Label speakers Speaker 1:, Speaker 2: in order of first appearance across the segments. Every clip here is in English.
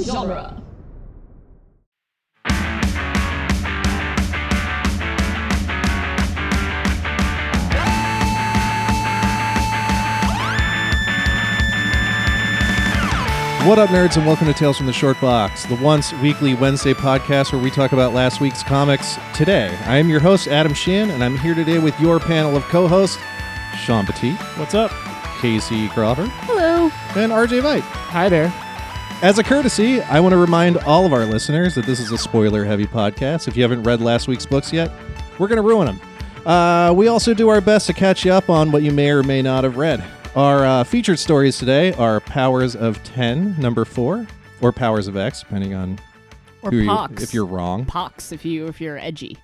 Speaker 1: genre.
Speaker 2: What up, nerds, and welcome to Tales from the Short Box, the once weekly Wednesday podcast where we talk about last week's comics today. I am your host, Adam Sheehan, and I'm here today with your panel of co hosts, Sean Petit,
Speaker 3: What's up?
Speaker 2: Casey Crawford,
Speaker 1: Hello.
Speaker 2: and RJ Vite.
Speaker 3: Hi there.
Speaker 2: As a courtesy, I want to remind all of our listeners that this is a spoiler heavy podcast. If you haven't read last week's books yet, we're going to ruin them. Uh, we also do our best to catch you up on what you may or may not have read. Our uh, featured stories today are Powers of 10, number 4, or Powers of X, depending on
Speaker 1: Or
Speaker 2: who you-
Speaker 1: pox.
Speaker 2: if you're wrong.
Speaker 1: pox if you if you're edgy.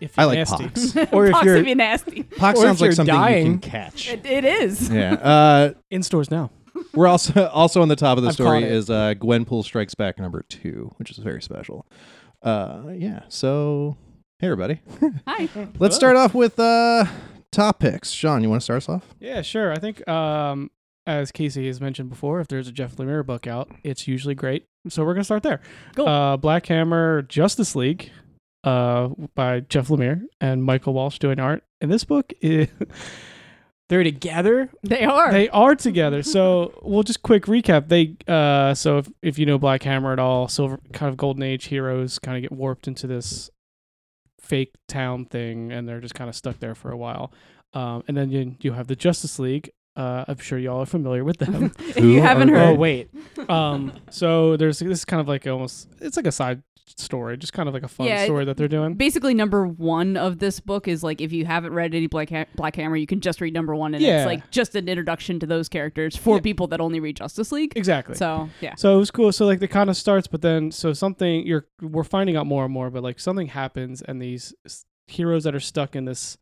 Speaker 3: If
Speaker 2: I like
Speaker 3: nasty.
Speaker 4: or if
Speaker 1: pox
Speaker 4: you're
Speaker 1: if you're nasty.
Speaker 2: Pox
Speaker 4: Or if
Speaker 2: sounds like
Speaker 4: you're
Speaker 2: something you can
Speaker 4: dying.
Speaker 2: catch.
Speaker 1: It, it is.
Speaker 2: yeah. Uh,
Speaker 4: in stores now.
Speaker 2: We're also also on the top of the
Speaker 4: I've
Speaker 2: story
Speaker 4: caught it.
Speaker 2: is uh, Gwenpool Strikes Back number two, which is very special. Uh, yeah. So hey everybody,
Speaker 1: Hi.
Speaker 2: let's
Speaker 3: Hello.
Speaker 2: start
Speaker 4: Oh.
Speaker 2: off with uh, top picks. Sean, you want to start us off?
Speaker 3: Yeah, sure. I think um, as Casey has mentioned before, if there's a Jeff Lemire book out, it's usually great. So we're gonna start there.
Speaker 1: Cool.
Speaker 3: Uh, Black Hammer Justice League, uh, by Jeff Lemire and Michael Walsh doing art. And this book is they're together.
Speaker 1: They are.
Speaker 3: They are together. So we'll just quick recap. They uh, so if if you know Black Hammer at all, silver kind of golden age heroes kind of get warped into this fake town thing, and they're just kind of stuck there for a while. Um, and then you you have the Justice League. Uh, I'm sure y'all are familiar with them.
Speaker 1: if you haven't
Speaker 2: Who are
Speaker 1: heard.
Speaker 3: oh wait. Um, so there's this is kind of like almost it's like a side story, just kind of like a fun
Speaker 1: Yeah,
Speaker 3: story that they're doing.
Speaker 1: Basically, number one of this book is like if you haven't read any Black, ha- Black Hammer, you can just read number one, and
Speaker 3: Yeah.
Speaker 1: it's like just an introduction to those characters for
Speaker 3: Yeah.
Speaker 1: people that only read Justice League.
Speaker 3: Exactly.
Speaker 1: So yeah,
Speaker 3: So it was cool. So like it kind of starts, but then so something you're we're finding out more and more, but like something happens, and these s- heroes that are stuck in this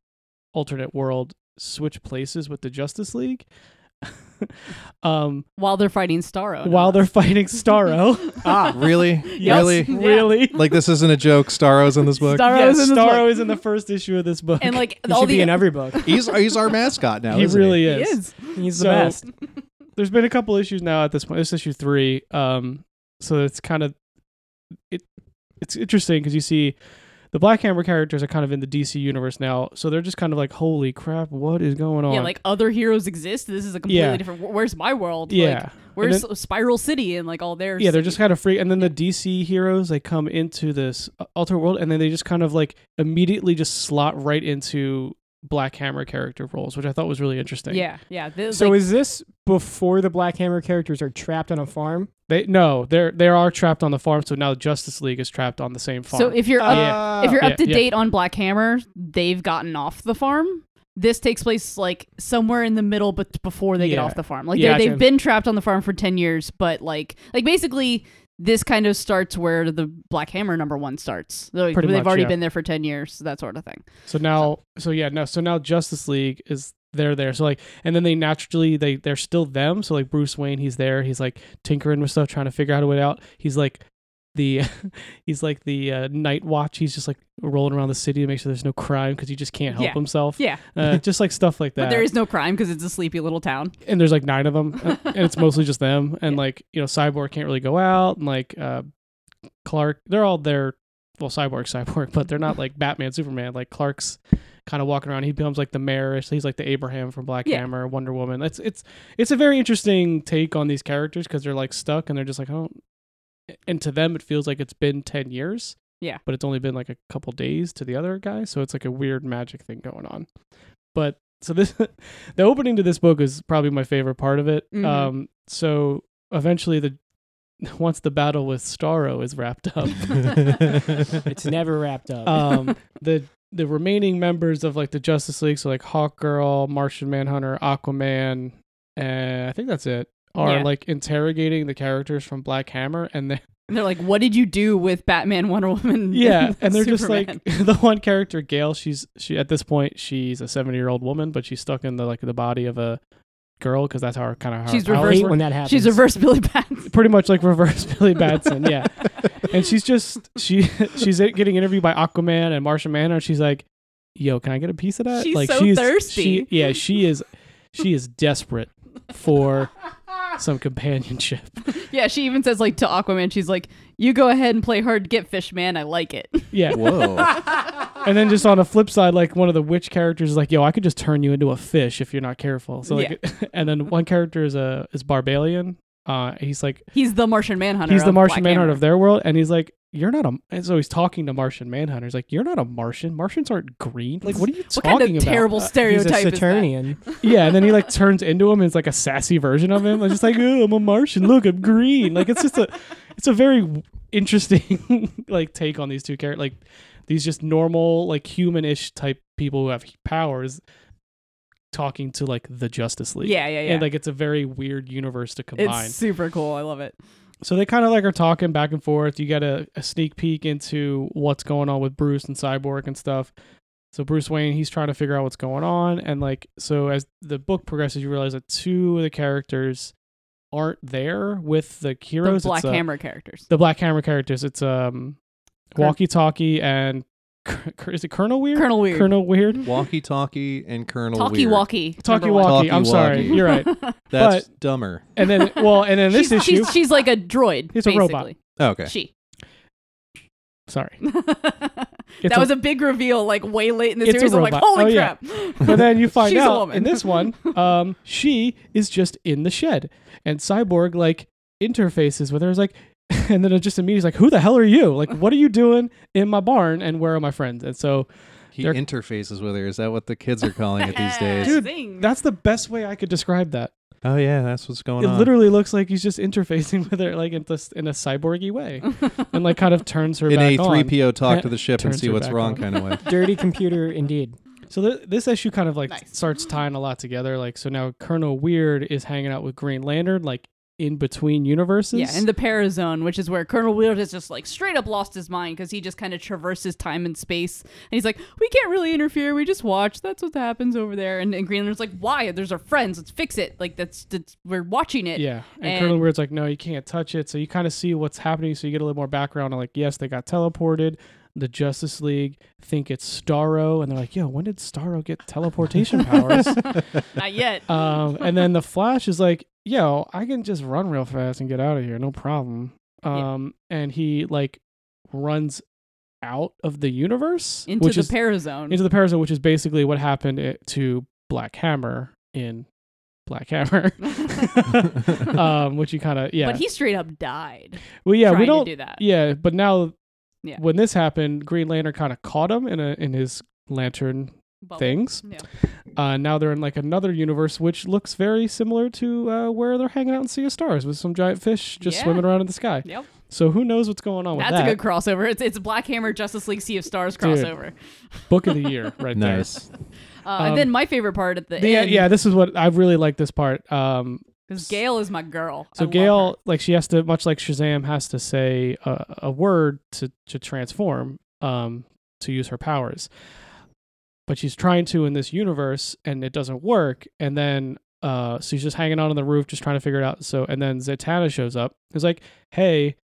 Speaker 3: alternate world switch places with the Justice League. um,
Speaker 1: while they're fighting Starro,
Speaker 3: while they're fighting Starro,
Speaker 4: Ah,
Speaker 2: Really,
Speaker 3: Yes.
Speaker 2: really.
Speaker 1: Yeah.
Speaker 3: really,
Speaker 2: Like this isn't a joke. Starro's in this book.
Speaker 1: Starro
Speaker 3: yeah,
Speaker 1: is in this
Speaker 3: Starro
Speaker 1: book.
Speaker 3: is in the first issue of this book.
Speaker 1: and like
Speaker 4: he
Speaker 1: all
Speaker 4: should
Speaker 1: the
Speaker 4: be in every book.
Speaker 2: he's he's our mascot now.
Speaker 3: he
Speaker 2: isn't
Speaker 3: really
Speaker 1: he
Speaker 3: is.
Speaker 1: is.
Speaker 4: He's
Speaker 3: So-
Speaker 4: the best.
Speaker 3: There's been a couple issues now at this point. This is issue three. Um, so it's kind of it. It's interesting because you see the Black Hammer characters are kind of in the DC universe now, so they're just kind of like, "Holy crap, what is going on?"
Speaker 1: Yeah, like other heroes exist. This is a completely
Speaker 3: Yeah.
Speaker 1: different. Where's my world?
Speaker 3: yeah,
Speaker 1: Like, where's
Speaker 3: then-
Speaker 1: Spiral City and like all their?
Speaker 3: yeah. They're
Speaker 1: city-
Speaker 3: just kind of free, and then the DC heroes they come into this uh, alternate world, and then they just kind of like immediately just slot right into Black Hammer character roles, which I thought was really interesting.
Speaker 1: Yeah, yeah. This,
Speaker 4: So
Speaker 1: like,
Speaker 4: is this before the Black Hammer characters are trapped on a farm?
Speaker 3: they no, they're they are trapped on the farm, so now Justice League is trapped on the same farm.
Speaker 1: so if you're
Speaker 2: he?
Speaker 1: up,
Speaker 2: Ah.
Speaker 1: Uh, if you're up to
Speaker 3: yeah, yeah.
Speaker 1: date on Black Hammer, they've gotten off the farm. This takes place like somewhere in the middle, but before they get
Speaker 3: Yeah.
Speaker 1: off the farm. Like they're-
Speaker 3: Yeah, gotcha.
Speaker 1: they've been trapped on the farm for ten years, but like like basically this kind of starts where the Black Hammer number one starts. Like,
Speaker 3: Pretty
Speaker 1: they've
Speaker 3: much,
Speaker 1: already
Speaker 3: yeah.
Speaker 1: been there for ten years, that sort of thing.
Speaker 3: So now, so, yeah, no, so now Justice League is they're there. So like, and then they naturally they they're still them. So like Bruce Wayne, he's there. He's like tinkering with stuff, trying to figure out a way out. He's like the he's like the uh, night watch. He's just like rolling around the city to make sure there's no crime because he just can't help
Speaker 1: Yeah.
Speaker 3: himself.
Speaker 1: Yeah,
Speaker 3: Uh, just like stuff like that.
Speaker 1: but there is no crime because it's a sleepy little town.
Speaker 3: and there's like nine of them, uh, and it's mostly just them. And like you know, Cyborg can't really go out, and like uh, Clark, they're all there. Well, Cyborg, Cyborg, but they're not like Batman, Superman. Like Clark's kind of walking around. He becomes like the mayor. So he's like the Abraham from Black
Speaker 1: Yeah.
Speaker 3: Hammer, Wonder Woman. It's it's it's a very interesting take on these characters because they're like stuck and they're just like I don't. And to them, it feels like it's been ten years.
Speaker 1: Yeah.
Speaker 3: but it's only been like a couple days to the other guy, so it's like a weird magic thing going on. But so this the opening to this book is probably my favorite part of it.
Speaker 1: Mhm.
Speaker 3: Um, so eventually, the once the battle with Starro is wrapped up,
Speaker 4: It's never wrapped
Speaker 1: Uh,
Speaker 4: up.
Speaker 3: um, the the remaining members of like the Justice League, so like Hawk Girl, Martian Manhunter, Aquaman, and I think that's it, are
Speaker 1: Yeah.
Speaker 3: like interrogating the characters from Black Hammer, and then
Speaker 1: And they're like, "What did you do with Batman, Wonder Woman?"
Speaker 3: yeah, and they're just
Speaker 1: Superman?"
Speaker 3: like the one character, Gail. She's she at this point she's a seventy year old woman, but she's stuck in the like the body of a girl because that's how kind of how
Speaker 1: She's
Speaker 3: her
Speaker 4: I
Speaker 3: powers
Speaker 1: reverse-
Speaker 4: hate
Speaker 3: work.
Speaker 4: when that happens.
Speaker 1: she's reverse Billy Batson.
Speaker 3: pretty much like reverse Billy Batson, yeah. And she's just she she's getting interviewed by Aquaman and Martian Manhunter. And she's like, "Yo, can I get a piece of that?"
Speaker 1: She's
Speaker 3: like
Speaker 1: so thirsty.
Speaker 3: She, yeah, she is she is desperate for some companionship.
Speaker 1: Yeah, she even says like to Aquaman, she's like, "You go ahead and play hard to get fish, man. I like it."
Speaker 3: Yeah.
Speaker 2: Whoa.
Speaker 3: and then just on the flip side, like one of the witch characters is like, "Yo, I could just turn you into a fish if you're not careful." So like, and then one character is a is Barbalian. Uh, he's like
Speaker 1: He's the Martian Manhunter.
Speaker 3: he's the
Speaker 1: of
Speaker 3: Martian
Speaker 1: Black
Speaker 3: Manhunter
Speaker 1: Hammer.
Speaker 3: of their world, and he's like, "You're not a." And so he's talking to Martian Manhunter. He's like, "You're not a Martian. Martians aren't green. Like, what are you
Speaker 1: What
Speaker 3: talking
Speaker 1: kind of
Speaker 3: about?" Uh,
Speaker 1: terrible
Speaker 4: He's a
Speaker 1: stereotype is that?
Speaker 4: Saturnian.
Speaker 3: yeah, and then he like turns into him. and It's like a sassy version of him. It's just like, "Oh, I'm a Martian. Look, I'm green." Like, it's just a, it's a very w- interesting like take on these two characters. Like, these just normal like humanish type people who have powers talking to like the Justice League.
Speaker 1: Yeah, yeah, yeah.
Speaker 3: And like it's a very weird universe to
Speaker 1: it's
Speaker 3: combine.
Speaker 1: super cool. I love it.
Speaker 3: So they kind of like are talking back and forth. You get a, a sneak peek into what's going on with Bruce and Cyborg and stuff. So Bruce Wayne, he's trying to figure out what's going on, and like so as the book progresses, you realize that two of the characters aren't there with the heroes.
Speaker 1: the Black
Speaker 3: It's, uh,
Speaker 1: Hammer characters.
Speaker 3: The Black Hammer characters. It's um,
Speaker 1: Col-
Speaker 3: Walkie Talkie and is it Colonel Weird?
Speaker 1: Colonel Weird.
Speaker 3: Colonel Weird.
Speaker 2: Walkie talkie and Colonel
Speaker 1: Talkie
Speaker 2: Weird.
Speaker 1: Walkie.
Speaker 3: Talkie
Speaker 1: number one.
Speaker 3: Walkie. I'm sorry.
Speaker 2: Talkie-walkie.
Speaker 3: You're right.
Speaker 2: That's dumber.
Speaker 3: And then well, and then this
Speaker 1: she's,
Speaker 3: issue.
Speaker 1: she's, she's like a droid.
Speaker 3: He's a robot.
Speaker 1: basically.
Speaker 2: Oh, okay.
Speaker 1: She.
Speaker 3: sorry.
Speaker 1: that
Speaker 3: a-
Speaker 1: was a big reveal, like way late in the
Speaker 3: It's a
Speaker 1: series. I'm like,
Speaker 3: robot.
Speaker 1: holy
Speaker 3: Oh, yeah.
Speaker 1: crap!
Speaker 3: but then you find
Speaker 1: She's a
Speaker 3: out
Speaker 1: woman.
Speaker 3: in this one, um, she is just in the shed, and Cyborg like interfaces with her is like, and then it just immediately is like, "Who the hell are you? Like, what are you doing in my barn? And where are my friends?" And so
Speaker 2: He
Speaker 3: They're-
Speaker 2: interfaces with her. Is that what the kids are calling it these days?
Speaker 3: Dude,
Speaker 1: Zing.
Speaker 3: that's the best way I could describe that.
Speaker 2: Oh yeah, that's what's going
Speaker 3: it
Speaker 2: on.
Speaker 3: literally looks like he's just interfacing with her like in this in a cyborgy way, and like kind of turns her
Speaker 2: in
Speaker 3: back
Speaker 2: a
Speaker 3: on.
Speaker 2: three PO talk to the ship and
Speaker 3: Turns
Speaker 2: see
Speaker 3: her
Speaker 2: what's
Speaker 3: back
Speaker 2: wrong
Speaker 3: on.
Speaker 2: kind of way.
Speaker 4: Dirty computer, indeed.
Speaker 3: So th- this issue kind of like
Speaker 1: Nice.
Speaker 3: starts tying a lot together. Like so now Colonel Weird is hanging out with Green Lantern, like in between universes.
Speaker 1: Yeah, in the Parazone, which is where Colonel Weird has just like straight up lost his mind because he just kind of traverses time and space, and he's like, "We can't really interfere. We just watch. That's what happens over there." And, and Green Lantern's like, "Why? There's our friends. Let's fix it. Like that's, that's we're watching it."
Speaker 3: Yeah. And,
Speaker 1: And-
Speaker 3: Colonel Weird's like, no, you can't touch it. So you kind of see what's happening. So you get a little more background on, like, yes, they got teleported. The Justice League think it's Starro. And they're like, yo, when did Starro get teleportation powers?
Speaker 1: Not yet.
Speaker 3: um, and then the Flash is like, yo, I can just run real fast and get out of here. No problem.
Speaker 1: Yeah.
Speaker 3: Um, And he, like, runs out of the universe,
Speaker 1: into
Speaker 3: which
Speaker 1: the
Speaker 3: is
Speaker 1: Parazone.
Speaker 3: into the Parasite, which is basically what happened i- to Black Hammer in Black Hammer. um, which you kind of yeah.
Speaker 1: But he straight up died.
Speaker 3: well, yeah,
Speaker 1: trying
Speaker 3: we don't.
Speaker 1: to do that.
Speaker 3: Yeah, but now
Speaker 1: Yeah.
Speaker 3: when this happened, Green Lantern kind of caught him in a in his lantern
Speaker 1: But-
Speaker 3: things.
Speaker 1: Yeah. Mm-hmm.
Speaker 3: Uh, now they're in like another universe, which looks very similar to uh, where they're hanging out in Sea of Stars with some giant fish just
Speaker 1: Yeah.
Speaker 3: swimming around in the sky.
Speaker 1: Yep.
Speaker 3: So who knows what's going on with
Speaker 1: That's
Speaker 3: that?
Speaker 1: a good crossover. It's it's Black Hammer Justice League Sea of Stars
Speaker 3: Dude.
Speaker 1: crossover.
Speaker 3: book of the year right there.
Speaker 2: nice.
Speaker 1: Uh, and then my favorite part at the
Speaker 3: Yeah,
Speaker 1: end.
Speaker 3: um, yeah. This is what I really like. This part. Um,
Speaker 1: Because Gail is my girl. I
Speaker 3: So
Speaker 1: love
Speaker 3: Gail, like she has to, much like Shazam, has to say a, a word to to transform, um, to use her powers. But she's trying to in this universe, and it doesn't work. And then, uh, so she's just hanging out on the roof, just trying to figure it out. So, and then Zatanna shows up. He's like, "Hey,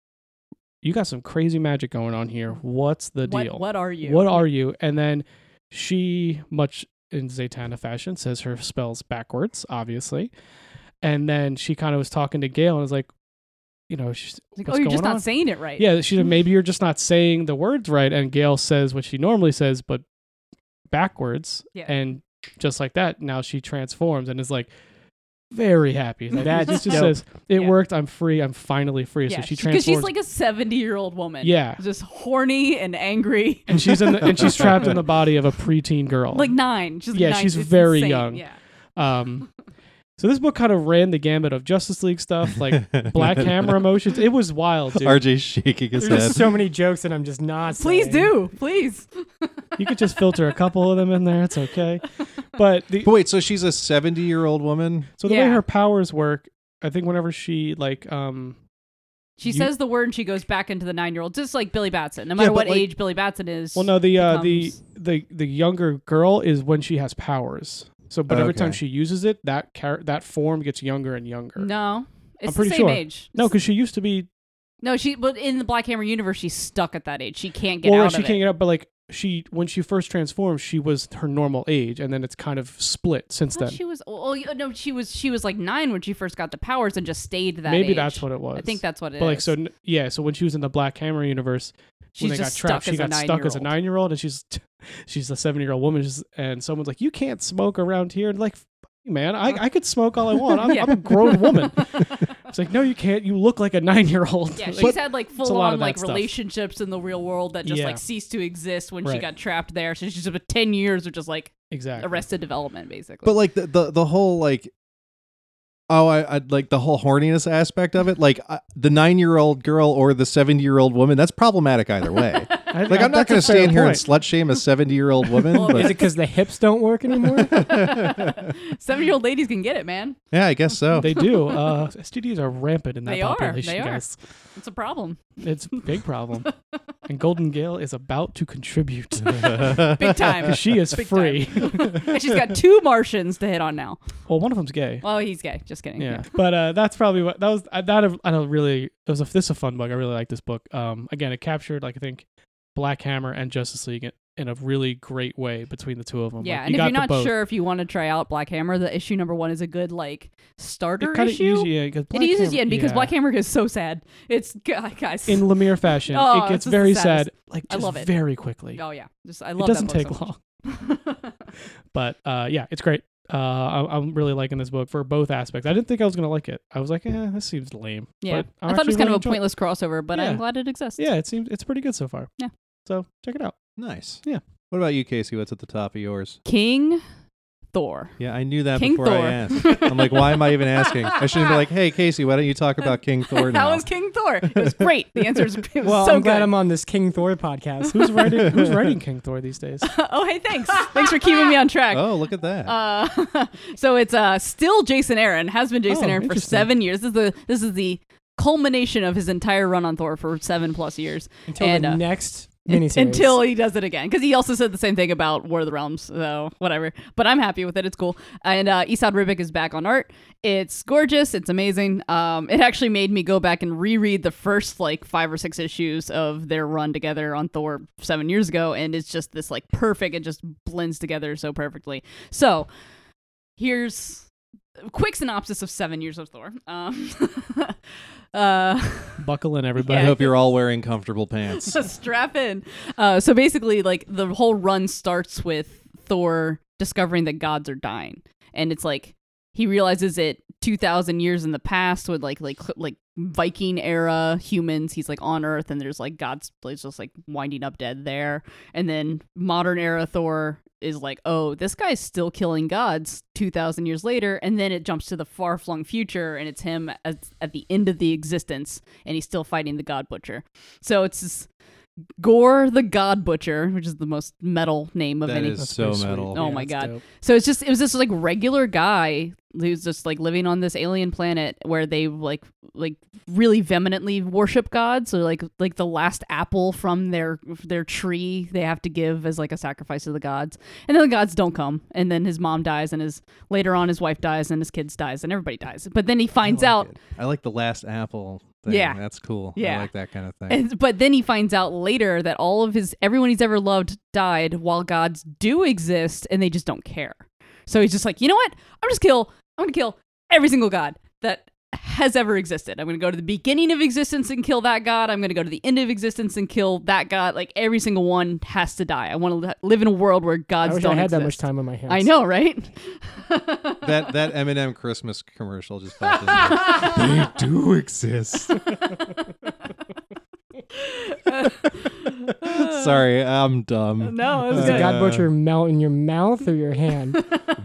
Speaker 3: you got some crazy magic going on here. What's the
Speaker 1: her. What,
Speaker 3: deal?
Speaker 1: what are you?
Speaker 3: What are you? And then she, much in Zatanna fashion, says her spells backwards, obviously. And then she kind of was talking to Gail and was like, you know, she's
Speaker 1: Like,
Speaker 3: what's
Speaker 1: oh, you're
Speaker 3: going
Speaker 1: just
Speaker 3: on?
Speaker 1: not saying it right.
Speaker 3: Yeah, she said maybe you're just not saying the words right. And Gail says what she normally says, but backwards.
Speaker 1: Yeah.
Speaker 3: And just like that, now she transforms and is like very happy. Like,
Speaker 4: That's
Speaker 3: it just
Speaker 4: dope.
Speaker 3: says it
Speaker 1: Yeah.
Speaker 3: worked. I'm free. I'm finally free. so she
Speaker 1: Because
Speaker 3: transforms.
Speaker 1: she's like a 70 year old woman.
Speaker 3: yeah.
Speaker 1: Just horny and angry.
Speaker 3: And she's in the, and she's trapped in the body of a preteen girl.
Speaker 1: Like nine. She's
Speaker 3: Yeah,
Speaker 1: nine.
Speaker 3: she's
Speaker 1: It's
Speaker 3: very
Speaker 1: insane.
Speaker 3: young.
Speaker 1: Yeah.
Speaker 3: Um, so this book kind of ran the gambit of Justice League stuff, like Black Hammer emotions. It was wild, dude.
Speaker 2: RJ's shaking his
Speaker 4: There's
Speaker 2: head.
Speaker 4: just so many jokes that I'm just not.
Speaker 1: Please
Speaker 4: saying.
Speaker 1: do. Please.
Speaker 3: You could just filter a couple of them in there. It's okay. But the
Speaker 2: but wait, so she's a seventy-year-old woman?
Speaker 3: so the way
Speaker 1: Yeah.
Speaker 3: her powers work, I think whenever she like um
Speaker 1: She
Speaker 3: You-
Speaker 1: says the word and she goes back into the nine year old, just like Billy Batson. No matter
Speaker 2: but,
Speaker 1: what
Speaker 2: like-
Speaker 1: age Billy Batson is.
Speaker 3: well no the uh the
Speaker 1: Becomes-
Speaker 3: the the younger girl is when she has powers. So but every time
Speaker 2: Okay.
Speaker 3: she uses it, that car- that form gets younger and younger.
Speaker 1: No. It's
Speaker 3: pretty
Speaker 1: the same
Speaker 3: sure.
Speaker 1: age.
Speaker 3: No, because she used to be
Speaker 1: No, she. But in the Black Hammer universe, she's stuck at that age. She can't get
Speaker 3: well,
Speaker 1: out
Speaker 3: she
Speaker 1: of
Speaker 3: can't
Speaker 1: it.
Speaker 3: get up, but like she when she first transformed, she was her normal age, and then it's kind of split since
Speaker 1: I thought
Speaker 3: then.
Speaker 1: she was. Oh yeah, no, she was. She was like nine when she first got the powers and just stayed that.
Speaker 3: Maybe
Speaker 1: age.
Speaker 3: that's what it was.
Speaker 1: I think that's what it is.
Speaker 3: But like so, n- yeah. So when she was in the Black Hammer universe,
Speaker 1: she's
Speaker 3: when they got
Speaker 1: just stuck
Speaker 3: trapped, she
Speaker 1: as a
Speaker 3: got stuck as a
Speaker 1: nine-year-old.
Speaker 3: nine-year-old, and she's she's a seven-year-old woman, she's- and someone's like, "You can't smoke around here." And like, "F- man, I, I could smoke all I want. I'm,
Speaker 1: Yeah.
Speaker 3: I'm a grown woman. it's like, no, you can't. You look like a nine-year-old.
Speaker 1: Yeah,
Speaker 3: Like,
Speaker 1: she's had like
Speaker 3: lot
Speaker 1: full on
Speaker 3: of that
Speaker 1: like
Speaker 3: stuff.
Speaker 1: relationships in the real world that just
Speaker 3: Yeah.
Speaker 1: like ceased to exist when she
Speaker 3: Right.
Speaker 1: got trapped there. So she's just about ten years of just like
Speaker 3: exactly.
Speaker 1: arrested development, basically.
Speaker 2: But like the the, the whole like oh I, I like the whole horniness aspect of it. Like I, the nine year old girl or the seventy year old woman. That's problematic either way.
Speaker 3: I-
Speaker 2: Like
Speaker 3: I-
Speaker 2: I'm not
Speaker 3: that's
Speaker 2: going
Speaker 3: a
Speaker 2: to
Speaker 3: fair
Speaker 2: stand here and
Speaker 3: point.
Speaker 2: slut shame a seventy year old woman.
Speaker 1: Well,
Speaker 2: but
Speaker 4: Is it because the hips don't work anymore?
Speaker 1: seven year old ladies can get it, man.
Speaker 2: yeah, I guess so.
Speaker 3: they do. Uh, STDs are rampant in that
Speaker 1: They are.
Speaker 3: population,
Speaker 1: They are.
Speaker 3: guys.
Speaker 1: It's a problem.
Speaker 3: It's a big problem. and Golden Gale is about to contribute.
Speaker 1: Big time.
Speaker 3: she is
Speaker 1: Big
Speaker 3: free.
Speaker 1: and she's got two Martians to hit on now.
Speaker 3: well, one of them's gay.
Speaker 1: Oh, he's gay. Just kidding.
Speaker 3: yeah. But uh, that's probably what that was. I, that I don't really. It was a, this is a fun book. I really like this book. Um, again, it captured like I think Black Hammer and Justice League in, in a really great way between the two of them.
Speaker 1: Yeah,
Speaker 3: Like,
Speaker 1: and
Speaker 3: you
Speaker 1: if
Speaker 3: got
Speaker 1: you're
Speaker 3: the
Speaker 1: not
Speaker 3: both.
Speaker 1: sure if you want to try out Black Hammer, the issue number one is a good like starter
Speaker 3: it kind of
Speaker 1: issue.
Speaker 3: easy. Yeah, 'cause
Speaker 1: it
Speaker 3: Black
Speaker 1: uses
Speaker 3: Hammer-
Speaker 1: you in because
Speaker 3: yeah.
Speaker 1: Black Hammer is so sad. It's God, guys.
Speaker 3: in Lemire fashion,
Speaker 1: Oh,
Speaker 3: it gets
Speaker 1: this is
Speaker 3: very
Speaker 1: the
Speaker 3: sad.
Speaker 1: saddest.
Speaker 3: Like
Speaker 1: I
Speaker 3: just
Speaker 1: love it.
Speaker 3: very quickly.
Speaker 1: oh yeah, just I
Speaker 3: it
Speaker 1: love
Speaker 3: doesn't
Speaker 1: that
Speaker 3: take
Speaker 1: book so
Speaker 3: long.
Speaker 1: much.
Speaker 3: But uh, yeah, it's great. Uh, I, I'm really liking this book for both aspects. I didn't think I was gonna like it. I was like, eh, this seems lame.
Speaker 1: yeah,
Speaker 3: But
Speaker 1: I
Speaker 3: I'm
Speaker 1: thought it was
Speaker 3: actually
Speaker 1: kind of
Speaker 3: really
Speaker 1: a
Speaker 3: enjoying it.
Speaker 1: pointless crossover, but
Speaker 3: Yeah.
Speaker 1: I'm glad it exists.
Speaker 3: Yeah, it seems it's pretty good so far.
Speaker 1: Yeah.
Speaker 3: So check it out.
Speaker 2: nice.
Speaker 3: Yeah.
Speaker 2: What about you, Casey? What's at the top of yours?
Speaker 1: King Thor.
Speaker 2: Yeah, I knew that
Speaker 1: King
Speaker 2: before
Speaker 1: Thor.
Speaker 2: I asked. I'm like, why am I even asking? I shouldn't be like, hey, Casey, why don't you talk about King Thor now?
Speaker 1: How was King Thor? It was great. The answer is it was
Speaker 4: well,
Speaker 1: so
Speaker 4: I'm glad
Speaker 1: good.
Speaker 4: I'm on this King Thor podcast.
Speaker 3: Who's writing Who's writing King Thor these days?
Speaker 1: oh hey, thanks. thanks for keeping me on track.
Speaker 2: oh, look at that.
Speaker 1: Uh, so it's uh, still Jason Aaron. Has been Jason
Speaker 3: Oh,
Speaker 1: Aaron for
Speaker 3: interesting.
Speaker 1: seven years. This is the this is the culmination of his entire run on Thor for seven plus years
Speaker 4: Until
Speaker 1: And,
Speaker 4: the
Speaker 1: uh,
Speaker 4: next
Speaker 1: Un-
Speaker 4: miniseries.
Speaker 1: until he does it again. Because he also said the same thing about War of the Realms, so whatever. But I'm happy with it. It's cool. And uh, Isad Ribic is back on art. It's gorgeous. It's amazing. Um, it actually made me go back and reread the first like five or six issues of their run together on Thor seven years ago, and it's just this like perfect. It just blends together so perfectly. So here's. a Quick synopsis of seven years of Thor. Um, uh,
Speaker 3: Buckle in,
Speaker 2: But I
Speaker 3: everybody.
Speaker 1: yeah.
Speaker 2: hope you're all wearing comfortable pants.
Speaker 1: so strap in. Uh, so basically, like the whole run starts with Thor discovering that gods are dying, and it's like he realizes it two thousand years in the past with like like like Viking era humans. He's like on Earth, and there's like gods like, just like winding up dead there, and then modern era Thor is like, oh, this guy's still killing gods 2,000 years later. And then it jumps to the far flung future and it's him at, at the end of the existence and he's still fighting the God Butcher. So it's this Gore the God Butcher, which is the most metal name of
Speaker 2: That
Speaker 1: any.
Speaker 2: is
Speaker 3: That's
Speaker 2: so
Speaker 3: pretty sweet.
Speaker 2: metal.
Speaker 1: Oh my
Speaker 3: that's
Speaker 1: God.
Speaker 3: dope.
Speaker 1: So it's just, it was this like regular guy who's just like living on this alien planet where they like, like really vehemently worship gods. So like, like the last apple from their, their tree they have to give as like a sacrifice to the gods and then the gods don't come and then his mom dies and his later on his wife dies and his kids dies and everybody dies but then he finds
Speaker 3: Oh,
Speaker 2: I like
Speaker 1: out
Speaker 2: it. I like the last apple thing.
Speaker 1: Yeah.
Speaker 2: That's cool. I
Speaker 1: Yeah.
Speaker 2: like that kind of thing.
Speaker 1: and, but then he finds out later that all of his everyone he's ever loved died while gods do exist and they just don't care so he's just like you know what i'm just kill i'm gonna kill every single god that has ever existed i'm gonna go to the beginning of existence and kill that god i'm gonna go to the end of existence and kill that god like every single one has to die i want to live in a world where gods
Speaker 4: I wish I
Speaker 1: don't
Speaker 4: had that much
Speaker 1: exist.
Speaker 4: time on my hands.
Speaker 1: i know right
Speaker 2: that that Eminem Christmas commercial just popped in. my head. they do exist. Sorry, I'm dumb.
Speaker 1: no it's
Speaker 4: Does the
Speaker 1: good
Speaker 2: Uh,
Speaker 4: God Butcher melt in your mouth or your hand?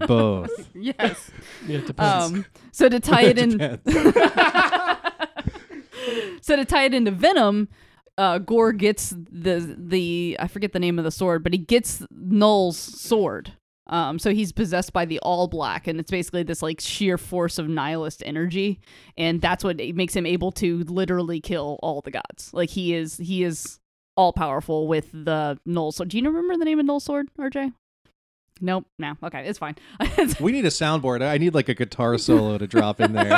Speaker 2: Both.
Speaker 1: yes
Speaker 3: Yeah, it depends.
Speaker 1: um so to tie it in
Speaker 2: Depends.
Speaker 1: so to tie it into Venom, uh, Gore gets the the I forget the name of the sword, but he gets Null's sword. Um, so he's possessed by the All Black, and it's basically this like sheer force of nihilist energy, and that's what it makes him able to literally kill all the gods. Like he is he is all powerful with the Null sword. Do you remember the name of Null sword, RJ? Nope. No. Okay, it's fine.
Speaker 2: we need a soundboard. I need like a guitar solo to drop in there.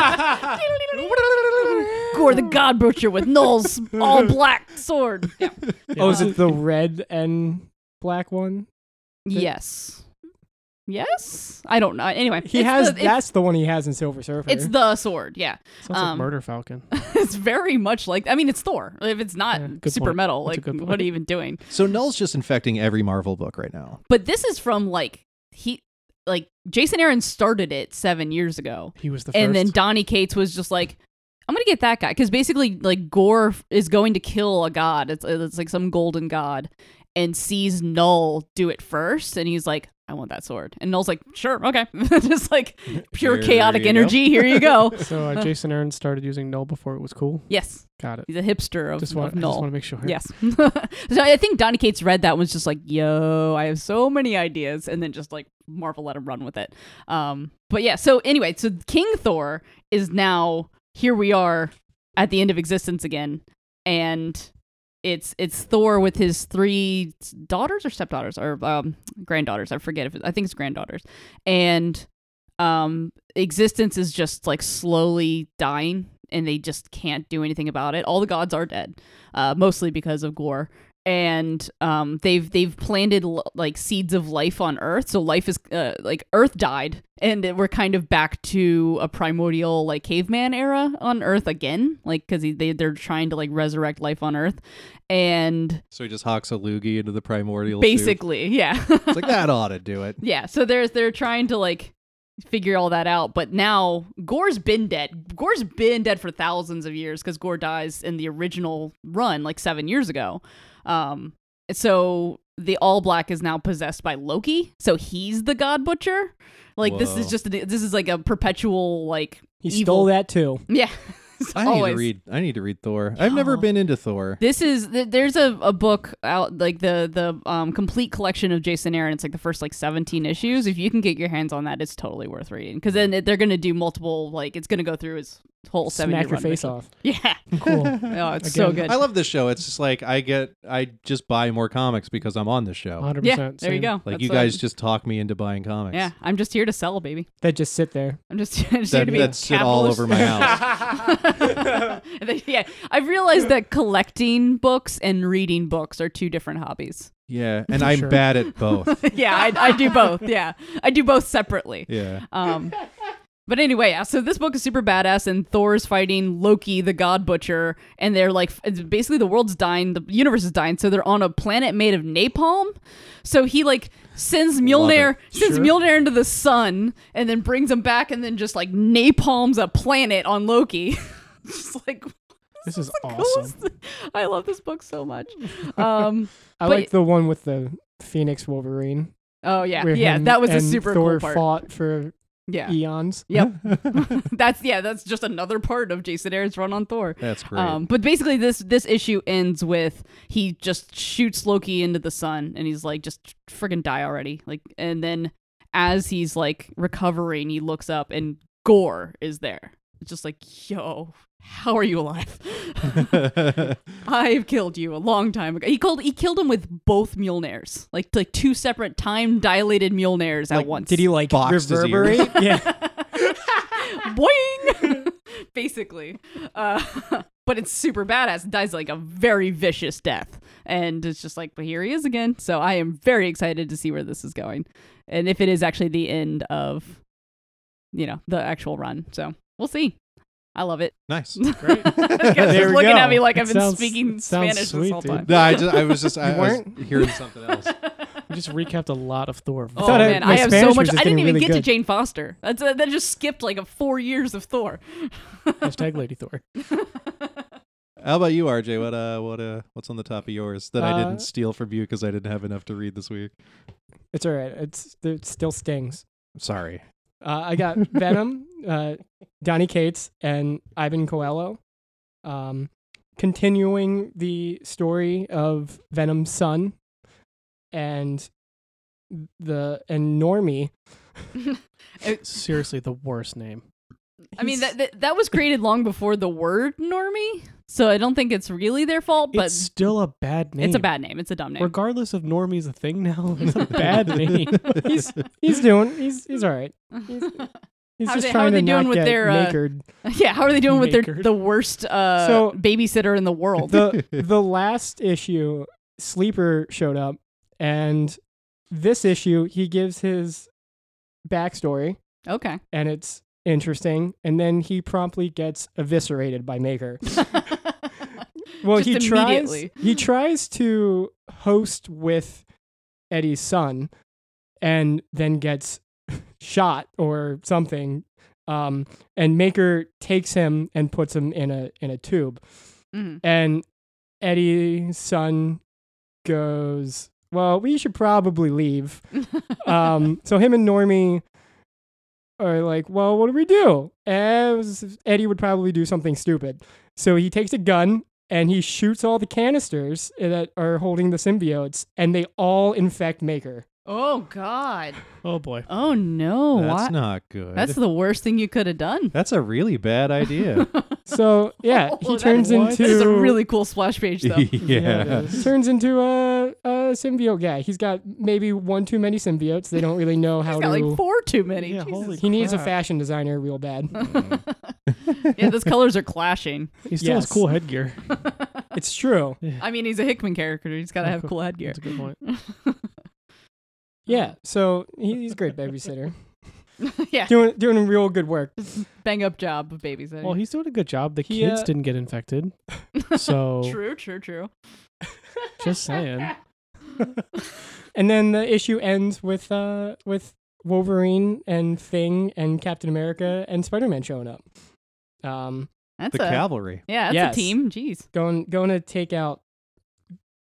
Speaker 1: Gore the God Butcher with Null's all black sword. Yeah.
Speaker 3: Yeah.
Speaker 4: Oh, is it the red and black one?
Speaker 1: Yes. Yes? I don't know. Anyway,
Speaker 4: He
Speaker 1: it's
Speaker 4: has
Speaker 1: the, it's-
Speaker 4: that's the one he has in Silver Surfer.
Speaker 1: It's the sword, yeah.
Speaker 3: Sounds
Speaker 1: Um,
Speaker 3: like Murder Falcon.
Speaker 1: it's very much like I mean, it's Thor. If it's not
Speaker 3: Yeah, good
Speaker 1: super
Speaker 3: point.
Speaker 1: metal,
Speaker 3: That's a
Speaker 1: like
Speaker 3: good
Speaker 1: what
Speaker 3: point.
Speaker 1: are you even doing?
Speaker 2: So Null's just infecting every Marvel book right now.
Speaker 1: But this is from like he, like Jason Aaron started it seven years ago,
Speaker 3: He was the first.
Speaker 1: and then Donnie Cates was just like. I'm gonna get that guy because basically, like Gore f- is going to kill a god. It's uh, it's like some golden god, and sees Null do it first, and he's like, "I want that sword." And Null's like, "Sure, okay." just like pure
Speaker 2: Here
Speaker 1: chaotic
Speaker 2: you go.
Speaker 1: energy. Here you go.
Speaker 3: so uh, Jason Aaron started using null before it was cool.
Speaker 1: yes,
Speaker 3: Got it.
Speaker 1: he's a hipster of,
Speaker 3: Just
Speaker 1: of
Speaker 3: want, I just
Speaker 1: Null.
Speaker 3: want to make sure.
Speaker 1: Yes. so I think Donny Cates read that and was just like, yo, I have so many ideas, and then just like Marvel let him run with it. Um, but yeah, so anyway, so King Thor is now here we are at the end of existence again, and it's it's Thor with his three daughters or stepdaughters or um, granddaughters. I forget if it, I think it's granddaughters, and um existence is just like slowly dying and they just can't do anything about it all the gods are dead uh mostly because of gore and um they've they've planted l- like seeds of life on earth so life is uh, like earth died and it- we're kind of back to a primordial like caveman era on earth again like because they, they're trying to like resurrect life on earth and
Speaker 2: So he just hawks a loogie into the primordial. soup.
Speaker 1: basically yeah
Speaker 2: It's like that ought to do it.
Speaker 1: yeah, so there's they're trying to like figure all that out, but now Gore's been dead. Gore's been dead for thousands of years because Gore dies in the original run like seven years ago. Um, so the All Black is now possessed by Loki, so he's the God Butcher. Like this is
Speaker 2: Whoa.
Speaker 1: just a, this is like a perpetual like
Speaker 4: he
Speaker 1: evil.
Speaker 4: stole that too.
Speaker 1: yeah. It's
Speaker 2: I need
Speaker 1: always.
Speaker 2: to read. I need to read Thor. I've never
Speaker 1: No.
Speaker 2: been into Thor.
Speaker 1: This is th- there's a, a book out like the the um, complete collection of Jason Aaron. It's like the first like 17 issues. If you can get your hands on that, it's totally worth reading because then it, they're gonna do multiple like it's gonna go through his whole seven.
Speaker 4: Smack
Speaker 1: year
Speaker 4: your
Speaker 1: run
Speaker 4: face
Speaker 1: mission.
Speaker 4: off.
Speaker 1: Yeah,
Speaker 4: Cool.
Speaker 1: oh, it's so
Speaker 3: Again,
Speaker 1: good.
Speaker 2: I love this show. It's just like I get. I just buy more comics because I'm on this show.
Speaker 3: 100%.
Speaker 1: yeah, there you go.
Speaker 2: Like
Speaker 1: That's
Speaker 2: you
Speaker 1: what I-
Speaker 2: guys just talk me into buying comics.
Speaker 1: Yeah, I'm just here to sell, baby.
Speaker 4: that just sit there.
Speaker 1: I'm just, I'm just here
Speaker 2: That,
Speaker 1: to be a
Speaker 2: that shit all
Speaker 1: capitalist.
Speaker 2: over my house.
Speaker 1: yeah, I've realized that collecting books and reading books are two different hobbies.
Speaker 2: Yeah, and
Speaker 3: For
Speaker 2: I'm
Speaker 3: sure.
Speaker 2: bad at both.
Speaker 1: yeah, I, I do both. Yeah, I do both separately.
Speaker 2: Yeah.
Speaker 1: Um, but anyway, yeah, so this book is super badass, and Thor's fighting Loki, the God Butcher, and they're like, it's basically the world's dying, the universe is dying, so they're on a planet made of napalm. So he like sends Mjolnir, sends
Speaker 3: Sure.
Speaker 1: Mjolnir into the sun, and then brings him back, and then just like napalms a planet on Loki. just like
Speaker 3: This is
Speaker 1: coolest.
Speaker 3: awesome.
Speaker 1: I love this book so much. Um,
Speaker 4: I
Speaker 1: But-
Speaker 4: like the one with the Phoenix Wolverine.
Speaker 1: oh yeah,
Speaker 4: where
Speaker 1: yeah,
Speaker 4: him
Speaker 1: that was a
Speaker 4: and
Speaker 1: super
Speaker 4: Thor
Speaker 1: cool part.
Speaker 4: fought for
Speaker 1: yeah,
Speaker 4: eons.
Speaker 1: yep. that's yeah, that's just another part of Jason Aaron's run on Thor.
Speaker 2: That's great.
Speaker 1: Um, but basically, this this issue ends with he just shoots Loki into the sun, and he's like, "Just friggin' die already!" Like, and then as he's like recovering, he looks up, and Gore is there. It's just like, "Yo, how are you alive? I've killed you a long time ago." He called he killed him with both Mjolnirs, like like two separate time dilated Mjolnirs at
Speaker 2: Like,
Speaker 1: once.
Speaker 4: Did he like
Speaker 2: Boxed his ears.
Speaker 4: reverberate? yeah.
Speaker 1: boing basically uh, but it's super badass dies like a very vicious death and it's just like but here he is again so i am very excited to see where this is going and if it is actually the end of you know the actual run so we'll see i love it
Speaker 2: nice.
Speaker 3: Great.
Speaker 1: Guys
Speaker 4: There
Speaker 1: are
Speaker 4: we
Speaker 1: looking
Speaker 4: go.
Speaker 1: at me like
Speaker 3: It
Speaker 1: i've been
Speaker 3: sounds-
Speaker 1: speaking
Speaker 3: it sounds
Speaker 1: spanish this
Speaker 3: sweet,
Speaker 1: whole
Speaker 3: dude.
Speaker 1: time
Speaker 2: No, I just I was just I,
Speaker 4: You
Speaker 2: I was
Speaker 4: weren't?
Speaker 2: hearing something else.
Speaker 3: We just recapped a lot of Thor.
Speaker 1: Oh
Speaker 4: thought I-
Speaker 1: man,
Speaker 4: my
Speaker 1: I have so
Speaker 4: Spanish
Speaker 1: much.
Speaker 4: was just
Speaker 1: I didn't
Speaker 4: getting
Speaker 1: even
Speaker 4: really
Speaker 1: get to
Speaker 4: good.
Speaker 1: Jane Foster. That's uh, that just skipped like a four years of Thor.
Speaker 3: Hashtag Lady Thor.
Speaker 2: How about you, RJ? What uh what uh what's on the top of yours that I
Speaker 4: Uh,
Speaker 2: didn't steal from you because I didn't have enough to read this week?
Speaker 4: It's all right. It's it still stings.
Speaker 2: I'm sorry.
Speaker 4: Uh, I got Venom, uh, Donny Cates, and Ivan Coelho. Um, continuing the story of Venom's son and the and Normie.
Speaker 3: Seriously, the worst name.
Speaker 1: I mean,
Speaker 4: He's-
Speaker 1: that, that that was created long before the word normie, so I don't think it's really their fault. But
Speaker 3: it's still a bad name.
Speaker 1: it's a bad name. It's a dumb name.
Speaker 3: Regardless of Normie's a thing now, it's a bad name.
Speaker 4: he's he's doing he's he's all right. He's
Speaker 1: How
Speaker 4: just
Speaker 1: they- how
Speaker 4: trying
Speaker 1: are they
Speaker 4: to
Speaker 1: doing
Speaker 4: not
Speaker 1: with
Speaker 4: get
Speaker 1: their, uh,
Speaker 4: makered.
Speaker 1: yeah, how are they doing with their
Speaker 3: Makered.
Speaker 1: the worst uh,
Speaker 4: So-
Speaker 1: babysitter in the world?
Speaker 4: the the last issue, Sleeper showed up And this issue, he gives his backstory,
Speaker 1: Okay.
Speaker 4: and it's interesting. And then he promptly gets eviscerated by Maker. Well,
Speaker 1: Just
Speaker 4: he tries.
Speaker 1: immediately.
Speaker 4: He tries to host with Eddie's son, and then gets shot or something. Um, and Maker takes him and puts him in a in a tube.
Speaker 1: Mhm.
Speaker 4: And Eddie's son goes, "Well, we should probably leave." um, so him and Normie are like, well, what do we do? As Eddie would probably do something stupid. So he takes a gun and he shoots all the canisters that are holding the symbiotes, and they all infect Maker.
Speaker 1: oh God.
Speaker 3: Oh boy.
Speaker 1: Oh no.
Speaker 2: That's
Speaker 1: Why-
Speaker 2: not good.
Speaker 1: That's the worst thing you could have done.
Speaker 2: That's a really bad idea.
Speaker 4: So yeah,
Speaker 1: Oh,
Speaker 4: he
Speaker 1: that-
Speaker 4: turns
Speaker 1: what?
Speaker 4: into
Speaker 1: That is a really cool splash page, though.
Speaker 4: Yeah, it is. turns into a, a symbiote guy. He's got maybe one too many symbiotes. They don't really know how
Speaker 1: He's
Speaker 4: to.
Speaker 1: got like four too many.
Speaker 3: Yeah,
Speaker 1: Jesus.
Speaker 3: holy
Speaker 4: he needs a
Speaker 3: crap.
Speaker 4: fashion designer real bad.
Speaker 1: yeah, those colors are clashing.
Speaker 3: He still
Speaker 4: Yes.
Speaker 3: has cool headgear.
Speaker 4: it's true.
Speaker 1: I mean, he's a Hickman character. He's got to have cool headgear.
Speaker 3: That's a good point.
Speaker 4: Yeah, Um, so he, he's a great babysitter.
Speaker 1: yeah,
Speaker 4: doing doing real good work.
Speaker 1: bang up job of babysitting.
Speaker 3: Well, he's doing a good job. The
Speaker 4: He,
Speaker 3: kids
Speaker 4: uh,
Speaker 3: didn't get infected. So
Speaker 1: true, true, true.
Speaker 3: just saying.
Speaker 4: And then the issue ends with uh with Wolverine and Thing and Captain America and Spider Man showing up. Um
Speaker 1: That's
Speaker 2: the
Speaker 1: a
Speaker 2: cavalry.
Speaker 1: yeah, that's
Speaker 4: Yes.
Speaker 1: a team. Jeez.
Speaker 4: going going to take out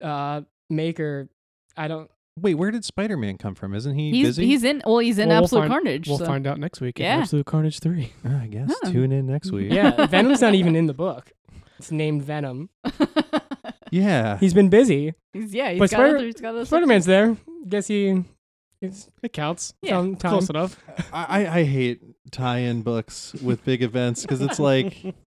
Speaker 4: uh Maker I don't
Speaker 2: Wait, where did Spider-Man come from? Isn't he
Speaker 1: He's
Speaker 2: busy?
Speaker 1: he's in. Well, he's in
Speaker 3: Well, we'll
Speaker 1: Absolute
Speaker 3: find-
Speaker 1: Carnage.
Speaker 3: We'll
Speaker 1: so-
Speaker 3: find out next week. in
Speaker 1: Yeah.
Speaker 3: Absolute Carnage three.
Speaker 2: Uh, I guess
Speaker 1: Huh.
Speaker 2: tune in next week.
Speaker 4: Yeah, Venom's not even in the book. It's named Venom.
Speaker 2: yeah.
Speaker 4: He's been busy.
Speaker 1: he's, yeah, he's
Speaker 4: But
Speaker 1: got
Speaker 4: Spider-
Speaker 1: other, he's got other
Speaker 4: Spider Man's there. Guess he it's
Speaker 3: It counts.
Speaker 1: Yeah.
Speaker 4: found time.
Speaker 3: Close enough.
Speaker 2: I, I- I hate tie-in books with big events because it's like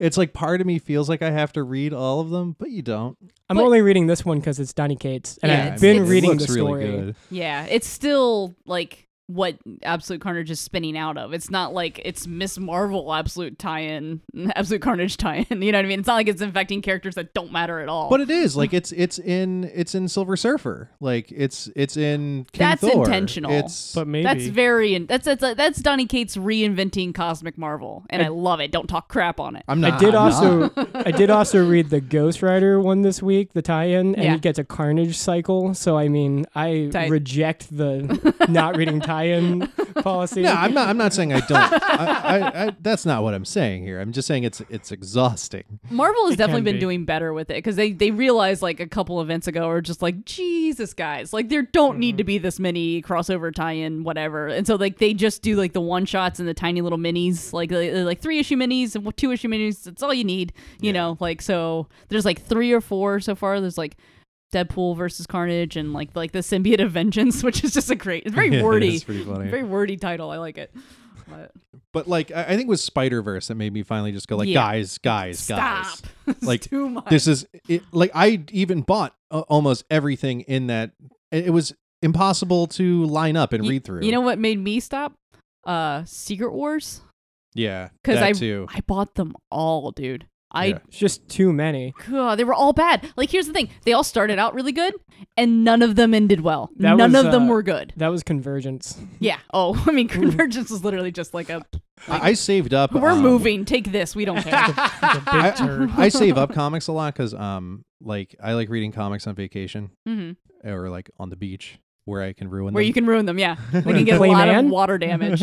Speaker 2: it's like part of me feels like I have to read all of them, but you don't.
Speaker 4: I'm
Speaker 1: But-
Speaker 4: only reading this one because it's Donny Cates, and
Speaker 1: Yeah,
Speaker 4: I've
Speaker 1: it's-
Speaker 4: been
Speaker 1: it's-
Speaker 2: it
Speaker 4: reading
Speaker 2: looks
Speaker 4: the
Speaker 2: really
Speaker 4: story.
Speaker 2: good.
Speaker 1: Yeah, it's still like what Absolute Carnage is spinning out of. It's not like it's Miss Marvel Absolute tie-in, Absolute Carnage tie-in. You know what I mean? It's not like it's infecting characters that don't matter at all.
Speaker 2: But it is like it's it's in it's in Silver Surfer, like it's it's in King
Speaker 1: That's
Speaker 2: Thor.
Speaker 1: intentional.
Speaker 2: It's
Speaker 3: But maybe
Speaker 1: that's very in- that's that's that's Donny Cates reinventing cosmic Marvel, and I, love it. Don't talk crap on it.
Speaker 2: I'm not.
Speaker 4: I did
Speaker 2: I'm not.
Speaker 4: also I did also read the Ghost Rider one this week, the tie-in, and
Speaker 1: Yeah.
Speaker 4: he gets a Carnage cycle. So I mean, I
Speaker 1: Tight.
Speaker 4: reject the not reading tie-in policy.
Speaker 2: No, I'm not. I'm not saying I don't. I, I, I, that's not what I'm saying here. I'm just saying it's it's exhausting.
Speaker 1: Marvel has
Speaker 3: It
Speaker 1: definitely
Speaker 3: can
Speaker 1: been
Speaker 3: be.
Speaker 1: doing better with it because they they realized like a couple events ago are just like Jesus guys like there don't need
Speaker 2: Mm-hmm.
Speaker 1: to be this many crossover tie-in whatever and so like they just do like the one shots and the tiny little minis like they- they're, like three issue minis and two issue minis that's all you need you know like so there's like three or four so far there's like Deadpool versus Carnage and like like the symbiote of vengeance which is just a great it's very
Speaker 2: Yeah,
Speaker 1: wordy
Speaker 2: It's pretty funny.
Speaker 1: very wordy title I like it but
Speaker 2: But like, I, I think it was Spider Verse that made me finally just go like,
Speaker 1: Yeah.
Speaker 2: guys, guys,
Speaker 1: stop
Speaker 2: guys.
Speaker 1: It's
Speaker 2: Like,
Speaker 1: too much
Speaker 2: This is it, like I even bought uh, almost everything in that. It, it was impossible to line up and
Speaker 1: Y-
Speaker 2: read through.
Speaker 1: You know what made me stop? Uh, Secret Wars.
Speaker 2: yeah,
Speaker 1: 'Cause
Speaker 2: that
Speaker 1: I-
Speaker 2: too.
Speaker 1: I bought them all, dude. I
Speaker 2: Yeah.
Speaker 4: It's just too many.
Speaker 1: God, they were all bad. Like here's the thing: they all started out really good, and none of them ended well.
Speaker 4: That
Speaker 1: none
Speaker 4: was,
Speaker 1: of them
Speaker 4: uh,
Speaker 1: were good.
Speaker 4: That was Convergence.
Speaker 1: Yeah. Oh, I mean,
Speaker 2: Mm.
Speaker 1: Convergence is literally just like a
Speaker 2: I, I saved up.
Speaker 1: we're
Speaker 2: um,
Speaker 1: moving. Take this. We don't care.
Speaker 3: It's a big turd.
Speaker 2: I save up comics a lot because um, like I like reading comics on vacation
Speaker 1: Mhm.
Speaker 2: or like on the beach where I can ruin
Speaker 1: Where
Speaker 2: them.
Speaker 1: you can ruin them. Yeah, they can get a
Speaker 4: Play
Speaker 1: lot
Speaker 4: man?
Speaker 1: of water damage.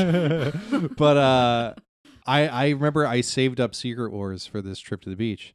Speaker 2: but uh I I remember I saved up Secret Wars for this trip to the beach.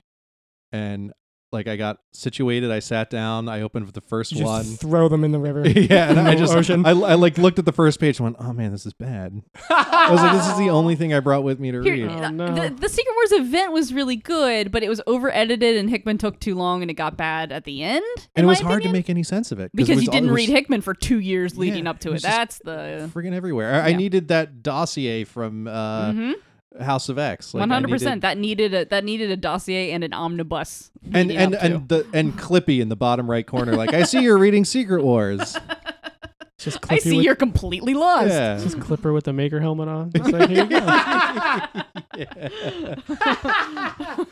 Speaker 2: And like I got situated, I sat down, I opened the first
Speaker 4: You just
Speaker 2: one.
Speaker 4: throw them in the river.
Speaker 2: yeah, and I
Speaker 4: in the
Speaker 2: just
Speaker 4: ocean.
Speaker 2: I, I like looked at the first page and went, "Oh man, this is bad." I was like, "This is the only thing I brought with me to
Speaker 1: Here- uh,
Speaker 2: read."
Speaker 3: Oh,
Speaker 1: the-
Speaker 3: no.
Speaker 1: the, the Secret Wars event was really good, but it was over edited, and Hickman took too long, and it got bad at the end. in
Speaker 2: and it
Speaker 1: my
Speaker 2: was hard
Speaker 1: opinion.
Speaker 2: to make any sense of it it
Speaker 1: because
Speaker 2: was
Speaker 1: you
Speaker 2: all- it
Speaker 1: didn't
Speaker 2: was
Speaker 1: read Hickman for two years leading
Speaker 2: Yeah,
Speaker 1: up to
Speaker 2: it
Speaker 1: it.
Speaker 2: was just-
Speaker 1: That's the
Speaker 2: Friggin' everywhere. I, I
Speaker 1: Yeah.
Speaker 2: needed that dossier from uh, House of X. Like, I
Speaker 1: Mm-hmm. one hundred
Speaker 2: needed-
Speaker 1: percent. That needed a that needed a dossier and an omnibus.
Speaker 2: And
Speaker 1: leading
Speaker 2: and
Speaker 1: up to.
Speaker 2: and the and Clippy in the bottom right corner. Like, I see you're reading Secret Wars.
Speaker 3: It's just
Speaker 1: I
Speaker 3: Clippy
Speaker 1: see
Speaker 3: with,
Speaker 1: you're completely lost.
Speaker 2: Yeah.
Speaker 3: just Clipper with the maker helmet on. It's like, here you go.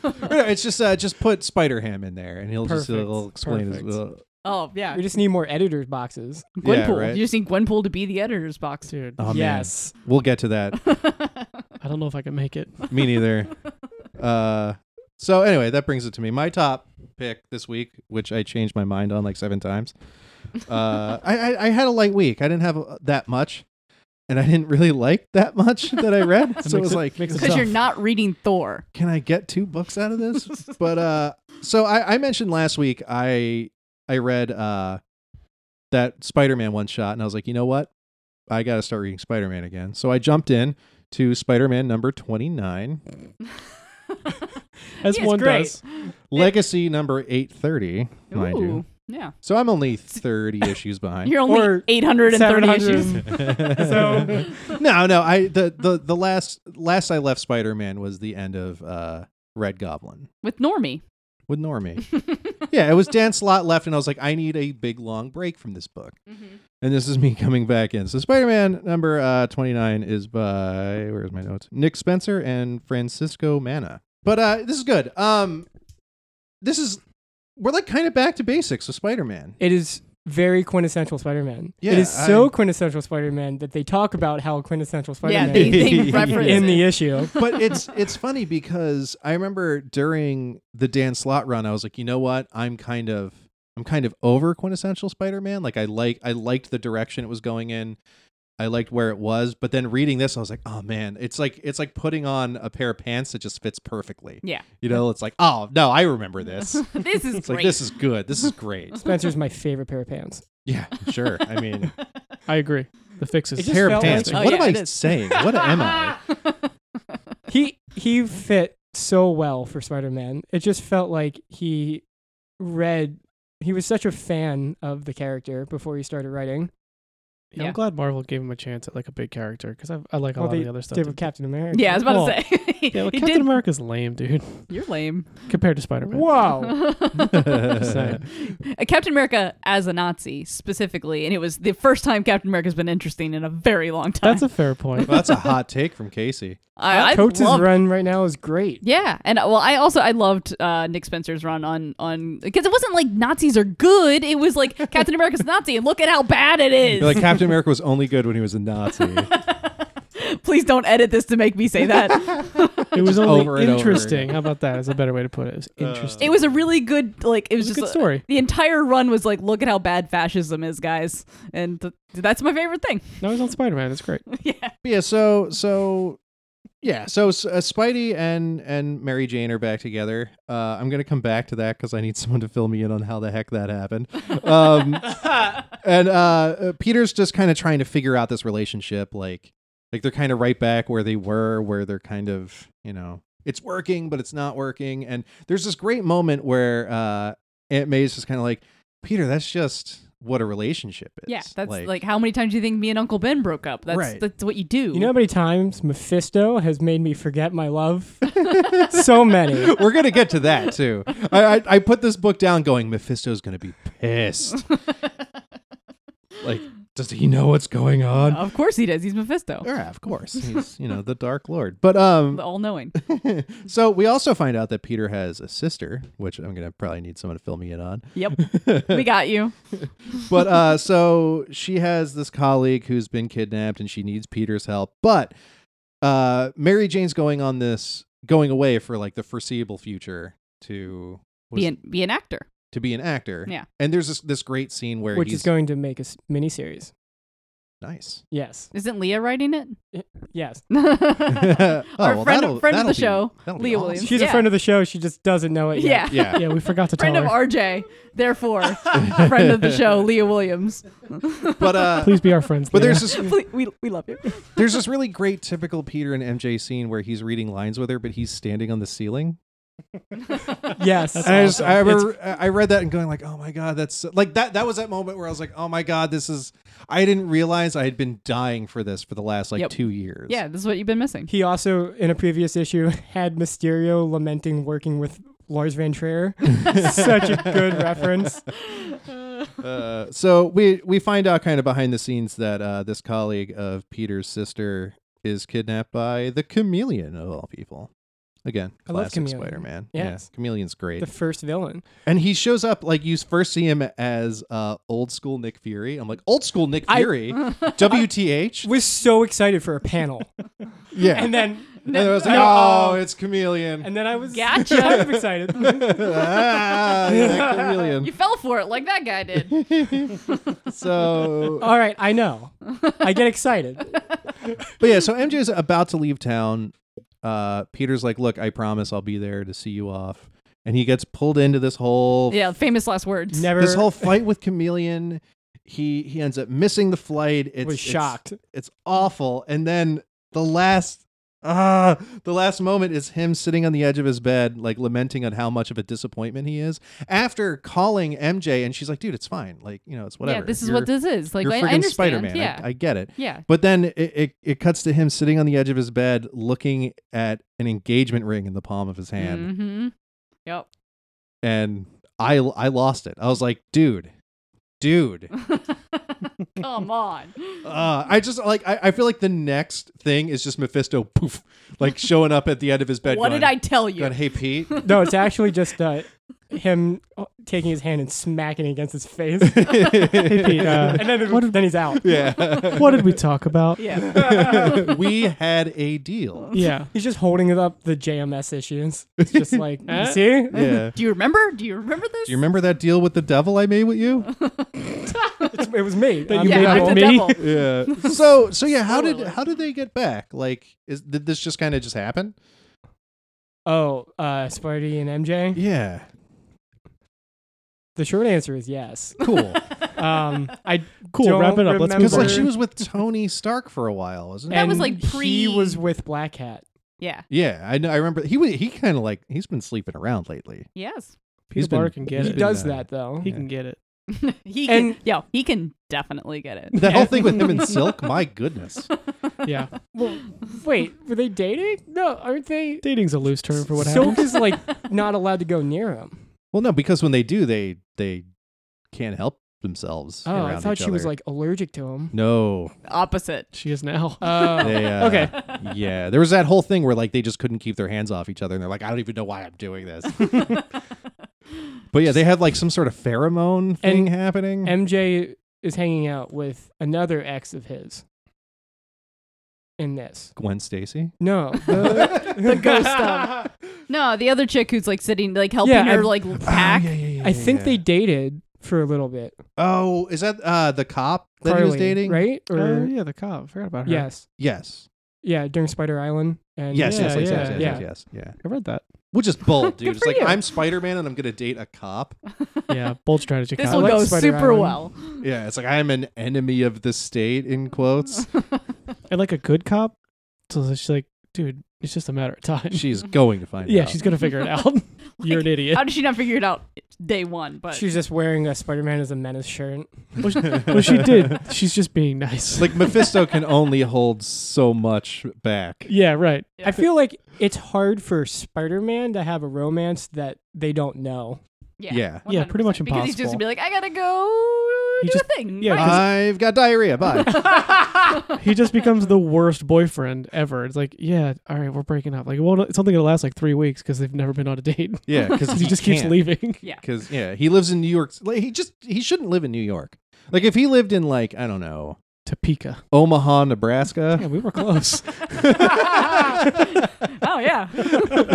Speaker 2: No, no, it's just uh, just put Spider Ham in there, and he'll just
Speaker 3: Perfect.
Speaker 2: he'll explain his uh,
Speaker 3: Perfect.
Speaker 1: Oh yeah,
Speaker 4: We just need more editors boxes.
Speaker 2: Yeah,
Speaker 1: Gwenpool.
Speaker 2: right.
Speaker 1: You just need Gwenpool to be the editor's box.
Speaker 3: Dude,
Speaker 2: Oh, man.
Speaker 4: yes.
Speaker 2: We'll get to that.
Speaker 3: I don't know if I can make it.
Speaker 2: Me neither. Uh, so anyway, that brings it to me. My top pick this week, which I changed my mind on like seven times. Uh, I, I I had a light week. I didn't have uh, that much, and I didn't really like that much that I read. so it
Speaker 3: makes
Speaker 2: was
Speaker 3: it-
Speaker 2: like,
Speaker 3: makes it
Speaker 1: Because you're
Speaker 3: Tough.
Speaker 1: not reading Thor.
Speaker 2: can I get two books out of this? but uh, so I, I mentioned last week I I read uh that Spider Man one shot, and I was like, you know what, I got to start reading Spider Man again. So I jumped in to Spider Man number twenty nine.
Speaker 3: As
Speaker 1: Yeah, it's
Speaker 3: one
Speaker 1: great.
Speaker 3: does.
Speaker 2: Legacy number 830, mind you.
Speaker 1: Ooh, yeah.
Speaker 2: So I'm only 30 issues behind.
Speaker 1: You're only
Speaker 4: Or
Speaker 1: 830 issues.
Speaker 4: 700.
Speaker 2: so No, no, I the the the last last I left Spider-Man was the end of uh Red Goblin
Speaker 1: with Normie.
Speaker 2: with Normie. yeah, it was Dan Slott left and I was like I need a big long break from this book. And this is me coming back in. So Spider-Man number uh 29 is by where's my notes? Nick Spencer and Francisco Mana. But uh this is good. Um this is we're like kind of back to basics with Spider-Man.
Speaker 4: It is very quintessential Spider-Man.
Speaker 2: Yeah,
Speaker 4: it is so
Speaker 2: I-
Speaker 4: quintessential Spider-Man that they talk about how quintessential
Speaker 1: Yeah,
Speaker 4: Spider-Man
Speaker 1: they,
Speaker 4: is
Speaker 1: they reference
Speaker 4: in the
Speaker 1: it.
Speaker 4: issue.
Speaker 2: but it's it's funny because I remember during the Dan Slot run, I was like, you know what? I'm kind of I'm kind of over quintessential Spider-Man. Like I like I liked the direction it was going in. I liked where it was, but then reading this, I was like, oh man, it's like it's like putting on a pair of pants that just fits perfectly.
Speaker 1: Yeah.
Speaker 2: You know, it's like, oh no, I remember this.
Speaker 1: this is
Speaker 2: It's
Speaker 1: great.
Speaker 2: like this is good. This is great.
Speaker 4: Spencer's my favorite pair of pants.
Speaker 2: Yeah, sure. I mean,
Speaker 3: I agree. The fix
Speaker 4: It
Speaker 3: is
Speaker 4: just
Speaker 2: pair of
Speaker 4: felt like-
Speaker 2: pants.
Speaker 1: Oh,
Speaker 2: what
Speaker 1: yeah,
Speaker 2: am
Speaker 1: it
Speaker 2: I
Speaker 1: is.
Speaker 2: saying? What am I?
Speaker 4: He he fit so well for Spider-Man. It just felt like he read he was such a fan of the character before he started writing.
Speaker 3: Yeah,
Speaker 1: Yeah.
Speaker 3: I'm glad Marvel gave him a chance at like a big character because I, I like a
Speaker 4: Well,
Speaker 3: lot of the other stuff.
Speaker 4: Did
Speaker 3: that-
Speaker 4: with Captain America.
Speaker 1: yeah, I was about
Speaker 3: Well,
Speaker 1: to say.
Speaker 3: yeah, well,
Speaker 1: He
Speaker 3: Captain
Speaker 1: did-
Speaker 3: America's lame, dude,
Speaker 1: You're lame.
Speaker 3: compared to Spider Man.
Speaker 4: Wow.
Speaker 3: saying.
Speaker 1: Uh, Captain America as a Nazi specifically, and it was the first time Captain America's been interesting in a very long time.
Speaker 3: That's a fair point.
Speaker 2: Well, that's a hot take from Casey.
Speaker 1: I, I
Speaker 4: Coates'
Speaker 1: loved-
Speaker 4: run right now is great.
Speaker 1: Yeah, and uh, well, I also I loved uh, Nick Spencer's run on on because it wasn't like Nazis are good. It was like Captain America's Nazi, and look at how bad it is.
Speaker 2: You're like Captain America was only good when he was a Nazi.
Speaker 1: Please don't edit this to make me say that.
Speaker 3: It was
Speaker 2: Just
Speaker 3: only
Speaker 2: over and over
Speaker 3: interesting.
Speaker 2: again.
Speaker 3: How about that? Is a better way to put it. It was interesting.
Speaker 1: it was a really good like it was,
Speaker 3: It was a
Speaker 1: just
Speaker 3: good story.
Speaker 1: The entire run was like, look at how bad fascism is, guys, and th- that's my favorite thing.
Speaker 3: no, it was on Spider Man. It's great.
Speaker 1: yeah,
Speaker 2: yeah so so yeah so s- uh, spidey and and mary jane are back together uh i'm gonna come back to that because i need someone to fill me in on how the heck that happened um and uh, uh peter's just kind of trying to figure out this relationship like like they're kind of right back where they were where they're kind of you know it's working but it's not working and there's this great moment where uh aunt may's just kind of like peter that's just what a relationship is
Speaker 1: yeah. That's like, how many times do you think me and Uncle Ben broke up? That's
Speaker 2: Right.
Speaker 1: that's what you do.
Speaker 4: You know how many times Mephisto has made me forget my love? so many.
Speaker 2: We're gonna get to that too. I, I I put this book down, going Mephisto's gonna be pissed. like, does he know what's going on?
Speaker 1: of course he does. He's Mephisto,
Speaker 2: yeah, of course. He's you know the Dark Lord. But um,
Speaker 1: the all knowing.
Speaker 2: so we also find out that Peter has a sister, which I'm gonna probably need someone to fill me in on.
Speaker 1: Yep, we got you.
Speaker 2: but uh so she has this colleague who's been kidnapped and she needs Peter's help. But uh Mary Jane's going on this going away for like the foreseeable future to was-
Speaker 1: Be an be an actor.
Speaker 2: to be an actor.
Speaker 1: Yeah.
Speaker 2: And there's this this great scene where
Speaker 4: Which
Speaker 2: he's
Speaker 4: is going to make a s- miniseries.
Speaker 2: nice.
Speaker 4: Yes.
Speaker 1: Isn't Leah writing it?
Speaker 4: Yes.
Speaker 1: Our
Speaker 2: Oh, well, that'll-
Speaker 1: friend, friend of
Speaker 2: that'll be-
Speaker 1: the show,
Speaker 2: that'll be
Speaker 1: Leah
Speaker 2: awesome.
Speaker 1: Williams.
Speaker 4: She's
Speaker 1: yeah.
Speaker 4: a friend of the show. She just doesn't know it
Speaker 1: yeah.
Speaker 4: yet.
Speaker 2: Yeah.
Speaker 3: Yeah, we forgot to tell
Speaker 1: friend of
Speaker 3: her.
Speaker 1: RJ, therefore friend of the show, Leah Williams.
Speaker 2: But uh
Speaker 3: Please be our friends.
Speaker 2: but
Speaker 3: Leah.
Speaker 2: there's this
Speaker 1: Please, we we love you.
Speaker 2: there's this really great typical Peter and MJ scene where he's reading lines with her, but he's standing on the ceiling.
Speaker 4: Yes.
Speaker 2: And I just I remember I read that and going like, oh my god, that's so-" like that. That was that moment where I was like, oh my god, this is. I didn't realize I had been dying for this for the last like
Speaker 1: Yep.
Speaker 2: two years.
Speaker 1: Yeah, this is what you've been missing.
Speaker 4: he also, in a previous issue, had Mysterio lamenting working with Lars Van Trier. Such a good reference.
Speaker 2: Uh, so we we find out kind of behind the scenes that uh, this colleague of Peter's sister is kidnapped by the chameleon of all people. Again,
Speaker 4: I love
Speaker 2: classic
Speaker 4: Chameleon.
Speaker 2: Spider-Man.
Speaker 4: Yes.
Speaker 2: Yeah, Chameleon's great.
Speaker 4: The first villain.
Speaker 2: And he shows up like you first see him as uh, old school Nick Fury. I'm like old school Nick
Speaker 4: I-
Speaker 2: Fury, WTH?
Speaker 4: Was so excited for a panel.
Speaker 2: Yeah,
Speaker 4: and then
Speaker 2: and then I was like,
Speaker 4: No.
Speaker 2: oh, it's Chameleon.
Speaker 4: and then I was
Speaker 1: Gotcha.
Speaker 4: kind of excited.
Speaker 2: ah, yeah, chameleon.
Speaker 1: You fell for it like that guy did.
Speaker 2: So,
Speaker 4: All right, I know. I get excited.
Speaker 2: but yeah, so MJ's about to leave town. Uh, Peter's like, look, I promise I'll be there to see you off. And he gets pulled into this whole
Speaker 1: yeah, famous last words.
Speaker 4: Never
Speaker 2: this whole fight with Chameleon. He he ends up missing the flight. It's
Speaker 4: was
Speaker 2: it's-
Speaker 4: shocked.
Speaker 2: it's awful and then the last ah the last moment is him sitting on the edge of his bed like lamenting on how much of a disappointment he is after calling mj and she's like dude it's fine like you know it's whatever
Speaker 1: Yeah, this is
Speaker 2: You're-
Speaker 1: what this is. Like
Speaker 2: you're
Speaker 1: I, I
Speaker 2: friggin'
Speaker 1: understand.
Speaker 2: spider-man I-
Speaker 1: Yeah.
Speaker 2: I, get it
Speaker 1: yeah.
Speaker 2: but then it, it, it cuts to him sitting on the edge of his bed looking at an engagement ring in the palm of his hand
Speaker 1: Mm-hmm. Yep.
Speaker 2: and i i lost it i was like dude dude
Speaker 1: Come on.
Speaker 2: Uh, I just like I, I feel like the next thing is just Mephisto poof, like showing up at the end of his bed.
Speaker 1: what
Speaker 2: going,
Speaker 1: did I tell you?
Speaker 2: Going, hey Pete.
Speaker 4: No, it's actually just uh, him uh, taking his hand and smacking it against his face.
Speaker 3: Hey, Pete, uh,
Speaker 4: and then,
Speaker 3: What-
Speaker 4: then he's out.
Speaker 2: yeah.
Speaker 3: what did we talk about?
Speaker 1: Yeah.
Speaker 2: we had a deal.
Speaker 3: Yeah.
Speaker 4: He's just holding up the JMS issues. It's just like, you see?
Speaker 2: Yeah.
Speaker 1: Do you remember? Do you remember this?
Speaker 2: Do you remember that deal with the devil I made with you?
Speaker 4: It's, it was me.
Speaker 3: That
Speaker 4: I'm
Speaker 3: you
Speaker 1: yeah,
Speaker 3: made
Speaker 4: the
Speaker 3: with
Speaker 1: I'm the
Speaker 4: devil.
Speaker 3: me?
Speaker 1: devil.
Speaker 2: Yeah. So so yeah, how did
Speaker 1: Spoiler alert.
Speaker 2: how did they get back? Like is did this just kind of just happen?
Speaker 4: Oh, uh, Sparty and MJ?
Speaker 2: Yeah.
Speaker 4: The short answer is yes.
Speaker 2: Cool.
Speaker 4: Um, I
Speaker 3: Cool.
Speaker 4: Don't
Speaker 3: wrap it up. Let's
Speaker 2: Because
Speaker 3: move on.
Speaker 2: like she was with Tony Stark for a while, wasn't it?
Speaker 1: That was,
Speaker 4: and
Speaker 1: like,
Speaker 4: He
Speaker 1: pre-
Speaker 4: was with Black Hat.
Speaker 1: Yeah.
Speaker 2: Yeah, I know. I remember he wa- he kind of like he's been sleeping around lately.
Speaker 1: Yes.
Speaker 2: He's
Speaker 3: Peter Barker
Speaker 2: been-
Speaker 3: can get
Speaker 2: he's
Speaker 4: He
Speaker 3: it.
Speaker 2: been-
Speaker 4: does
Speaker 2: uh,
Speaker 4: that, though.
Speaker 3: He can get it.
Speaker 1: He can.
Speaker 4: And-
Speaker 1: yo, he can definitely get it.
Speaker 2: That whole thing with him and Silk, my goodness.
Speaker 3: Yeah.
Speaker 4: Well, wait, were they dating? No, aren't they?
Speaker 3: Dating's a loose term for what
Speaker 4: Silk
Speaker 3: happens.
Speaker 4: is like not allowed to go near him.
Speaker 2: Well, no, because when they do, they they can't help themselves.
Speaker 4: Oh,
Speaker 2: around
Speaker 4: I thought
Speaker 2: each
Speaker 4: she was
Speaker 2: other.
Speaker 4: like allergic to him.
Speaker 2: no,
Speaker 1: Opposite.
Speaker 3: She is now.
Speaker 4: Oh,
Speaker 2: they, uh,
Speaker 4: okay.
Speaker 2: yeah. There was that whole thing where like they just couldn't keep their hands off each other, and they're like, I don't even know why I'm doing this. but yeah, they had like some sort of pheromone thing
Speaker 4: And-
Speaker 2: happening.
Speaker 4: MJ is hanging out with another ex of his. In this,
Speaker 2: Gwen Stacy. Oh,
Speaker 4: no, the,
Speaker 1: ghost of. No, the other chick who's like sitting, like helping
Speaker 4: Yeah,
Speaker 1: her,
Speaker 4: I-
Speaker 1: like
Speaker 2: Oh,
Speaker 1: pack.
Speaker 2: yeah, yeah, yeah,
Speaker 4: I
Speaker 2: yeah,
Speaker 4: think
Speaker 2: yeah.
Speaker 4: they dated for a little bit.
Speaker 2: Oh, is that uh the cop that he was
Speaker 4: Carly,
Speaker 2: dating?
Speaker 4: right? Or
Speaker 3: Oh, yeah, the cop. Forgot about her.
Speaker 4: yes,
Speaker 2: Yes.
Speaker 4: yeah, during Spider Island. And
Speaker 2: Yes,
Speaker 3: Yeah,
Speaker 2: yes, yes, yes,
Speaker 3: yeah,
Speaker 2: yes,
Speaker 4: yeah.
Speaker 2: yes, yes, yeah.
Speaker 3: I read that.
Speaker 2: Which is bold, dude. It's
Speaker 1: for
Speaker 2: like
Speaker 1: you.
Speaker 2: I'm Spider-Man and I'm gonna date a cop.
Speaker 3: Yeah. Bold strategy.
Speaker 1: This
Speaker 3: cop.
Speaker 1: will
Speaker 4: like
Speaker 1: go
Speaker 4: Spider
Speaker 1: super
Speaker 4: Island.
Speaker 1: well.
Speaker 2: Yeah, it's like I'm an enemy of the state in quotes.
Speaker 3: and like a good cop. So she's like, dude, it's just a matter of time.
Speaker 2: She's going to find
Speaker 3: yeah,
Speaker 2: out.
Speaker 3: she's gonna figure it out. You're an idiot.
Speaker 1: How did she not figure it out day one? But
Speaker 4: She's just wearing a Spider Man as a menace shirt.
Speaker 3: Well, she, well, she did. She's just being nice.
Speaker 2: like Mephisto can only hold so much back.
Speaker 3: yeah, right.
Speaker 1: Yeah.
Speaker 4: I feel like it's hard for Spider Man to have a romance that they don't know.
Speaker 1: yeah,
Speaker 2: yeah.
Speaker 3: Yeah, pretty
Speaker 1: 100%.
Speaker 3: much
Speaker 1: Because he's just
Speaker 3: impossible.
Speaker 1: gonna be like, I gotta go
Speaker 3: He
Speaker 1: do
Speaker 3: just-
Speaker 1: a thing.
Speaker 3: yeah,
Speaker 1: Bye.
Speaker 2: I've got diarrhea. Bye.
Speaker 3: He just becomes the worst boyfriend ever. It's like, yeah, all right, we're breaking up. Like, well, it's only gonna last like three weeks because they've never been on a date.
Speaker 2: yeah, because
Speaker 3: 'Cause he just keeps leaving.
Speaker 2: Because yeah, he lives in New York. Like, he just he shouldn't live in New York. Like if he lived in like I don't know
Speaker 3: Topeka.
Speaker 2: Omaha, Nebraska.
Speaker 3: Yeah, we were close.
Speaker 1: oh yeah.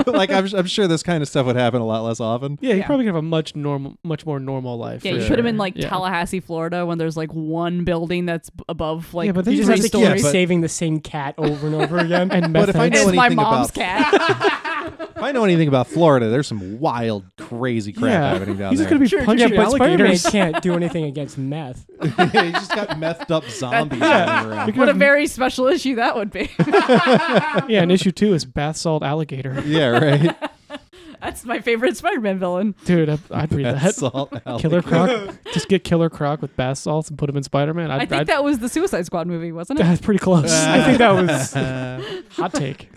Speaker 2: like I'm, I'm sure this kind of stuff would happen a lot less often.
Speaker 3: yeah, he
Speaker 1: Yeah.
Speaker 3: probably could have a much normal, much more normal life.
Speaker 1: Yeah,
Speaker 3: for
Speaker 1: you put him
Speaker 3: sure.
Speaker 1: in like
Speaker 3: Yeah.
Speaker 1: Tallahassee, Florida, when there's like one building that's b- above like.
Speaker 3: yeah, but
Speaker 4: You
Speaker 3: they
Speaker 4: just have
Speaker 3: have
Speaker 2: Three
Speaker 4: to
Speaker 2: stories.
Speaker 4: keep
Speaker 2: Yeah, but-
Speaker 4: saving the same cat over and over again.
Speaker 3: and
Speaker 2: But
Speaker 3: meth
Speaker 2: if I
Speaker 3: heads.
Speaker 2: know
Speaker 1: it's my
Speaker 2: anything
Speaker 1: mom's
Speaker 2: about-
Speaker 1: cat.
Speaker 2: If I know anything about Florida, there's some wild, crazy crap
Speaker 3: yeah,
Speaker 2: happening down
Speaker 3: he's
Speaker 2: there.
Speaker 3: just gonna be
Speaker 1: Sure,
Speaker 3: punching
Speaker 4: yeah, but Spider Man
Speaker 3: alligators.
Speaker 4: can't do anything against meth.
Speaker 2: he just got methed up zombies running around.
Speaker 1: what a very special issue that would be.
Speaker 3: yeah, and issue two is bath salt alligator.
Speaker 2: Yeah, right.
Speaker 1: that's my favorite Spider-Man villain.
Speaker 3: Dude, I'd, I'd read that.
Speaker 2: That's all.
Speaker 3: Killer Croc. Just get Killer Croc with bath salts and put him in Spider Man.
Speaker 1: I think that was the Suicide Squad movie, wasn't it?
Speaker 3: that's pretty close.
Speaker 4: I think that was
Speaker 3: hot take.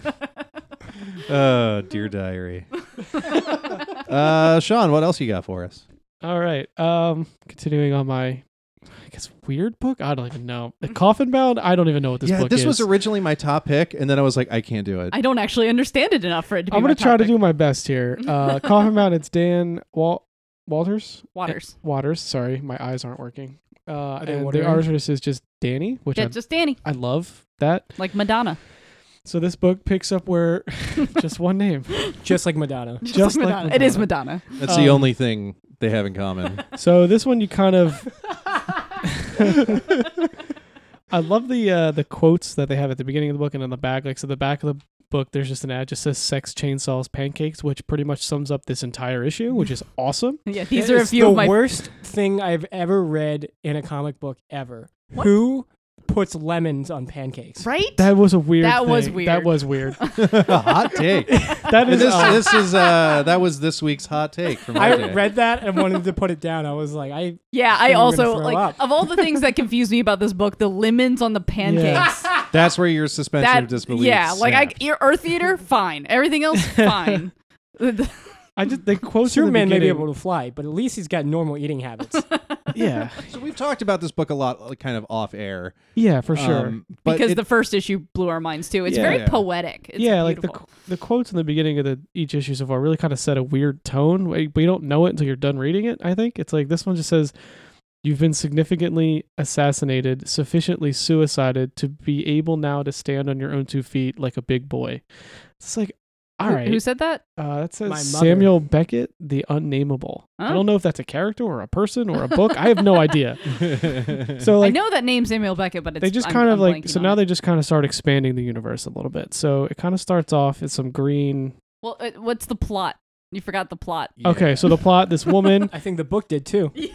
Speaker 2: Oh, dear diary. uh, Sean, what else you got for us?
Speaker 3: All right. Um, continuing on my I guess weird book. I don't even know.
Speaker 1: Mm-hmm.
Speaker 3: The Coffin Bound. I don't even know what this
Speaker 2: yeah,
Speaker 3: book
Speaker 2: this
Speaker 3: is.
Speaker 2: was originally my top pick, and then I was like, I can't do it.
Speaker 1: I don't actually understand it enough for it to be.
Speaker 3: I'm
Speaker 1: going
Speaker 3: gonna try to do my best here. Uh, Coffin Bound. It's Dan Wal- Walters.
Speaker 1: Waters.
Speaker 3: Waters. Sorry, my eyes aren't working. Uh,
Speaker 4: they
Speaker 3: and the
Speaker 4: watering?
Speaker 3: artist is just Danny, which
Speaker 1: Yeah,
Speaker 3: I,
Speaker 1: just Danny,
Speaker 3: I love that.
Speaker 1: like Madonna.
Speaker 3: So this book picks up where just one name.
Speaker 4: Just like Madonna.
Speaker 1: Just,
Speaker 3: Just
Speaker 1: like
Speaker 3: like
Speaker 1: Madonna. It is Madonna.
Speaker 2: That's the
Speaker 3: Um,
Speaker 2: only thing they have in common.
Speaker 3: So this one you kind of I love the uh, the quotes that they have at the beginning of the book and on the back. Like so, the back of the book, there's just an ad just says "sex, chainsaws, pancakes," which pretty much sums up this entire issue, which is awesome.
Speaker 1: yeah, these
Speaker 4: It
Speaker 1: are a
Speaker 4: is
Speaker 1: few
Speaker 4: the
Speaker 1: of my.
Speaker 4: worst thing I've ever read in a comic book ever.
Speaker 1: What?
Speaker 4: Who puts lemons on pancakes?
Speaker 1: Right?
Speaker 3: That was a weird.
Speaker 1: That was
Speaker 3: thing.
Speaker 1: weird.
Speaker 3: That was weird.
Speaker 2: hot take.
Speaker 3: that
Speaker 2: And
Speaker 3: is.
Speaker 2: this,
Speaker 3: uh,
Speaker 2: this is uh, that was this week's hot take from my
Speaker 4: I
Speaker 2: day.
Speaker 4: read that and wanted to put it down. I was like, I
Speaker 1: yeah, I
Speaker 4: I'm gonna
Speaker 1: also
Speaker 4: throw
Speaker 1: like
Speaker 4: up.
Speaker 1: of all the things that confuse me about this book, the lemons on the pancakes.
Speaker 2: That's where your suspension
Speaker 1: That
Speaker 2: of disbelief.
Speaker 1: yeah, like I
Speaker 2: snapped.
Speaker 1: ear- Earth Theater, fine. Everything else, fine.
Speaker 3: I just the quotes. in the
Speaker 4: Superman may be
Speaker 3: beginning-
Speaker 4: able to fly, but at least he's got normal eating habits.
Speaker 3: Yeah,
Speaker 2: So we've talked about this book a lot, like, kind of off air.
Speaker 3: yeah, for sure.
Speaker 2: Um, but
Speaker 1: because
Speaker 2: it-
Speaker 1: the first issue blew our minds too. It's
Speaker 2: Yeah.
Speaker 1: very
Speaker 2: Yeah.
Speaker 1: poetic. It's
Speaker 3: yeah, like the
Speaker 1: beautiful.
Speaker 3: qu- the quotes in the beginning of the each issue so far really kind of set a weird tone. Like, But you don't know it until you're done reading it. I think it's like this one just says, "You've been significantly assassinated, sufficiently suicided to be able now to stand on your own two feet like a big boy." It's like, all
Speaker 1: Who-
Speaker 3: right,
Speaker 1: Who, said that?
Speaker 3: uh, that
Speaker 4: My mother.
Speaker 3: says Samuel Beckett, the Unnameable. I
Speaker 1: Huh?
Speaker 3: don't know if that's a character or a person or a book. I have no idea. So
Speaker 1: I
Speaker 3: like,
Speaker 1: know that name Samuel Beckett, but it's
Speaker 3: they just
Speaker 1: I'm-
Speaker 3: kind of
Speaker 1: I'm
Speaker 3: like
Speaker 1: blanking
Speaker 3: so
Speaker 1: on
Speaker 3: now
Speaker 1: it.
Speaker 3: they just kind of start expanding the universe a little bit. So it kind of starts off as some green.
Speaker 1: Well, uh, what's the plot? You forgot the plot.
Speaker 2: Yeah.
Speaker 3: Okay, so the plot: this woman,
Speaker 4: I think the book did too.
Speaker 1: Yeah.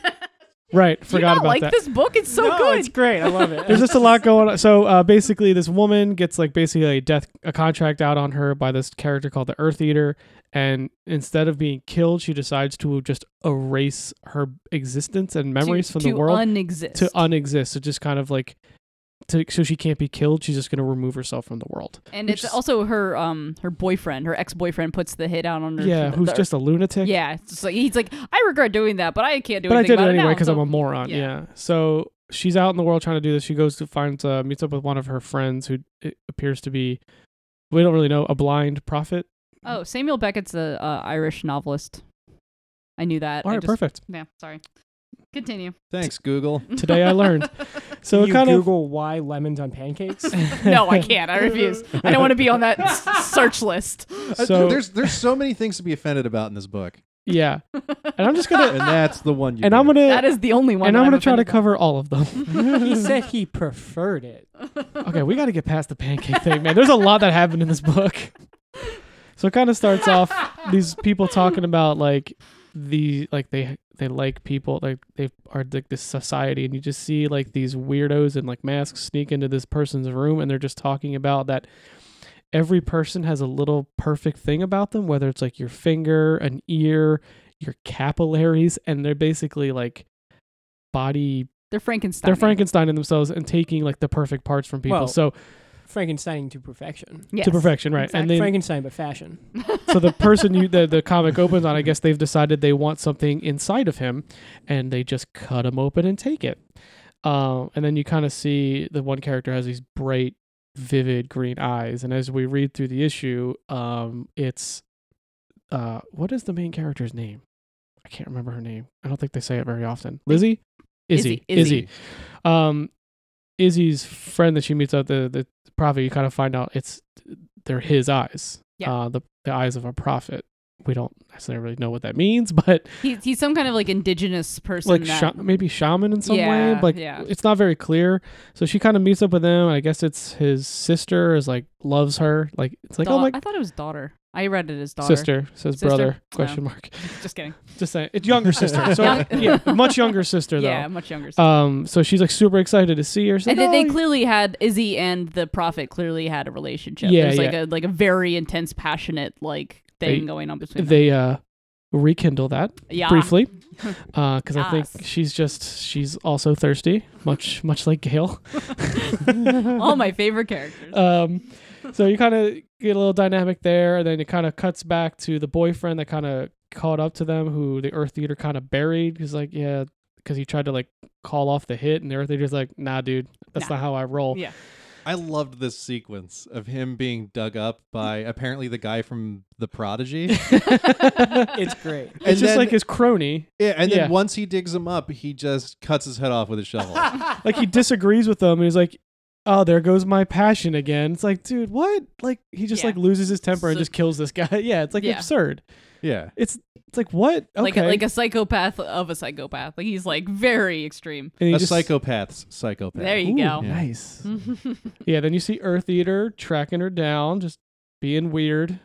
Speaker 3: right?
Speaker 1: you
Speaker 3: Forgot
Speaker 1: not
Speaker 3: about
Speaker 1: like
Speaker 3: that.
Speaker 1: this book? It's so
Speaker 4: No,
Speaker 1: good.
Speaker 4: It's great. I love it.
Speaker 3: There's just a lot going on. So uh, basically, this woman gets like basically a death a contract out on her by this character called the Earth Eater, and instead of being killed, she decides to just erase her existence and
Speaker 1: To-
Speaker 3: memories from the
Speaker 1: to
Speaker 3: world
Speaker 1: unexist.
Speaker 3: to unexist. So just kind of like, to, so she can't be killed. She's just going to remove herself from the world.
Speaker 1: and it's
Speaker 3: which is-
Speaker 1: also her um her boyfriend, her ex boyfriend, puts the hit out on her.
Speaker 3: yeah,
Speaker 1: the-
Speaker 3: who's
Speaker 1: the-
Speaker 3: just a lunatic.
Speaker 1: yeah. It's just like he's like, I regret doing that, but I can't do
Speaker 3: but I
Speaker 1: anything
Speaker 3: did it
Speaker 1: about
Speaker 3: anyway
Speaker 1: now,
Speaker 3: because
Speaker 1: so-
Speaker 3: I'm a moron. Yeah.
Speaker 1: yeah.
Speaker 3: So she's out in the world trying to do this. She goes to find uh, meets up with one of her friends who it appears to be we don't really know a blind prophet.
Speaker 1: Oh, Samuel Beckett's a uh, Irish novelist. I knew that.
Speaker 3: All
Speaker 1: I
Speaker 3: right,
Speaker 1: just-
Speaker 3: perfect.
Speaker 1: Yeah, sorry. Continue.
Speaker 2: Thanks, Google.
Speaker 3: Today I learned. So
Speaker 4: Can
Speaker 3: it
Speaker 4: you
Speaker 3: kind
Speaker 4: Google why lemons on pancakes?
Speaker 3: of
Speaker 1: no, I can't. I refuse. I don't want to be on that s- search list.
Speaker 2: Uh,
Speaker 3: So-
Speaker 2: there's there's so many things to be offended about in this book,
Speaker 3: Yeah, and I'm just gonna
Speaker 2: and that's the one. You
Speaker 3: and I'm
Speaker 2: picked.
Speaker 3: gonna
Speaker 1: That is the only one.
Speaker 3: and
Speaker 1: that
Speaker 3: I'm
Speaker 1: I'm
Speaker 3: gonna try to
Speaker 1: offended
Speaker 3: cover all of them.
Speaker 4: he said he preferred it.
Speaker 3: okay, we got to get past the pancake thing, man. There's a lot that happened in this book. So it kind of starts off these people talking about like the like they they like people like they are like this society and you just see like these weirdos in like masks sneak into this person's room and they're just talking about that every person has a little perfect thing about them whether it's like your finger an ear your capillaries and they're basically like body
Speaker 1: They're Frankenstein.
Speaker 3: they're frankensteining themselves and taking like the perfect parts from people
Speaker 4: Well,
Speaker 3: so
Speaker 4: Frankenstein to perfection.
Speaker 1: Yes.
Speaker 3: to perfection, right?
Speaker 1: Exactly.
Speaker 3: And
Speaker 4: Frankenstein but fashion.
Speaker 3: then so the person you the, the comic opens on, I guess they've decided they want something inside of him, and they just cut him open and take it. Um, and then you kind of see the one character has these bright, vivid green eyes, and as we read through the issue, um, it's uh, what is the main character's name? I can't remember her name. I don't think they say it very often. Lizzie,
Speaker 1: Izzy,
Speaker 3: Izzy. Izzy
Speaker 1: Izzy.
Speaker 3: um Izzy's friend that she meets at the the prophet, you kind of find out it's they're his eyes.
Speaker 1: Yeah.
Speaker 3: Uh, the the eyes of a prophet. We don't necessarily really know what that means, but
Speaker 1: He's, he's some kind of like indigenous person.
Speaker 3: like
Speaker 1: that,
Speaker 3: sha- maybe shaman in some way.
Speaker 1: Yeah,
Speaker 3: Like
Speaker 1: yeah.
Speaker 3: it's not very clear. So she kind of meets up with him. I guess it's his sister is like loves her. Like it's like
Speaker 1: da-
Speaker 3: oh my
Speaker 1: I thought it was daughter. I read it as daughter.
Speaker 3: sister says
Speaker 1: Sister?
Speaker 3: brother
Speaker 1: No.
Speaker 3: question mark.
Speaker 1: Just kidding.
Speaker 3: Just saying it's younger sister. So
Speaker 1: Young-
Speaker 3: yeah, much younger sister though.
Speaker 1: Yeah, much younger. sister.
Speaker 3: Um, so she's like super excited to see her. She's
Speaker 1: and then
Speaker 3: like,
Speaker 1: they
Speaker 3: "Oh,
Speaker 1: clearly had Izzy and the prophet clearly had a relationship.
Speaker 3: Yeah,
Speaker 1: There's like
Speaker 3: yeah.
Speaker 1: a like a very intense, passionate like thing
Speaker 3: They-
Speaker 1: going on between them.
Speaker 3: they uh rekindle that
Speaker 1: Yeah.
Speaker 3: briefly because Uh, I think
Speaker 1: Yes.
Speaker 3: she's just she's also thirsty, much much like Gail.
Speaker 1: All my favorite characters.
Speaker 3: um, so you kind of get a little dynamic there, and then it kind of cuts back to the boyfriend that kind of caught up to them, who the Earth Theater kind of buried. He's like, yeah, because he tried to like call off the hit, and they're they're just like, nah, dude, that's
Speaker 1: Nah.
Speaker 3: not how I roll.
Speaker 1: Yeah.
Speaker 2: I loved this sequence of him being dug up by apparently the guy from The Prodigy.
Speaker 4: It's great.
Speaker 3: It's just
Speaker 2: then-
Speaker 3: like his crony.
Speaker 2: yeah, and then
Speaker 3: yeah.
Speaker 2: once he digs him up, he just cuts his head off with a shovel.
Speaker 3: Like he disagrees with them, and he's like, "Oh, there goes my passion again." It's like, dude, what? Like he just
Speaker 1: Yeah.
Speaker 3: like loses his temper and
Speaker 1: So-
Speaker 3: just kills this guy. yeah, it's like
Speaker 1: Yeah.
Speaker 3: absurd.
Speaker 2: yeah.
Speaker 3: It's like what? Okay.
Speaker 1: Like like a psychopath of a psychopath. Like he's like very extreme.
Speaker 3: and he
Speaker 2: A
Speaker 3: just-
Speaker 2: psychopath's psychopath.
Speaker 1: There you
Speaker 3: Ooh,
Speaker 1: go.
Speaker 2: Yeah.
Speaker 3: Nice. Yeah, then you see Earth Eater tracking her down, just being weird.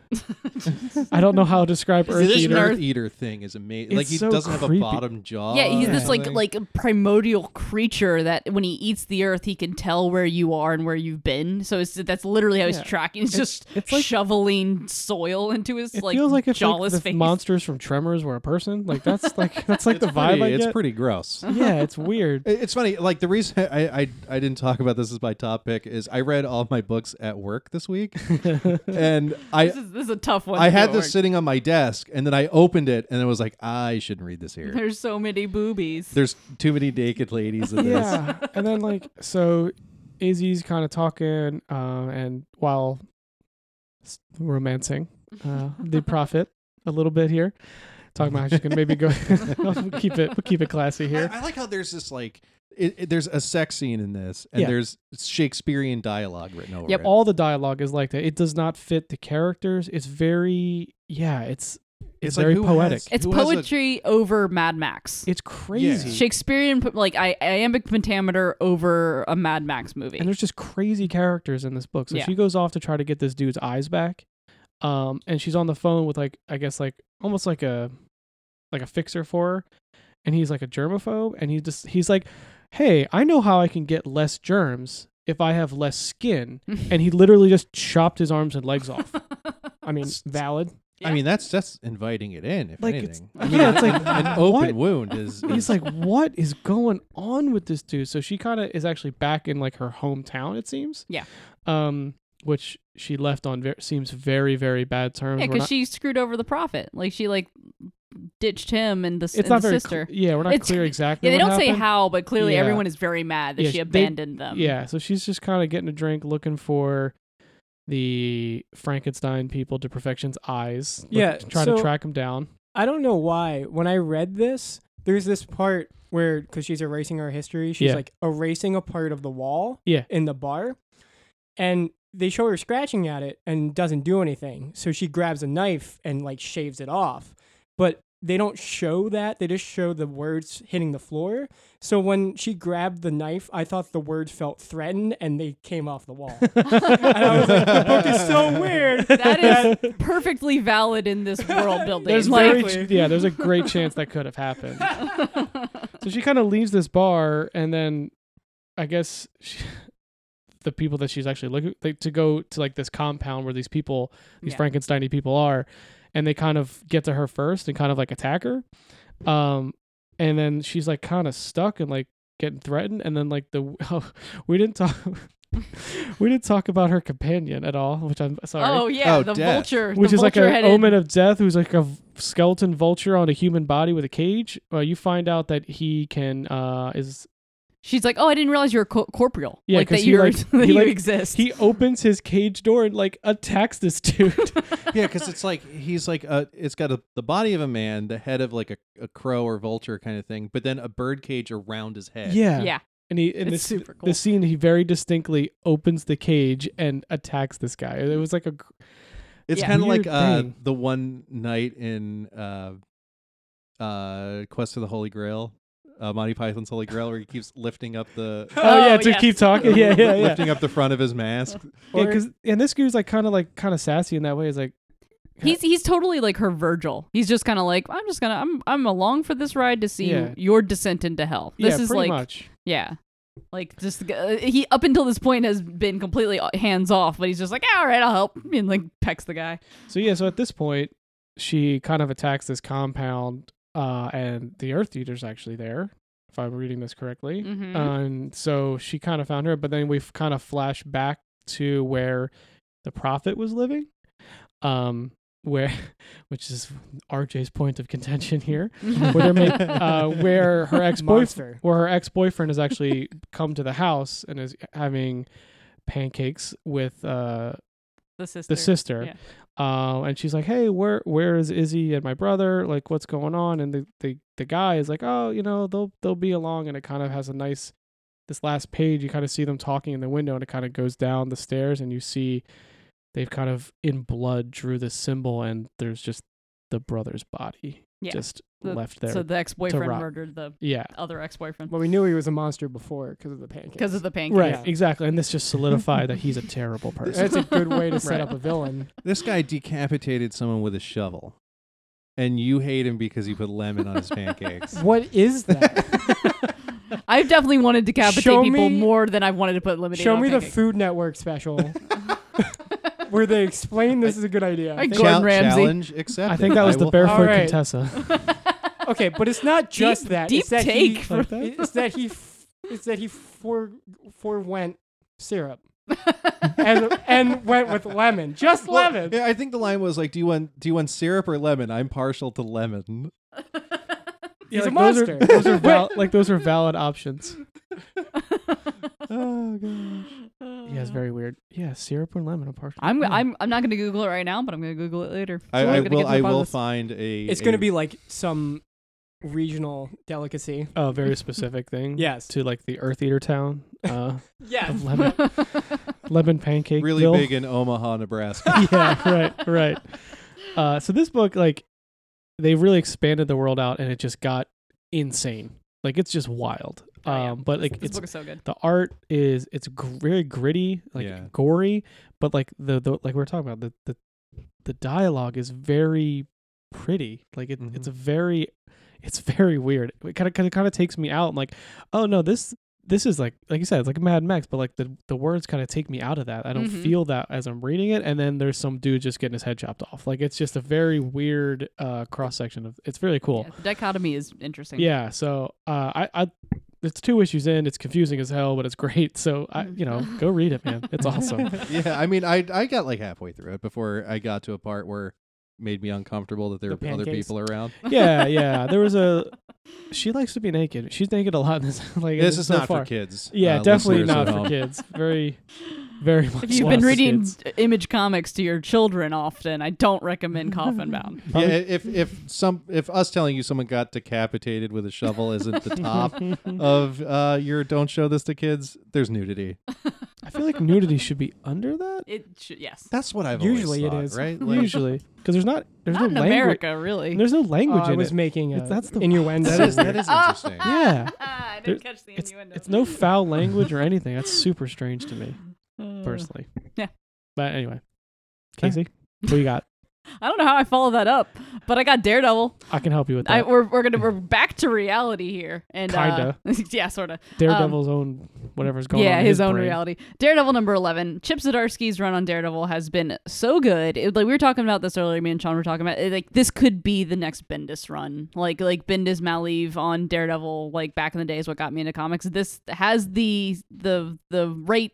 Speaker 3: I don't know how to describe
Speaker 1: Is
Speaker 2: See,
Speaker 3: Earth
Speaker 2: this
Speaker 3: Eater.
Speaker 2: Earth Eater thing is amazing. Like
Speaker 3: It's
Speaker 2: he
Speaker 3: so
Speaker 2: doesn't have a
Speaker 3: creepy.
Speaker 2: bottom jaw.
Speaker 1: Yeah, he's
Speaker 2: or
Speaker 1: this like
Speaker 2: something.
Speaker 1: like primordial creature that when he eats the earth, he can tell where you are and where you've been. So it's, that's literally how he's
Speaker 3: Yeah.
Speaker 1: tracking. He's
Speaker 3: It's-
Speaker 1: just
Speaker 3: it's like-
Speaker 1: shoveling soil into his
Speaker 3: It
Speaker 1: like
Speaker 3: feels like if like,
Speaker 1: jawless
Speaker 3: the
Speaker 1: face.
Speaker 3: monsters from Tremors were a person. Like that's like that's like
Speaker 2: It's
Speaker 3: the vibe
Speaker 2: pretty-
Speaker 3: I
Speaker 2: It's
Speaker 3: get.
Speaker 2: pretty gross.
Speaker 3: yeah, it's weird.
Speaker 2: It- It's funny. Like the reason I, I I didn't talk about this as my topic is I read all my books at work this week, and I
Speaker 1: This is, this is a tough one.
Speaker 2: I
Speaker 1: to do
Speaker 2: had
Speaker 1: at
Speaker 2: this
Speaker 1: work.
Speaker 2: sitting on my desk, and then I opened it, and it was like I shouldn't read this here.
Speaker 1: There's so many boobies.
Speaker 2: There's too many naked ladies in this.
Speaker 3: yeah. And then like so Izzy's kind of talking uh and while s- romancing uh the prophet a little bit here. Talking about how she's gonna maybe go we'll keep it we'll keep it classy here.
Speaker 2: I, I like how there's this like it, it- there's a sex scene in this, and
Speaker 3: Yeah.
Speaker 2: there's Shakespearean dialogue written over
Speaker 1: Yep,
Speaker 2: it.
Speaker 3: all the dialogue is like that. It does not fit the characters. It's very yeah, it's it's, very
Speaker 2: who
Speaker 3: poetic.
Speaker 2: has-
Speaker 1: It's
Speaker 2: who has a-
Speaker 1: poetry over Mad Max.
Speaker 3: it's crazy.
Speaker 1: Shakespearean, like I, iambic pentameter over a Mad Max movie.
Speaker 3: And there's just crazy characters in this book. So
Speaker 1: Yeah.
Speaker 3: she goes off to try to get this dude's eyes back. Um and she's on the phone with like I guess like almost like a like a fixer for her. And he's like a germaphobe and he just he's like, "Hey, I know how I can get less germs if I have less skin." and he literally just chopped his arms and legs off.
Speaker 4: I mean,
Speaker 2: S-
Speaker 4: valid.
Speaker 2: I mean, that's that's inviting it in, if
Speaker 3: Like, it's-
Speaker 2: anything. I mean,
Speaker 3: yeah, it's like,
Speaker 2: an open
Speaker 3: what?
Speaker 2: wound is.
Speaker 3: He's
Speaker 2: is-
Speaker 3: like, what is going on with this dude? So she kind of is actually back in like her hometown, it seems.
Speaker 1: Yeah.
Speaker 3: Um, which she left on ver- seems very very bad terms.
Speaker 1: yeah,
Speaker 3: We're
Speaker 1: because
Speaker 3: not-
Speaker 1: she screwed over the prophet. Like she like ditched him and the, s- and
Speaker 3: it's not
Speaker 1: the
Speaker 3: very
Speaker 1: sister.
Speaker 3: cl- yeah, we're not
Speaker 1: It's-
Speaker 3: clear exactly.
Speaker 1: yeah, they
Speaker 3: what
Speaker 1: don't say
Speaker 3: happened.
Speaker 1: how, but clearly
Speaker 3: Yeah.
Speaker 1: everyone is very mad that
Speaker 3: Yeah,
Speaker 1: she
Speaker 3: they-
Speaker 1: abandoned them.
Speaker 3: Yeah, so she's just kind of getting a drink, looking for the Frankenstein people to perfection's eyes. look-
Speaker 4: Yeah,
Speaker 3: trying to
Speaker 4: so-
Speaker 3: track him down.
Speaker 4: I don't know why. When I read this, there's this part where, because she's erasing her history, she's
Speaker 3: Yeah.
Speaker 4: like erasing a part of the wall
Speaker 3: Yeah.
Speaker 4: in the bar. And they show her scratching at it and doesn't do anything. So she grabs a knife and like shaves it off. But they don't show that. They just show the words hitting the floor. So when she grabbed the knife, I thought the words felt threatened and they came off the wall. and I was like, the book is so weird.
Speaker 1: that is perfectly valid in this world building.
Speaker 3: There's
Speaker 1: like,
Speaker 3: very ch- yeah, there's a great chance that could have happened. so she kind of leaves this bar, and then I guess she, the people that she's actually looking they, to go to like this compound where these people, these
Speaker 1: Yeah.
Speaker 3: Frankenstein people are, and they kind of get to her first and kind of like attack her, um, and then she's like kind of stuck and like getting threatened, and then like the oh, we didn't talk. We didn't talk about her companion at all, which I'm sorry
Speaker 1: oh yeah,
Speaker 2: Oh,
Speaker 1: the
Speaker 2: death.
Speaker 1: vulture,
Speaker 3: which
Speaker 1: the
Speaker 3: is like
Speaker 1: vulture
Speaker 3: an
Speaker 1: headed,
Speaker 3: omen of death who's like a v- skeleton vulture on a human body with a cage well you find out that he can uh is
Speaker 1: She's like, oh, I didn't realize you were co- corporeal.
Speaker 3: Yeah,
Speaker 1: like
Speaker 3: 'cause
Speaker 1: that
Speaker 3: he,
Speaker 1: you were,
Speaker 3: like-
Speaker 1: that
Speaker 3: he,
Speaker 1: you
Speaker 3: like-
Speaker 1: exist.
Speaker 3: he opens his cage door and like attacks this dude
Speaker 2: yeah, because it's like he's like a, it's got a, the body of a man, the head of like a, a crow or vulture kind of thing, but then a bird cage around his head.
Speaker 3: yeah
Speaker 1: yeah,
Speaker 3: and he in
Speaker 1: It's
Speaker 3: this
Speaker 1: super cool.
Speaker 3: the scene he very distinctly opens the cage and attacks this guy it was like a gr-
Speaker 2: it's
Speaker 1: Yeah.
Speaker 2: kind of like
Speaker 3: Weird
Speaker 2: uh,
Speaker 3: thing.
Speaker 2: the one night in uh, uh, Quest of the Holy Grail, uh, Monty Python's Holy Grail, where he keeps lifting up the
Speaker 3: oh, yeah
Speaker 1: Oh,
Speaker 3: to
Speaker 1: yes.
Speaker 3: keep talking yeah yeah yeah
Speaker 2: lifting up the front of his mask.
Speaker 3: Yeah,
Speaker 4: Or-
Speaker 3: 'cause- and this dude's like kind of like kind of sassy in that way he's like
Speaker 1: he's he's totally like her Virgil. He's just kind of like, I'm just gonna, I'm I'm along for this ride to see
Speaker 3: Yeah.
Speaker 1: your descent into hell. This
Speaker 3: yeah
Speaker 1: is like,
Speaker 3: pretty much
Speaker 1: yeah. Like just uh, he up until this point has been completely uh, hands off, but he's just like, all right, I'll help, and like pecks the guy.
Speaker 3: So yeah, so at this point, she kind of attacks this compound, uh, and the Earth Eater's actually there, if I'm reading this correctly.
Speaker 1: Mhm.
Speaker 3: And so she kind of found her, but then we've kind of flashed back to where the prophet was living. Um, where, which is RJ's point of contention here,
Speaker 1: Mm-hmm.
Speaker 3: where, they're make, uh, where her ex boyfriend,
Speaker 4: Monster.
Speaker 3: where her ex boyfriend has actually come to the house and is having pancakes with uh,
Speaker 1: the sister.
Speaker 3: the sister.
Speaker 1: yeah.
Speaker 3: Uh, and she's like, "Hey, where where is Izzy and my brother? Like, what's going on?" And the, the the guy is like, "Oh, you know, they'll they'll be along." And it kind of has a nice this last page. You kind of see them talking in the window, and it kind of goes down the stairs, and you see they've kind of in blood drew this symbol, and there's just the brother's body
Speaker 1: Yeah.
Speaker 3: just
Speaker 1: The-
Speaker 3: left there.
Speaker 1: So the ex-boyfriend
Speaker 3: rot.
Speaker 1: murdered the
Speaker 3: yeah,
Speaker 1: other ex-boyfriend
Speaker 4: But we knew he was a monster before because of the pancakes.
Speaker 1: because of the pancake.
Speaker 3: right,
Speaker 4: Yeah.
Speaker 3: exactly. And this just solidified that he's a terrible person.
Speaker 4: That's a good way to set
Speaker 3: Right.
Speaker 4: up a villain.
Speaker 2: This guy decapitated someone with a shovel, and you hate him because he put lemon on his pancakes.
Speaker 4: What is that?
Speaker 1: I've definitely wanted to decapitate
Speaker 4: Show
Speaker 1: people
Speaker 4: me-
Speaker 1: more than I've wanted to put lemonade
Speaker 4: Show
Speaker 1: on
Speaker 4: me the
Speaker 1: pancakes.
Speaker 4: Food Network special where they explain this is a good idea.
Speaker 1: I-
Speaker 2: Chal-
Speaker 1: Gordon Ramsay.
Speaker 2: Challenge accepted.
Speaker 3: I think that was the
Speaker 2: will-
Speaker 3: barefoot
Speaker 4: Alright.
Speaker 3: Contessa.
Speaker 4: okay, but it's not just that.
Speaker 1: deep
Speaker 4: it's that
Speaker 1: take
Speaker 4: He,
Speaker 1: from-
Speaker 4: it's that he. F- it's that he for forewent syrup and and went with lemon, just
Speaker 2: Well,
Speaker 4: lemon.
Speaker 2: Yeah, I think the line was like, "Do you want do you want syrup or lemon? I'm partial to lemon."
Speaker 4: He's a
Speaker 3: like, those are-
Speaker 4: monster.
Speaker 3: Those are val- like those are valid options.
Speaker 2: Oh gosh.
Speaker 3: Yeah, it's very Hmm. weird. Yeah, syrup and lemon apart.
Speaker 1: I'm I'm I'm not going to Google it right now, but I'm going to Google it later.
Speaker 2: I,
Speaker 1: So we're
Speaker 2: I
Speaker 1: gonna get
Speaker 2: will.
Speaker 1: to the
Speaker 2: I
Speaker 1: bottom of
Speaker 2: will
Speaker 1: this.
Speaker 2: find a.
Speaker 4: It's
Speaker 2: a-
Speaker 4: going to be like some regional delicacy.
Speaker 3: a very specific thing.
Speaker 4: Yes.
Speaker 3: to like the Earth Eater town uh,
Speaker 4: Yes.
Speaker 3: of lemon lemon pancake.
Speaker 2: really
Speaker 3: bill.
Speaker 2: big in Omaha, Nebraska.
Speaker 3: yeah, right, right. Uh, so this book, like, they really expanded the world out, and it just got insane. Like it's just wild.
Speaker 1: Oh, yeah.
Speaker 3: Um, but like
Speaker 1: This
Speaker 3: it's
Speaker 1: book is so good.
Speaker 3: the art is it's gr- very gritty, like
Speaker 2: Yeah.
Speaker 3: gory, but like the, the like we were talking about the the the dialogue is very pretty. Like it, it's
Speaker 2: Mhm.
Speaker 3: a very it's very weird. It kind of kind of kind of takes me out. I'm like, oh no, this this is like like you said, it's like Mad Max, but like the the words kind of take me out of that. I don't
Speaker 1: Mhm.
Speaker 3: feel that as I'm reading it. And then there's some dude just getting his head chopped off. Like it's just a very weird uh cross section of. It's really cool.
Speaker 1: Yeah, the dichotomy is interesting.
Speaker 3: Yeah, so uh, I, I, it's two issues in. It's confusing as hell, but it's great. So I, you know, go read it, man. It's awesome.
Speaker 2: yeah, I mean, I I got like halfway through it before I got to a part where it made me uncomfortable that there
Speaker 4: The
Speaker 2: were other
Speaker 4: pancakes.
Speaker 2: people around.
Speaker 3: yeah, yeah. There was a. She likes to be naked. She's naked a lot. In this, like
Speaker 2: this is
Speaker 3: so
Speaker 2: not
Speaker 3: far.
Speaker 2: for kids.
Speaker 3: Yeah,
Speaker 2: uh,
Speaker 3: definitely
Speaker 2: listeners
Speaker 3: not
Speaker 2: at
Speaker 3: for
Speaker 2: home.
Speaker 3: kids. Very, very much.
Speaker 1: If you've
Speaker 3: less
Speaker 1: been
Speaker 3: for
Speaker 1: reading
Speaker 3: kids.
Speaker 1: image comics to your children often, I don't recommend Coffin Bound.
Speaker 2: Yeah, if if some if us telling you someone got decapitated with a shovel isn't the top of uh, your don't show this to kids, there's nudity.
Speaker 3: I feel like nudity should be under that
Speaker 1: It should, yes.
Speaker 2: That's what I've
Speaker 4: Usually it
Speaker 2: always thought,
Speaker 4: is.
Speaker 2: right. Like,
Speaker 3: usually because there's not there's
Speaker 1: Not in
Speaker 3: no language.
Speaker 1: America, really.
Speaker 3: There's no
Speaker 4: Oh,
Speaker 3: language
Speaker 4: I
Speaker 3: in
Speaker 4: was
Speaker 3: it.
Speaker 4: making a
Speaker 3: It's- that's the-
Speaker 4: innuendo.
Speaker 2: that is that is interesting.
Speaker 3: Yeah,
Speaker 1: Ah, I
Speaker 3: There-
Speaker 1: catch the
Speaker 3: it's it's no foul language or anything. That's super strange to me.
Speaker 1: Uh,
Speaker 3: personally.
Speaker 1: yeah.
Speaker 3: But anyway,
Speaker 2: Okay.
Speaker 3: Casey, what you got?
Speaker 1: I don't know how I follow that up, but I got Daredevil.
Speaker 3: I can help you with
Speaker 1: I,
Speaker 3: that.
Speaker 1: we're we're gonna we're back to reality here, and uh,
Speaker 3: Kinda.
Speaker 1: yeah, sort of.
Speaker 3: Daredevil's own whatever's going on.
Speaker 1: um, yeah,
Speaker 3: in
Speaker 1: his, own
Speaker 3: brain.
Speaker 1: reality. Daredevil number eleven. Chip Zdarsky's run on Daredevil has been so good. It- like we were talking about this earlier, me and Sean were talking about. It, like this could be the next Bendis run. Like like Bendis Malieve on Daredevil. Like back in the day is what got me into comics. This has the the the right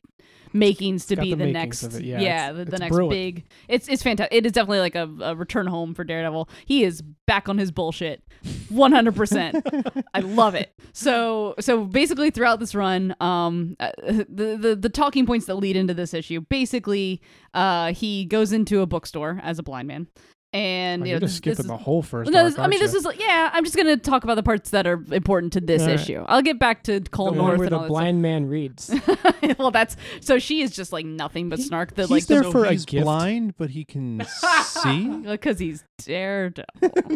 Speaker 1: makings to
Speaker 3: got
Speaker 1: be
Speaker 3: the
Speaker 1: the, next.
Speaker 3: makings of it, yeah, it's-
Speaker 1: the, the
Speaker 3: it's
Speaker 1: next
Speaker 3: brewing.
Speaker 1: big. It's it's fantastic. It is definitely like a, a return home for Daredevil. He is back on his bullshit, one hundred percent. I love it. So so basically throughout this run, um, uh, the, the the talking points that lead into this issue. Basically, uh, he goes into a bookstore as a blind man, and
Speaker 3: Oh,
Speaker 1: you
Speaker 3: you're
Speaker 1: know,
Speaker 3: just
Speaker 1: this-
Speaker 3: skipping
Speaker 1: this is-
Speaker 3: the whole first.
Speaker 1: no,
Speaker 3: arc,
Speaker 1: this, I mean,
Speaker 3: aren't
Speaker 1: this
Speaker 3: you?
Speaker 1: is like, yeah. I'm just gonna talk about the parts that are important to this
Speaker 3: All right.
Speaker 1: issue. I'll get back to Cole
Speaker 4: the one
Speaker 1: North
Speaker 4: where
Speaker 1: and
Speaker 4: the
Speaker 1: all that stuff.
Speaker 4: blind man reads.
Speaker 1: well, that's so she is just like nothing but snark. The
Speaker 3: Oh, he's
Speaker 1: like
Speaker 3: there
Speaker 1: the,
Speaker 3: for a
Speaker 2: he's
Speaker 3: gift.
Speaker 2: blind, but he can see.
Speaker 1: because he's Daredevil.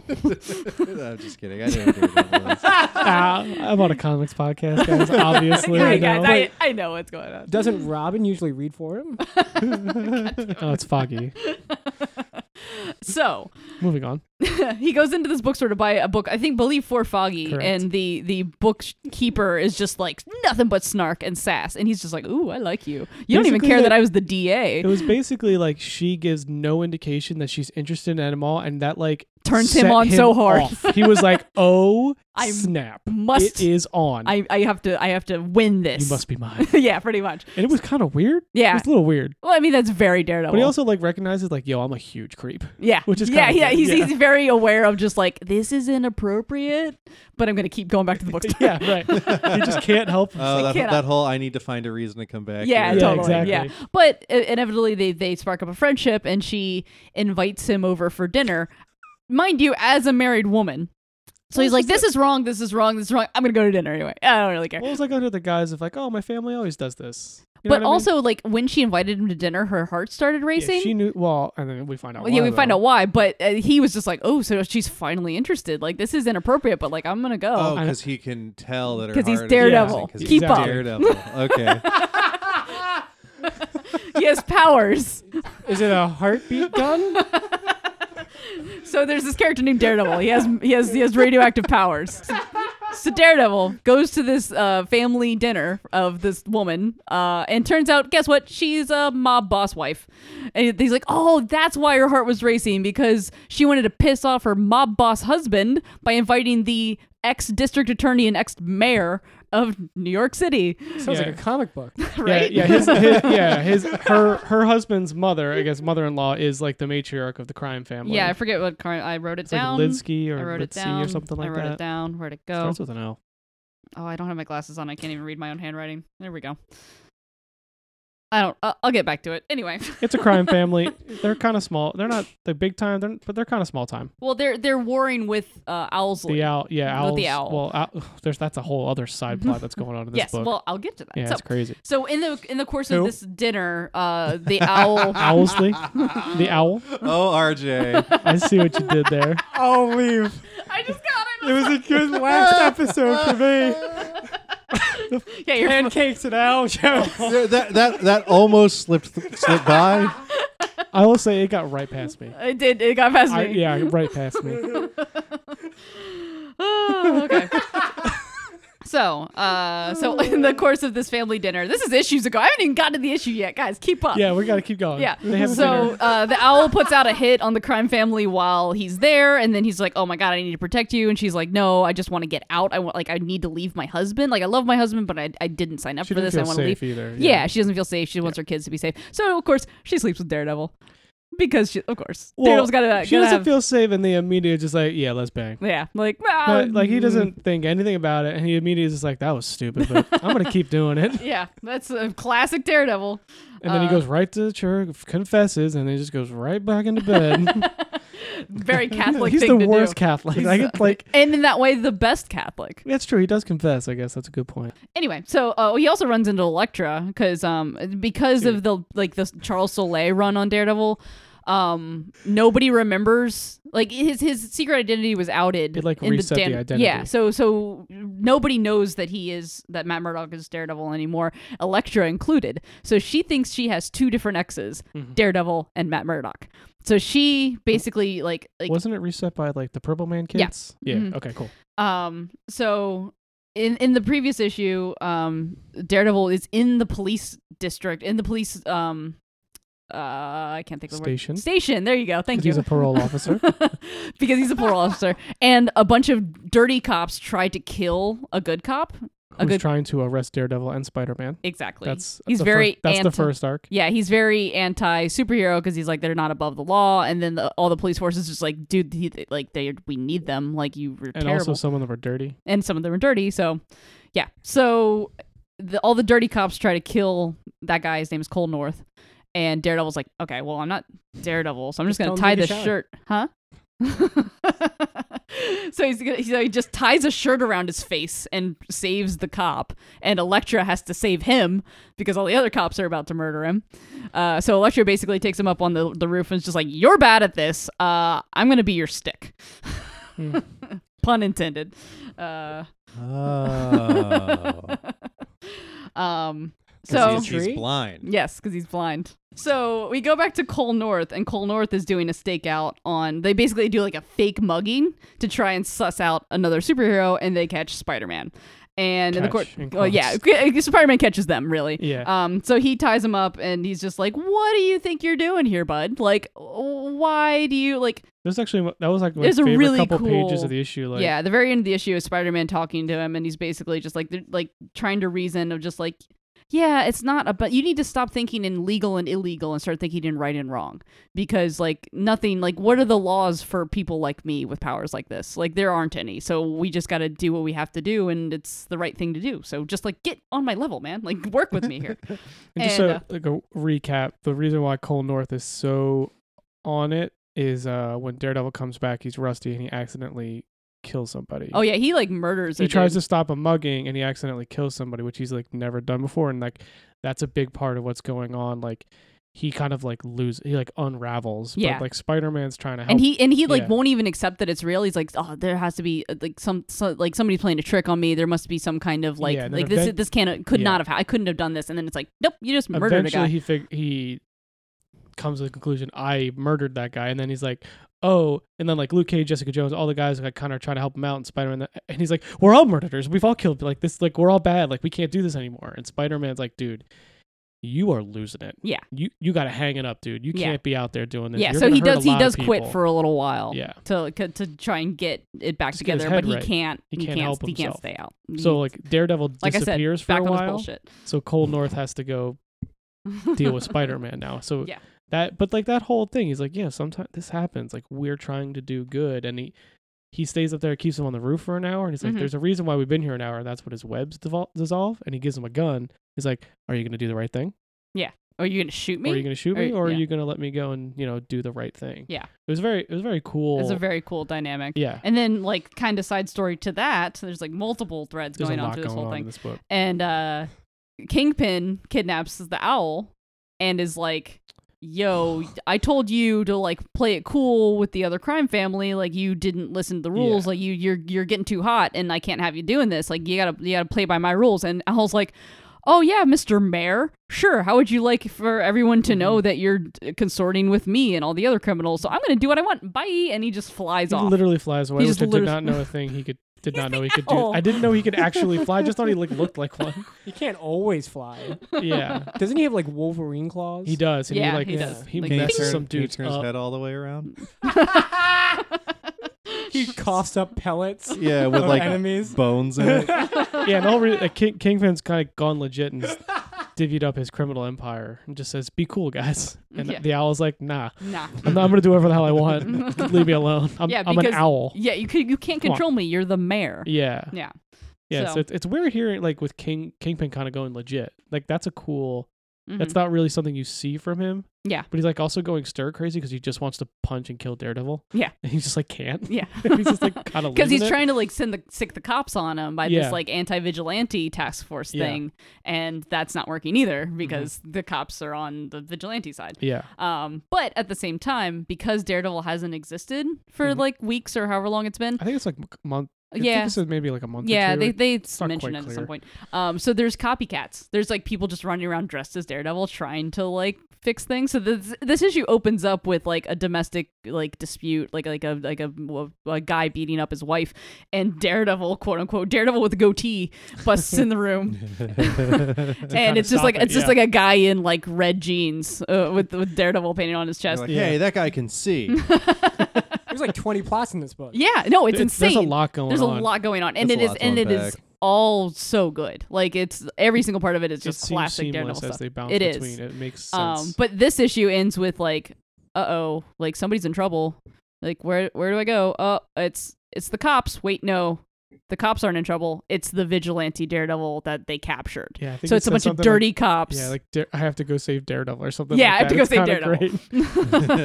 Speaker 2: I'm just kidding. I didn't do that.
Speaker 3: Ah, I'm on a comics podcast, guys. Obviously, I
Speaker 1: Hey, guys,
Speaker 3: know.
Speaker 1: I, I know what's going on.
Speaker 4: Doesn't Robin usually read for him?
Speaker 3: oh, it's foggy.
Speaker 1: So
Speaker 3: Moving on.
Speaker 1: he goes into this bookstore to buy a book. I think believe for Foggy,
Speaker 3: Correct.
Speaker 1: and the the bookkeeper is just like nothing but snark and sass, and he's just like, "Ooh, I like you. You don't even
Speaker 3: Basically,
Speaker 1: care
Speaker 3: they-
Speaker 1: that I was the DA."
Speaker 3: It was basically like she gives no indication that she's interested in him all, and that like
Speaker 1: turns him
Speaker 3: set
Speaker 1: on so hard.
Speaker 3: off. he was like, "Oh
Speaker 1: I
Speaker 3: snap!
Speaker 1: must-
Speaker 3: it is on.
Speaker 1: I, I have to I have to win this.
Speaker 3: you must be mine."
Speaker 1: yeah, pretty much.
Speaker 3: And it was kind of weird. It
Speaker 1: Yeah. Oh.
Speaker 3: was a little weird,
Speaker 1: Well, I mean that's very Daredevil.
Speaker 3: but he also like recognizes like, "Yo, I'm a huge creep."
Speaker 1: yeah,
Speaker 3: which is
Speaker 1: yeah,
Speaker 3: kinda
Speaker 1: yeah.
Speaker 3: good,
Speaker 1: He's
Speaker 3: yeah.
Speaker 1: he's very aware of just like this is inappropriate, but I'm gonna keep going back to the bookstore.
Speaker 3: yeah, right. He just can't help. himself.
Speaker 2: Oh, that,
Speaker 1: cannot-
Speaker 2: that whole I need to find a reason to come back.
Speaker 1: Yeah,
Speaker 2: here.
Speaker 3: Yeah,
Speaker 1: totally. Yeah,
Speaker 3: exactly.
Speaker 1: but i- inevitably they they spark up a friendship, and she invites him over for dinner, mind you, as a married woman. So he's like, "This is wrong. This is wrong. This is wrong. I'm gonna go to dinner anyway. I don't really care."
Speaker 3: What was like under the guise of like, "Oh, my family always does this." You know
Speaker 1: but
Speaker 3: what I mean?
Speaker 1: also, like when she invited him to dinner, her heart started
Speaker 3: Yeah,
Speaker 1: racing.
Speaker 3: she knew. Well, and then we find out.
Speaker 1: Well, yeah,
Speaker 3: why,
Speaker 1: we find
Speaker 3: though.
Speaker 1: out why, but uh, he was just like, "Oh, so she's finally interested. Like this is inappropriate, but like I'm gonna
Speaker 2: Oh,
Speaker 1: go."
Speaker 3: I-
Speaker 2: because he can tell that her
Speaker 1: 'Cause he's
Speaker 2: heart is
Speaker 1: Daredevil.
Speaker 2: racing 'cause
Speaker 3: Keep
Speaker 2: he's
Speaker 3: up.
Speaker 2: Daredevil. Okay.
Speaker 1: he has powers.
Speaker 4: Is it a heartbeat gun?
Speaker 1: So there's this character named Daredevil. He has he has he has radioactive powers. So, so Daredevil goes to this uh, family dinner of this woman, uh, and turns out, guess what? She's a mob boss wife. And he's like, "Oh, that's why her heart was racing because she wanted to piss off her mob boss husband by inviting the ex district attorney and ex mayor of New York City."
Speaker 4: Sounds
Speaker 3: Yeah.
Speaker 4: like a comic book.
Speaker 1: Right?
Speaker 3: Yeah, yeah, his, his, yeah, his her her husband's mother, I guess mother-in-law is like the matriarch of the crime family.
Speaker 1: Yeah, I forget what kind. I wrote it
Speaker 3: it's like
Speaker 1: down.
Speaker 3: Lidsky or
Speaker 1: I wrote it
Speaker 3: Lidsey
Speaker 1: down
Speaker 3: or something like
Speaker 1: I wrote
Speaker 3: that.
Speaker 1: it down. Where'd it go?
Speaker 3: Starts with an L.
Speaker 1: Oh, I don't have my glasses on. I can't even read my own handwriting. There we go. I don't. Uh, I'll get back to it. Anyway,
Speaker 3: It's a crime family. they're kind of small. They're not the big time. They're but they're kind of small time.
Speaker 1: well, they're they're warring with uh, Owlsley.
Speaker 3: The owl, yeah,
Speaker 1: Not
Speaker 3: owls.
Speaker 1: the owl.
Speaker 3: Well, owl, there's that's a whole other side plot that's going on in this
Speaker 1: yes.
Speaker 3: book.
Speaker 1: Well, I'll get to that.
Speaker 3: yeah,
Speaker 1: so,
Speaker 3: it's crazy.
Speaker 1: so in the in the course of
Speaker 3: Who?
Speaker 1: this dinner, uh, the owl.
Speaker 3: Owlsley,
Speaker 1: Uh,
Speaker 3: the owl.
Speaker 2: Oh, RJ.
Speaker 3: I see what you did there.
Speaker 4: I'll leave.
Speaker 1: I just got it.
Speaker 4: It was a good last episode for me.
Speaker 1: yeah, you're
Speaker 4: Pancakes and owl show.
Speaker 2: There- that that that almost slipped th- slipped by.
Speaker 3: I will say it got right past me.
Speaker 1: It did. It got past me.
Speaker 3: I, yeah, right past me.
Speaker 1: Oh, okay. So, uh, so in
Speaker 3: Oh.
Speaker 1: the course of this family dinner, this is issues ago. I haven't even gotten to the issue yet, guys. Keep up.
Speaker 3: Yeah, we gotta keep going.
Speaker 1: Yeah.
Speaker 3: They have
Speaker 1: So
Speaker 3: dinner.
Speaker 1: uh, the owl puts out a hit on the crime family while he's there, and then he's like, "Oh my god, I need to protect you," and she's like, "No, I just want to get out. I want like I need to leave my husband. Like I love my husband, but I, I didn't sign up
Speaker 3: she
Speaker 1: for
Speaker 3: didn't
Speaker 1: this.
Speaker 3: feel
Speaker 1: I want to
Speaker 3: safe
Speaker 1: leave."
Speaker 3: either.
Speaker 1: Yeah. she doesn't feel safe. She wants her kids to be safe. So of course she sleeps with Daredevil because she, of course, Daredevil's got to.
Speaker 3: she doesn't feel safe, and the immediate just like, yeah, let's bang.
Speaker 1: Yeah, like ah,
Speaker 3: But, like he doesn't think anything about it, and he immediately is just like, that was stupid, but I'm gonna keep doing it.
Speaker 1: Yeah, that's a classic Daredevil.
Speaker 3: And then he
Speaker 1: Uh,
Speaker 3: goes right to the church, confesses, and then just goes right back into bed.
Speaker 1: Very Catholic
Speaker 3: He's
Speaker 1: thing
Speaker 3: the
Speaker 1: to
Speaker 3: worst
Speaker 1: do.
Speaker 3: Catholic. I get like
Speaker 1: And in that way, the best Catholic.
Speaker 3: that's true. He does confess. I guess that's a good point.
Speaker 1: Anyway, so uh, he also runs into Elektra because um because
Speaker 3: Hmm.
Speaker 1: of the like the Charles Soleil run on Daredevil, um nobody remembers like his his secret identity was outed.
Speaker 3: It, like,
Speaker 1: in
Speaker 3: reset the identity.
Speaker 1: Yeah, so so nobody knows that he is that Matt Murdock is Daredevil anymore, Elektra included. So she thinks she has two different exes, Daredevil and Matt Murdock. So she basically like like
Speaker 3: Wasn't it reset by like the Purple Man
Speaker 1: Yeah.
Speaker 3: kids? Yeah.
Speaker 1: Mhm.
Speaker 3: Okay. Cool.
Speaker 1: Um, so in in the previous issue, um, Daredevil is in the police district, in the police um, uh, I can't think of the
Speaker 3: Station.
Speaker 1: word. Station. There you go. Thank
Speaker 3: Because
Speaker 1: you.
Speaker 3: he's a parole officer.
Speaker 1: because he's a parole officer, and a bunch of dirty cops tried to kill a good cop. A
Speaker 3: who's
Speaker 1: good
Speaker 3: trying to arrest Daredevil and Spider Man.
Speaker 1: exactly.
Speaker 3: That's
Speaker 1: he's
Speaker 3: the
Speaker 1: very
Speaker 3: First, that's the
Speaker 1: anti-
Speaker 3: first arc.
Speaker 1: Yeah, he's very anti superhero because he's like they're not above the law, and then the, all the police forces just like, dude, he, like they we need them. Like you, were
Speaker 3: And
Speaker 1: terrible.
Speaker 3: also some of them are dirty.
Speaker 1: and some of them are dirty. So, yeah. So, the, all the dirty cops try to kill that guy. His name is Cole North, and Daredevil's like, okay, well, I'm not Daredevil, so I'm just,
Speaker 4: Just
Speaker 1: gonna
Speaker 4: tell him
Speaker 1: tie
Speaker 4: to
Speaker 1: this
Speaker 4: take a
Speaker 1: shirt, huh? so he's gonna, so he just ties a shirt around his face and saves the cop, and Elektra has to save him because all the other cops are about to murder him. Uh, so Elektra basically takes him up on the the roof and is just like, "You're bad at this. Uh, I'm gonna be your stick."
Speaker 4: Hmm.
Speaker 1: Pun intended. Uh,
Speaker 2: Oh.
Speaker 1: um.
Speaker 2: 'Cause
Speaker 1: So
Speaker 2: Oh. he's, he's blind.
Speaker 1: um, yes, because he's blind. So we go back to Cole North, and Cole North is doing a stakeout on. They basically do like a fake mugging to try and suss out another superhero, and they catch Spider Man. And in the court,
Speaker 3: Catch in
Speaker 1: well, yeah, Spider Man catches them really.
Speaker 3: Yeah.
Speaker 1: Um. So he ties him up, and he's just like, "What do you think you're doing here, bud? Like, why do you like?"
Speaker 3: There's actually mo- that was like my
Speaker 1: There's a
Speaker 3: favorite
Speaker 1: really
Speaker 3: couple pages
Speaker 1: cool-
Speaker 3: of the issue. Like,
Speaker 1: yeah, the very end of the issue is Spider Man talking to him, and he's basically just like they're, like trying to reason of just like, yeah, it's not about you need to stop thinking in legal and illegal and start thinking in right and wrong because like nothing like what are the laws for people like me with powers like this? Like there aren't any, so we just got to do what we have to do, and it's the right thing to do. So just like get on my level, man. Like work with me here.
Speaker 3: And just
Speaker 1: And, uh,
Speaker 3: so, like a recap, the reason why Cole North is so on it is uh when Daredevil comes back, he's rusty and he accidentally kills somebody.
Speaker 1: oh yeah, he like murders.
Speaker 3: he
Speaker 1: a
Speaker 3: tries
Speaker 1: dude.
Speaker 3: to stop a mugging and he accidentally kills somebody, which he's like never done before, and like that's a big part of what's going on. Like he kind of like loses, he like unravels.
Speaker 1: Yeah.
Speaker 3: But like Spider Man's trying to help.
Speaker 1: and he and he like
Speaker 3: Yeah.
Speaker 1: won't even accept that it's real. He's like, oh, there has to be uh, like some so, like somebody's playing a trick on me. There must be some kind of like
Speaker 3: Yeah, and then
Speaker 1: like this
Speaker 3: event-
Speaker 1: this can't uh, could
Speaker 3: Yeah.
Speaker 1: not have ha- I couldn't have done this. And then it's like, nope, you just murdered a
Speaker 3: eventually
Speaker 1: guy.
Speaker 3: he fig- he comes to the conclusion I murdered that guy, and then he's like, oh, and then like Luke Cage, Jessica Jones, all the guys like kind of trying to help him out, and Spider Man, and he's like, we're all murderers, we've all killed, like this, like we're all bad, like we can't do this anymore, and Spider Man's like, dude. You are losing it.
Speaker 1: Yeah.
Speaker 3: You you got to hang it up, dude. You
Speaker 1: Yeah.
Speaker 3: can't be out there doing this.
Speaker 1: yeah,
Speaker 3: You're
Speaker 1: so
Speaker 3: gonna
Speaker 1: he
Speaker 3: hurt a
Speaker 1: does he
Speaker 3: lot of
Speaker 1: does quit
Speaker 3: people."
Speaker 1: for a little while.
Speaker 3: Yeah.
Speaker 1: To c- to try and get it back
Speaker 3: Just get his
Speaker 1: together,
Speaker 3: head
Speaker 1: but he
Speaker 3: right.
Speaker 1: can't. He can't.
Speaker 3: help
Speaker 1: he can't
Speaker 3: himself.
Speaker 1: stay out. Mm-hmm.
Speaker 3: So like Daredevil
Speaker 1: Like I said,
Speaker 3: disappears
Speaker 1: back
Speaker 3: for a
Speaker 1: on his
Speaker 3: while.
Speaker 1: bullshit.
Speaker 3: So Cole North has to go deal with Spider-Man now. So
Speaker 1: Yeah.
Speaker 3: that but like that whole thing, he's like, yeah, sometimes this happens. Like we're trying to do good, and he he stays up there, keeps him on the roof for an hour, and he's like,
Speaker 1: Mhm.
Speaker 3: there's a reason why we've been here an hour, and that's what his webs devol- dissolve. And he gives him a gun. He's like, are you gonna do the right thing?
Speaker 1: Are you gonna shoot me?
Speaker 3: Or are you gonna shoot
Speaker 1: Or-
Speaker 3: me? Or are
Speaker 1: yeah.
Speaker 3: you gonna let me go and you know do the right thing?
Speaker 1: Yeah.
Speaker 3: it was very it was very cool.
Speaker 1: It's a very cool dynamic.
Speaker 3: yeah.
Speaker 1: And then like kind of side story to that. There's like multiple threads
Speaker 3: There's
Speaker 1: going
Speaker 3: a
Speaker 1: on
Speaker 3: lot
Speaker 1: through
Speaker 3: going
Speaker 1: this whole
Speaker 3: on
Speaker 1: thing.
Speaker 3: in this book.
Speaker 1: and uh Kingpin kidnaps the owl and is like, "Yo, I told you to like play it cool with the other crime family. Like you didn't listen to the rules. Like you you're you're getting too hot, and I can't have you doing this. Like you gotta you gotta play by my rules." And Owl's like. Oh yeah, Mr. Mayor. Sure. How would you like for everyone to know that you're d- consorting with me and all the other criminals? So I'm gonna do what I want. Bye. And he just flies
Speaker 3: He
Speaker 1: off.
Speaker 3: literally flies away,
Speaker 1: He
Speaker 3: which
Speaker 1: just
Speaker 3: I did
Speaker 1: literally-
Speaker 3: not know a thing he could. Did
Speaker 1: He's
Speaker 3: not
Speaker 1: the
Speaker 3: know he could do.
Speaker 1: owl.
Speaker 3: I didn't know he could actually fly. I just thought he like looked like one.
Speaker 4: He can't always fly.
Speaker 3: Yeah,
Speaker 4: Doesn't he have like Wolverine claws?
Speaker 3: he does. And
Speaker 1: Yeah,
Speaker 3: he like
Speaker 1: he
Speaker 3: yeah,
Speaker 1: does.
Speaker 3: He
Speaker 1: Like,
Speaker 2: Can you
Speaker 3: messes
Speaker 2: turn,
Speaker 3: some
Speaker 2: can you
Speaker 3: dudes
Speaker 2: turn his
Speaker 3: up.
Speaker 2: head all the way around?
Speaker 4: He coughs up pellets
Speaker 2: Yeah, with
Speaker 4: of
Speaker 2: like
Speaker 4: enemies.
Speaker 2: bones in it.
Speaker 3: yeah, and all re- uh, King, Kingpin's kind of gone legit and s- divvied up his criminal empire and just says, "Be cool, guys." And
Speaker 1: Yeah.
Speaker 3: the owl's like, "Nah,
Speaker 1: nah.
Speaker 3: I'm, not- I'm gonna do whatever the hell I want. Leave me alone. I'm,
Speaker 1: Yeah,
Speaker 3: I'm an
Speaker 1: because-
Speaker 3: owl."
Speaker 1: Yeah, you could, you can't
Speaker 3: Come on.
Speaker 1: control me. You're the mayor.
Speaker 3: Yeah,
Speaker 1: Yeah.
Speaker 3: yeah. So,
Speaker 1: So-
Speaker 3: it's, it's weird hearing like with King Kingpin kind of going legit. Like that's a cool. That's
Speaker 1: Mhm.
Speaker 3: not really something you see from him.
Speaker 1: Yeah.
Speaker 3: but he's like also going stir crazy because he just wants to punch and kill Daredevil.
Speaker 1: Yeah.
Speaker 3: and he just like can't.
Speaker 1: Mm-hmm. yeah.
Speaker 3: he's just like kind of
Speaker 1: Because he's
Speaker 3: it.
Speaker 1: trying to like send the sick the cops on him by
Speaker 3: Yeah.
Speaker 1: this like anti vigilante task force
Speaker 3: Yeah. Mm-hmm.
Speaker 1: thing, and that's not working either because the cops are on the vigilante side.
Speaker 3: Yeah,
Speaker 1: Um, but at the same time, because Daredevil hasn't existed for
Speaker 3: Mhm.
Speaker 1: like weeks or however long it's been,
Speaker 3: I think it's like m- month. I think
Speaker 1: yeah,
Speaker 3: this is maybe like a month. or
Speaker 1: yeah,
Speaker 3: two.
Speaker 1: they they
Speaker 3: not
Speaker 1: mentioned it
Speaker 3: quite
Speaker 1: at
Speaker 3: clear.
Speaker 1: some point. Um, so there's copycats. There's like people just running around dressed as Daredevil trying to like fix things. So this this issue opens up with like a domestic like dispute, like like a like a, a guy beating up his wife, and Daredevil, quote unquote, Daredevil with a goatee busts in the room.
Speaker 3: kinda
Speaker 1: and it's just
Speaker 3: stop
Speaker 1: like
Speaker 3: it,
Speaker 1: it's just
Speaker 3: yeah.
Speaker 1: like a guy in like red jeans uh, with with Daredevil painted on his
Speaker 2: You're
Speaker 1: chest.
Speaker 2: like,
Speaker 3: Yeah.
Speaker 2: hey, that guy can see.
Speaker 4: There's like 20 plots in this book.
Speaker 1: yeah, no, it's,
Speaker 3: It's-
Speaker 1: insane.
Speaker 3: There's a lot going
Speaker 1: There's a
Speaker 3: on.
Speaker 1: lot going on, and
Speaker 2: That's
Speaker 1: it
Speaker 2: a
Speaker 1: is,
Speaker 2: lot to
Speaker 1: and it is
Speaker 2: unpack.
Speaker 1: all so good. Like it's every single part of it is
Speaker 3: It
Speaker 1: just
Speaker 3: seems
Speaker 1: classic
Speaker 3: seamless
Speaker 1: Daredevil
Speaker 3: as
Speaker 1: stuff.
Speaker 3: they bounce
Speaker 1: It is.
Speaker 3: between. It makes sense.
Speaker 1: Um, but this issue ends with like, uh oh, like somebody's in trouble. Like where where do I go? Uh, it's it's the cops. Wait, no, the cops aren't in trouble. It's the vigilante Daredevil that they captured.
Speaker 3: yeah, I think
Speaker 1: So
Speaker 3: it
Speaker 1: it's a
Speaker 3: said
Speaker 1: bunch of
Speaker 3: something
Speaker 1: dirty cops.
Speaker 3: Like, yeah, like Dare- I have to go save Daredevil or something.
Speaker 1: Yeah,
Speaker 3: like
Speaker 1: I have to
Speaker 3: that.
Speaker 1: go
Speaker 3: It's
Speaker 1: save
Speaker 3: kinda
Speaker 1: Daredevil.
Speaker 3: great.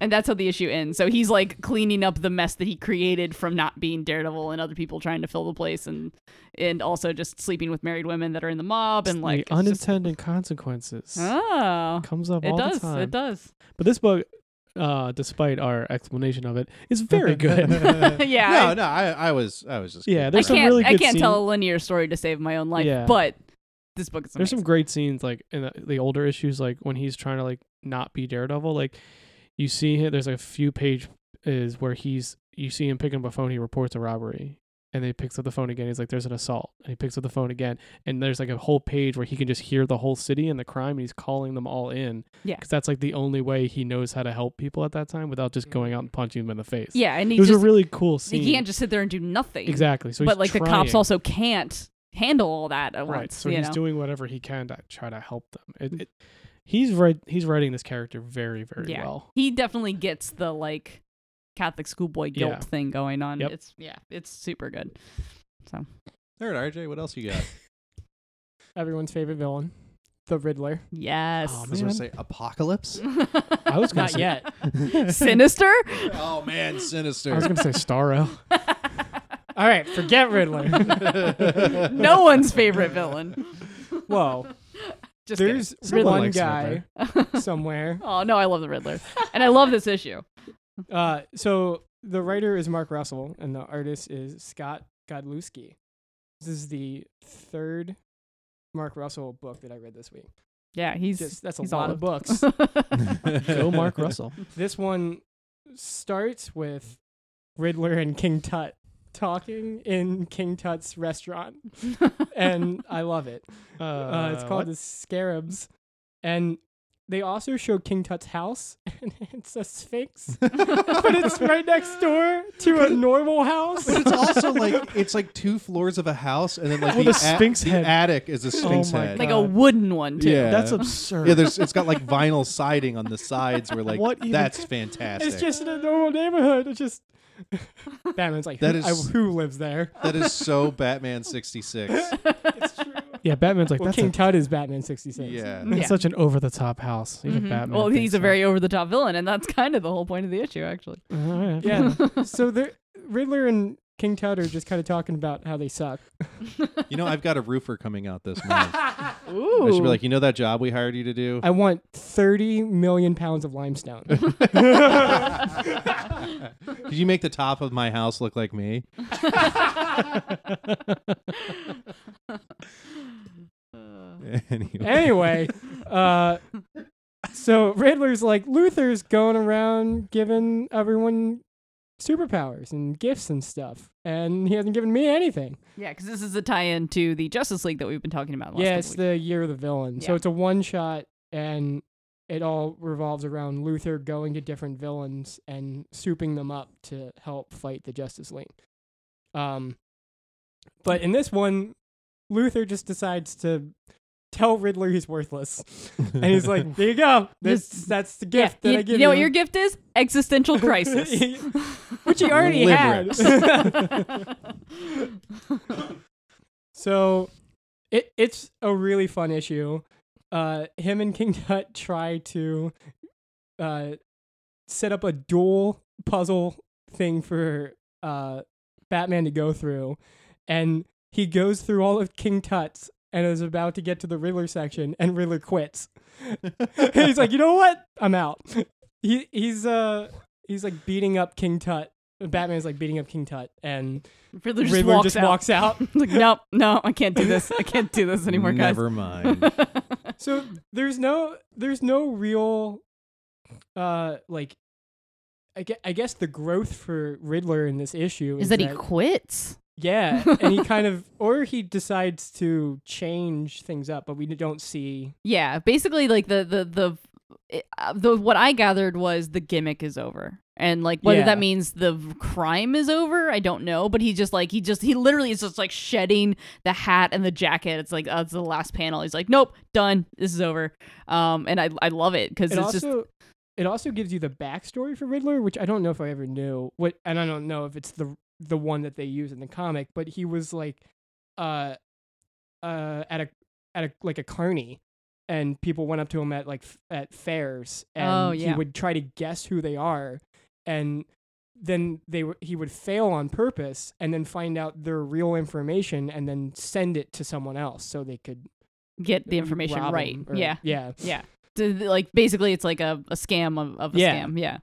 Speaker 1: and that's how the issue ends. So he's like cleaning up the mess that he created from not being Daredevil and other people trying to fill the place, and and also just sleeping with married women that are in the mob and like
Speaker 3: the
Speaker 1: it's just-
Speaker 3: unintended consequences
Speaker 1: oh,
Speaker 3: comes up
Speaker 1: it
Speaker 3: all the
Speaker 1: does,
Speaker 3: time.
Speaker 1: it does.
Speaker 3: But this book, uh, despite our explanation of it, is very good.
Speaker 1: Yeah, I-
Speaker 2: No, no, I, I was, I was just. kidding
Speaker 3: Yeah, there's
Speaker 1: I
Speaker 3: some
Speaker 1: can't,
Speaker 3: really
Speaker 1: I
Speaker 3: good
Speaker 1: can't
Speaker 3: scene-
Speaker 1: tell a linear story to save my own life,
Speaker 3: Yeah.
Speaker 1: but This book is
Speaker 3: There's some
Speaker 1: amazing.
Speaker 3: great scenes like in the, the older issues, like when he's trying to like not be Daredevil. Like you see him. There's like a few page is where he's you see him picking up a phone. He reports a robbery, and then he picks up the phone again. He's like, "There's an assault," and he picks up the phone again. And there's like a whole page where he can just hear the whole city and the crime, and he's calling them all in.
Speaker 1: Yeah.
Speaker 3: because that's like the only way he knows how to help people at that time without just going out and punching them in the face.
Speaker 1: Mm. yeah, and
Speaker 3: it
Speaker 1: he
Speaker 3: was
Speaker 1: just
Speaker 3: a really cool
Speaker 1: he
Speaker 3: scene.
Speaker 1: can't just sit there and do nothing.
Speaker 3: exactly. So
Speaker 1: but
Speaker 3: he's
Speaker 1: like the
Speaker 3: trying.
Speaker 1: cops also can't handle all that at
Speaker 3: right
Speaker 1: once.
Speaker 3: so
Speaker 1: you
Speaker 3: he's
Speaker 1: know? Mm.
Speaker 3: doing whatever he can to try to help them it, it, he's right he's writing this character very very
Speaker 1: Yeah.
Speaker 3: well
Speaker 1: he definitely gets the like Catholic schoolboy guilt
Speaker 3: Yeah.
Speaker 1: thing going on.
Speaker 3: Yep.
Speaker 1: It's yeah, it's super good.
Speaker 2: All right, RJ, what else you got?
Speaker 4: Everyone's favorite villain, the Riddler.
Speaker 1: Yes.
Speaker 3: Oh,
Speaker 2: I was going
Speaker 3: Man.
Speaker 2: to say apocalypse.
Speaker 3: I was gonna
Speaker 4: Not
Speaker 3: say-
Speaker 4: yet.
Speaker 1: Sinister.
Speaker 2: oh, man,
Speaker 3: i
Speaker 2: sinister.
Speaker 3: was gonna say starro
Speaker 4: All right, forget Riddler.
Speaker 1: no one's favorite villain.
Speaker 4: Whoa,
Speaker 1: Just
Speaker 4: there's
Speaker 3: Someone
Speaker 4: one
Speaker 3: likes
Speaker 4: guy
Speaker 3: Riddler.
Speaker 4: somewhere.
Speaker 1: Oh no, I love the Riddler, and I love this issue.
Speaker 4: Uh, so the writer is Mark Russell, and the artist is Scott Godlewski. This is the third Mark Russell book that I read this week.
Speaker 1: Yeah, he's
Speaker 4: Just that's a
Speaker 1: he's
Speaker 4: lot
Speaker 1: all
Speaker 4: of books.
Speaker 3: go mark russell
Speaker 4: this one starts with Riddler and King Tut talking in King Tut's restaurant, and I love it.
Speaker 3: uh,
Speaker 4: Uh, it's called the Scarabs, and they also show King Tut's house, and it's a sphinx, but it's right next door to a normal house.
Speaker 2: But it's also like it's like two floors of a house, and then like
Speaker 3: With
Speaker 2: the,
Speaker 3: a Oh, sphinx
Speaker 2: the
Speaker 3: head. Oh
Speaker 2: attic is a sphinx
Speaker 3: my
Speaker 2: head.
Speaker 1: like a
Speaker 3: God.
Speaker 1: wooden one too.
Speaker 2: Yeah,
Speaker 3: that's absurd
Speaker 2: yeah. There's it's got like vinyl siding on the sides. Where like
Speaker 3: What even-
Speaker 2: that's fantastic.
Speaker 4: It's just in a normal neighborhood. It's just Batman's like,
Speaker 2: That
Speaker 4: who, I-
Speaker 2: is-
Speaker 4: who lives there?
Speaker 2: that is so Batman sixty six.
Speaker 4: It's true.
Speaker 3: yeah batman's like
Speaker 4: Well,
Speaker 3: that's,
Speaker 4: King
Speaker 3: a-
Speaker 4: Tut is Batman sixty six.
Speaker 2: Yeah.
Speaker 3: that's
Speaker 1: Yeah.
Speaker 3: such an over-the-top house even
Speaker 1: Mhm.
Speaker 3: batman
Speaker 1: Well, he's
Speaker 3: thinks
Speaker 1: a very over the top villain, and that's kind of the whole point of the issue, actually.
Speaker 3: that. All right.
Speaker 4: Yeah. so they're Riddler and King Tut are just kind of talking about how they suck.
Speaker 2: You know, I've got a roofer coming out this month.
Speaker 1: Ooh.
Speaker 2: I should be like, you know that job we hired you to do?
Speaker 4: I want thirty million pounds of limestone.
Speaker 2: Could you make the top of my house look like me?
Speaker 1: Uh,
Speaker 2: Anyway.
Speaker 4: anyway, uh, so Riddler's like Luther's going around giving everyone superpowers and gifts and stuff, and he hasn't given me anything.
Speaker 1: yeah, because this is a tie-in to the Justice League that we've been talking about. Last
Speaker 4: yeah,
Speaker 1: couple
Speaker 4: it's
Speaker 1: weeks.
Speaker 4: the year of the villain, so
Speaker 1: Yeah.
Speaker 4: it's a one shot, and it all revolves around Luther going to different villains and souping them up to help fight the Justice League. Um, but in this one, Luther just decides to tell Riddler he's worthless. and he's like, "There you go. This
Speaker 1: This-
Speaker 4: that's the gift that
Speaker 1: yeah, you,
Speaker 4: I
Speaker 1: you
Speaker 4: give
Speaker 1: know what your gift is? Existential crisis.
Speaker 4: which he already had." so, it it's a really fun issue. Uh, him and King Tut try to uh, set up a dual puzzle thing for uh, Batman to go through, and he goes through all of King Tut's and is about to get to the Riddler section, and Riddler quits. And he's like, you know what? I'm out. He he's uh he's like beating up King Tut. Batman's like beating up King Tut, and
Speaker 1: Riddler just
Speaker 4: Riddler
Speaker 1: walks
Speaker 4: just
Speaker 1: out.
Speaker 4: walks out.
Speaker 1: like, nope, no, I can't do this. I can't do this anymore, guys.
Speaker 2: Never mind.
Speaker 4: so there's no there's no real uh like I guess, I guess the growth for Riddler in this issue is,
Speaker 1: Is that he quits?
Speaker 4: yeah, and he kind of or he decides to change things up, but we don't see
Speaker 1: Yeah, basically, like the the the it- uh, the what I gathered was the gimmick is over, and like whether
Speaker 4: Yeah.
Speaker 1: that means the v- crime is over, I don't know. But he just like he just he literally is just like shedding the hat and the jacket. It's like that's the last panel. He's like, nope, done. This is over. Um, and I I love it because
Speaker 4: it
Speaker 1: it's
Speaker 4: also
Speaker 1: just
Speaker 4: it also gives you the backstory for Riddler, which I don't know if I ever knew. What and I don't know if it's the the one that they use in the comic, but he was like, uh, uh, at a at a like a carny, and people went up to him at like f- at fairs, and
Speaker 1: Oh,
Speaker 4: he
Speaker 1: yeah.
Speaker 4: would try to guess who they are, and then they w- he would fail on purpose, and then find out their real information, and then send it to someone else so they could
Speaker 1: get the information
Speaker 4: rob
Speaker 1: right.
Speaker 4: 'em or-
Speaker 1: yeah,
Speaker 4: yeah.
Speaker 1: D- th- like basically, it's like a, a scam of, of a
Speaker 4: Yeah.
Speaker 1: scam. Yeah.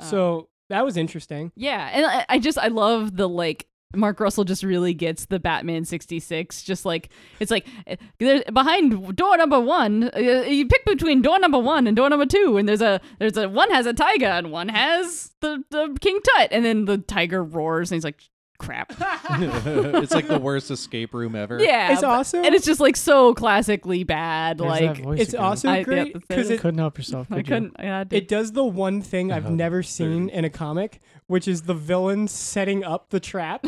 Speaker 1: Um,
Speaker 4: so that was interesting.
Speaker 1: Yeah, and I, I just I love the like Mark Russell just really gets the Batman 66. Just like, it's like, eh, there- behind door number one, uh, you pick between door number one and door number two, and there's a, there's a, one has a tiger and one has the, the King Tut. And then the tiger roars and he's like, crap.
Speaker 2: it's like the worst escape room ever.
Speaker 1: Yeah.
Speaker 4: It's
Speaker 1: but-
Speaker 4: also-
Speaker 1: And it's just like so classically bad.
Speaker 3: There's that
Speaker 1: like,
Speaker 3: voice
Speaker 4: It's
Speaker 3: again.
Speaker 4: also
Speaker 1: I- yeah,
Speaker 4: great
Speaker 1: that's
Speaker 4: because
Speaker 1: it.
Speaker 4: it,
Speaker 3: couldn't help yourself.
Speaker 1: I
Speaker 3: could you?
Speaker 1: couldn't, I had to.
Speaker 4: it does the one thing I've
Speaker 2: Uh-huh.
Speaker 4: never seen in a comic, which is the villain setting up the trap.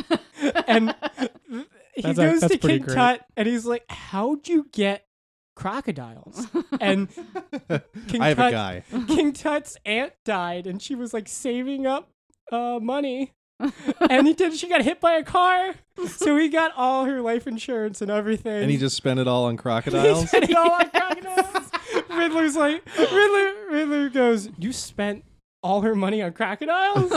Speaker 4: and he
Speaker 3: That's a-
Speaker 4: goes
Speaker 3: that's
Speaker 4: to
Speaker 3: pretty
Speaker 4: King
Speaker 3: great.
Speaker 4: Tut and he's like, How'd you get crocodiles? And King
Speaker 2: I have a
Speaker 4: Tut-
Speaker 2: guy.
Speaker 4: King Tut's aunt died and she was like saving up uh, money. and he did she got hit by a car. So he got all her life insurance and everything.
Speaker 2: And he just spent it all on crocodiles.
Speaker 4: He spent it all on crocodiles. Riddler's like Riddler Riddler goes, You spent all her money on crocodiles?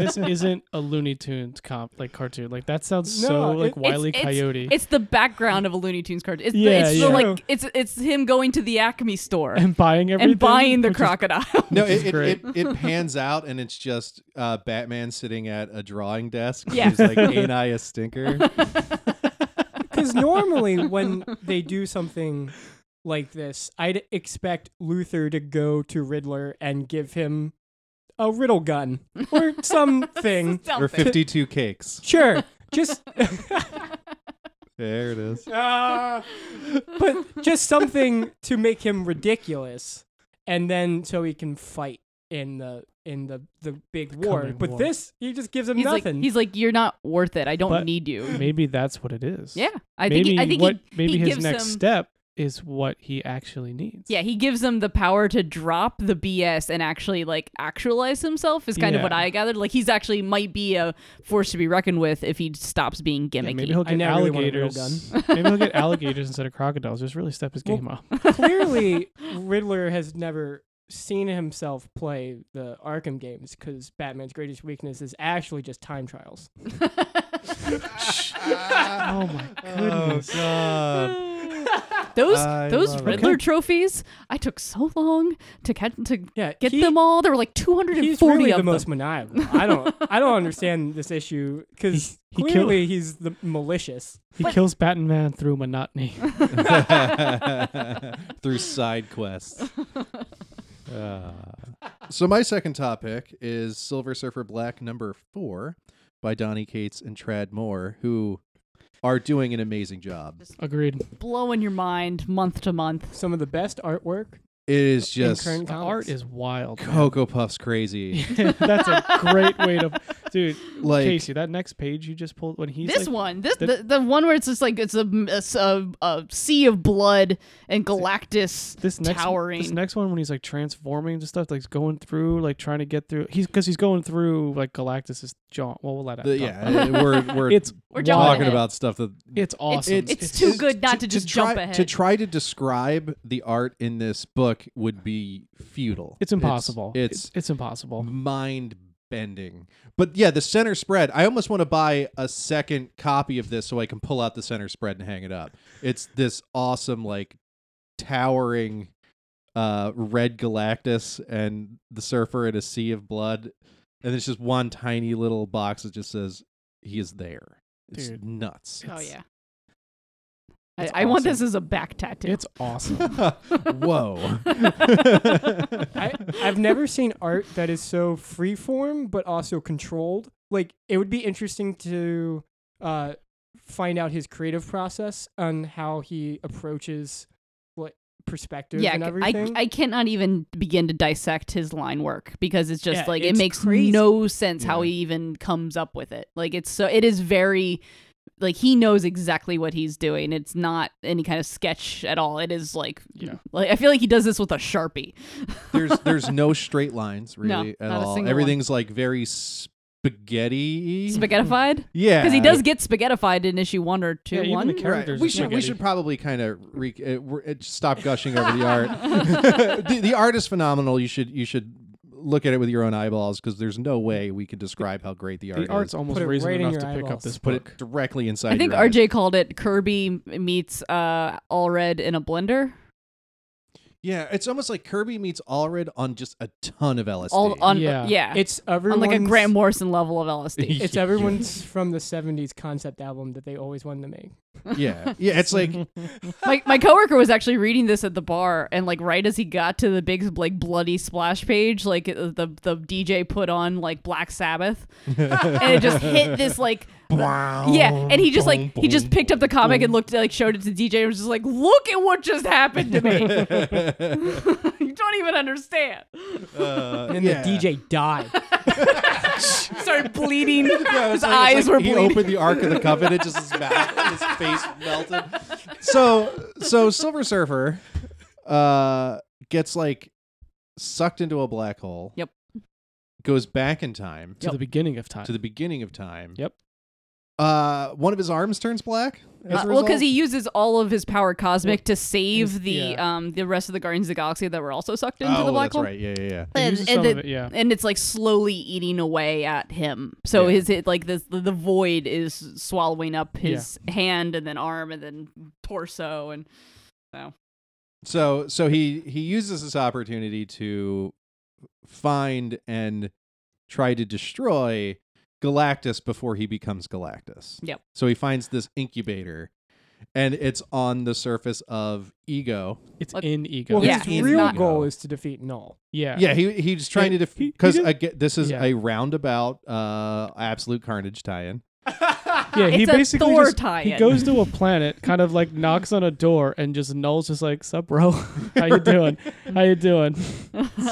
Speaker 3: this isn't a Looney Tunes comp like cartoon. Like that sounds
Speaker 4: No,
Speaker 3: so
Speaker 4: it-
Speaker 3: like
Speaker 4: It's-
Speaker 3: Wily Coyote.
Speaker 1: It's, the background of a Looney Tunes cartoon. It's, the-
Speaker 3: Yeah,
Speaker 1: it's the,
Speaker 3: yeah.
Speaker 1: like it's it's him going to the Acme store and,
Speaker 3: and buying everything
Speaker 1: buying the
Speaker 3: which is-
Speaker 1: crocodile.
Speaker 2: No,
Speaker 3: Which is
Speaker 2: it, it,
Speaker 3: great.
Speaker 2: it, it pans out and it's just uh, Batman sitting at a drawing desk.
Speaker 1: Yeah.
Speaker 2: He's like, ain't I a stinker?
Speaker 4: Because normally when they do something like this, I'd expect Luther to go to Riddler and give him a riddle gun or something.
Speaker 2: or 52 cakes.
Speaker 4: sure. Just
Speaker 2: There it is.
Speaker 4: Ah. but just something to make him ridiculous and then so he can fight in the in the the big war.
Speaker 3: coming
Speaker 4: But
Speaker 3: war.
Speaker 4: this he just gives him
Speaker 1: He's like,
Speaker 4: nothing.
Speaker 1: he's like, you're not worth it. I don't
Speaker 3: But-
Speaker 1: need you.
Speaker 3: Maybe that's what it is.
Speaker 1: Yeah, I
Speaker 3: maybe
Speaker 1: think. He, I think
Speaker 3: what
Speaker 1: he,
Speaker 3: maybe
Speaker 1: he
Speaker 3: his
Speaker 1: gives
Speaker 3: next
Speaker 1: him,
Speaker 3: step is what he actually needs.
Speaker 1: Yeah, he gives them the power to drop the BS and actually like actualize himself. Is kind of what
Speaker 3: Yeah.
Speaker 1: I gathered. Like he's actually might be a force to be reckoned with if he stops being
Speaker 3: Yeah,
Speaker 1: gimmicky.
Speaker 3: maybe he'll
Speaker 4: I
Speaker 3: get
Speaker 4: now really want a real
Speaker 3: alligators. maybe he'll get alligators instead of crocodiles. Just really step his
Speaker 4: Well,
Speaker 3: game up.
Speaker 4: clearly Riddler has never seen himself play the Arkham games because Batman's greatest weakness is actually just time trials.
Speaker 3: Oh my
Speaker 2: Oh,
Speaker 3: goodness.
Speaker 2: God.
Speaker 1: those
Speaker 2: I
Speaker 1: those
Speaker 2: love it.
Speaker 1: Riddler
Speaker 3: Okay.
Speaker 1: trophies, I took so long to get to
Speaker 4: Yeah,
Speaker 1: get
Speaker 4: he-
Speaker 1: them all. There were like 240
Speaker 4: He's really the
Speaker 1: of them.
Speaker 4: most maniacal. I don't I don't understand this issue because
Speaker 3: He- he killed-
Speaker 4: clearly he's the malicious.
Speaker 3: He
Speaker 1: But-
Speaker 3: kills Batman through monotony.
Speaker 2: through side quests. Uh, so my second topic is Silver Surfer Black number four by Donnie Cates and Trad Moore, who are doing an amazing job.
Speaker 3: Agreed.
Speaker 1: blowing your mind month to month.
Speaker 4: Some of the best artwork
Speaker 2: It is
Speaker 4: in
Speaker 2: just
Speaker 4: current
Speaker 3: The
Speaker 4: comics.
Speaker 3: art is wild. man.
Speaker 2: Cocoa Puffs crazy.
Speaker 3: That's a great way to, dude.
Speaker 2: Like
Speaker 3: Casey, that next page you just pulled when he's
Speaker 1: this
Speaker 3: like,
Speaker 1: one, this
Speaker 3: the-
Speaker 1: the, the one where it's just like it's a, a- a- a sea of blood and Galactus
Speaker 3: this next
Speaker 1: towering.
Speaker 3: this next one when he's like transforming and stuff, like he's going through, like trying to get through. He's because he's going through like Galactus's jaw. Well, we'll let
Speaker 2: the-
Speaker 3: that.
Speaker 2: yeah, it- we're we're
Speaker 3: it's
Speaker 1: We're jumping
Speaker 3: wild.
Speaker 2: talking
Speaker 1: ahead.
Speaker 2: about stuff that
Speaker 3: It's awesome.
Speaker 1: It's, too good not to, just
Speaker 2: try,
Speaker 1: jump ahead.
Speaker 2: To try to describe the art in this book would be futile.
Speaker 3: It's impossible.
Speaker 2: It's,
Speaker 3: it's, impossible.
Speaker 2: mind bending. But yeah, the center spread. I almost want to buy a second copy of this so I can pull out the center spread and hang it up. It's this awesome, like towering uh red Galactus and the surfer in a sea of blood. And it's just one tiny little box that just says he is there. It's
Speaker 3: Dude.
Speaker 2: nuts.
Speaker 1: oh yeah. I,
Speaker 3: it's
Speaker 1: I want
Speaker 3: awesome.
Speaker 1: this as a back tattoo.
Speaker 3: It's awesome.
Speaker 2: Whoa.
Speaker 4: I, I've never seen art that is so freeform but also controlled. Like it would be interesting to uh, find out his creative process on how he approaches like perspective
Speaker 1: yeah,
Speaker 4: and
Speaker 1: I,
Speaker 4: everything.
Speaker 1: I cannot even begin to dissect his line work because it's just
Speaker 4: Yeah,
Speaker 1: like
Speaker 4: it's
Speaker 1: it makes
Speaker 4: crazy.
Speaker 1: no sense how
Speaker 2: Yeah.
Speaker 1: he even comes up with it. Like it's so it is very like he knows exactly what he's doing. It's not any kind of sketch at all. It is like
Speaker 3: Yeah.
Speaker 1: like I feel like he does this with a sharpie.
Speaker 2: there's there's no straight lines
Speaker 1: No,
Speaker 2: really at
Speaker 1: not a
Speaker 2: all.
Speaker 1: single one.
Speaker 2: Everything's like very spaghetti.
Speaker 1: Spaghettified
Speaker 2: yeah,
Speaker 1: because he does get spaghettified in issue one or two.
Speaker 3: Yeah, even
Speaker 1: one.
Speaker 3: the character- characters
Speaker 2: We
Speaker 3: are
Speaker 2: should we
Speaker 3: spaghetti.
Speaker 2: should probably kind of re- uh, we're- uh, just stop gushing over the art. the, the art is phenomenal. You should you should look at it with your own eyeballs because there's no way we can describe how great the art
Speaker 3: the art's
Speaker 2: is.
Speaker 3: almost
Speaker 4: Put it
Speaker 3: raising
Speaker 4: right in
Speaker 3: enough
Speaker 4: your
Speaker 3: to pick up
Speaker 4: eyeballs.
Speaker 3: this
Speaker 2: Put
Speaker 3: book.
Speaker 2: it directly inside.
Speaker 1: I think
Speaker 2: your eyes.
Speaker 1: RJ called it Kirby meets uh, All Red in a blender.
Speaker 2: Yeah, it's almost like Kirby meets Allred on just a ton of LSD.
Speaker 1: All on yeah,
Speaker 3: Yeah.
Speaker 4: It's
Speaker 1: on
Speaker 4: everyone's
Speaker 1: like a Grant Morrison level of LSD.
Speaker 4: It's everyone's from the '70s concept album that they always wanted to make.
Speaker 2: yeah, yeah. It's like
Speaker 1: my my coworker was actually reading this at the bar, and like right as he got to the big like bloody splash page, like uh, the the DJ put on like Black Sabbath, and it just hit this like yeah, and he just like he just picked up the comic and looked like showed it to the DJ and was just like, look at what just happened to me. you don't even understand.
Speaker 2: uh,
Speaker 4: And then
Speaker 2: yeah.
Speaker 4: the DJ died.
Speaker 1: Started bleeding. Uh,
Speaker 2: Yeah,
Speaker 1: His
Speaker 2: it's like- it's like
Speaker 1: eyes were
Speaker 2: he
Speaker 1: bleeding.
Speaker 2: opened the Ark of the Covenant, just his mouth, his face melted. So, so Silver Surfer uh, gets like sucked into a black hole.
Speaker 1: Yep.
Speaker 2: Goes back in time
Speaker 3: to the beginning of time.
Speaker 2: to the beginning of time.
Speaker 3: Yep.
Speaker 2: Uh, one of his arms turns black. As a
Speaker 1: Uh, well,
Speaker 2: result.
Speaker 1: because he uses all of his power cosmic to save
Speaker 3: His-
Speaker 1: the
Speaker 3: yeah.
Speaker 1: um the rest of the Guardians of the Galaxy that were also sucked into
Speaker 2: oh,
Speaker 1: the black
Speaker 2: that's
Speaker 1: hole.
Speaker 2: right. Yeah, yeah, yeah.
Speaker 3: It
Speaker 1: And,
Speaker 3: uses
Speaker 1: and
Speaker 3: some
Speaker 1: the-
Speaker 3: of it, yeah.
Speaker 1: and it's like slowly eating away at him. So
Speaker 2: Yeah.
Speaker 1: his it, like this the, the void is swallowing up his hand and then arm and then torso and
Speaker 2: So, so he he uses this opportunity to find and try to destroy Galactus before he becomes Galactus.
Speaker 1: Yep.
Speaker 2: So he finds this incubator, and it's on the surface of Ego.
Speaker 3: It's
Speaker 1: Like-
Speaker 3: in ego.
Speaker 4: Well,
Speaker 1: Yeah,
Speaker 4: his
Speaker 1: he's
Speaker 4: real
Speaker 1: not-
Speaker 4: goal is to defeat Null.
Speaker 3: yeah.
Speaker 2: Yeah, he he's trying to
Speaker 3: he- he
Speaker 2: because
Speaker 3: did-
Speaker 2: this is
Speaker 3: Yeah.
Speaker 2: a roundabout uh absolute carnage tie-in.
Speaker 3: Yeah, he
Speaker 1: It's a
Speaker 3: basically
Speaker 1: Thor
Speaker 3: just,
Speaker 1: tie-in.
Speaker 3: he goes to a planet, kind of like knocks on a door, and just Null's just like, "Sup, bro? How you doing? How you doing?"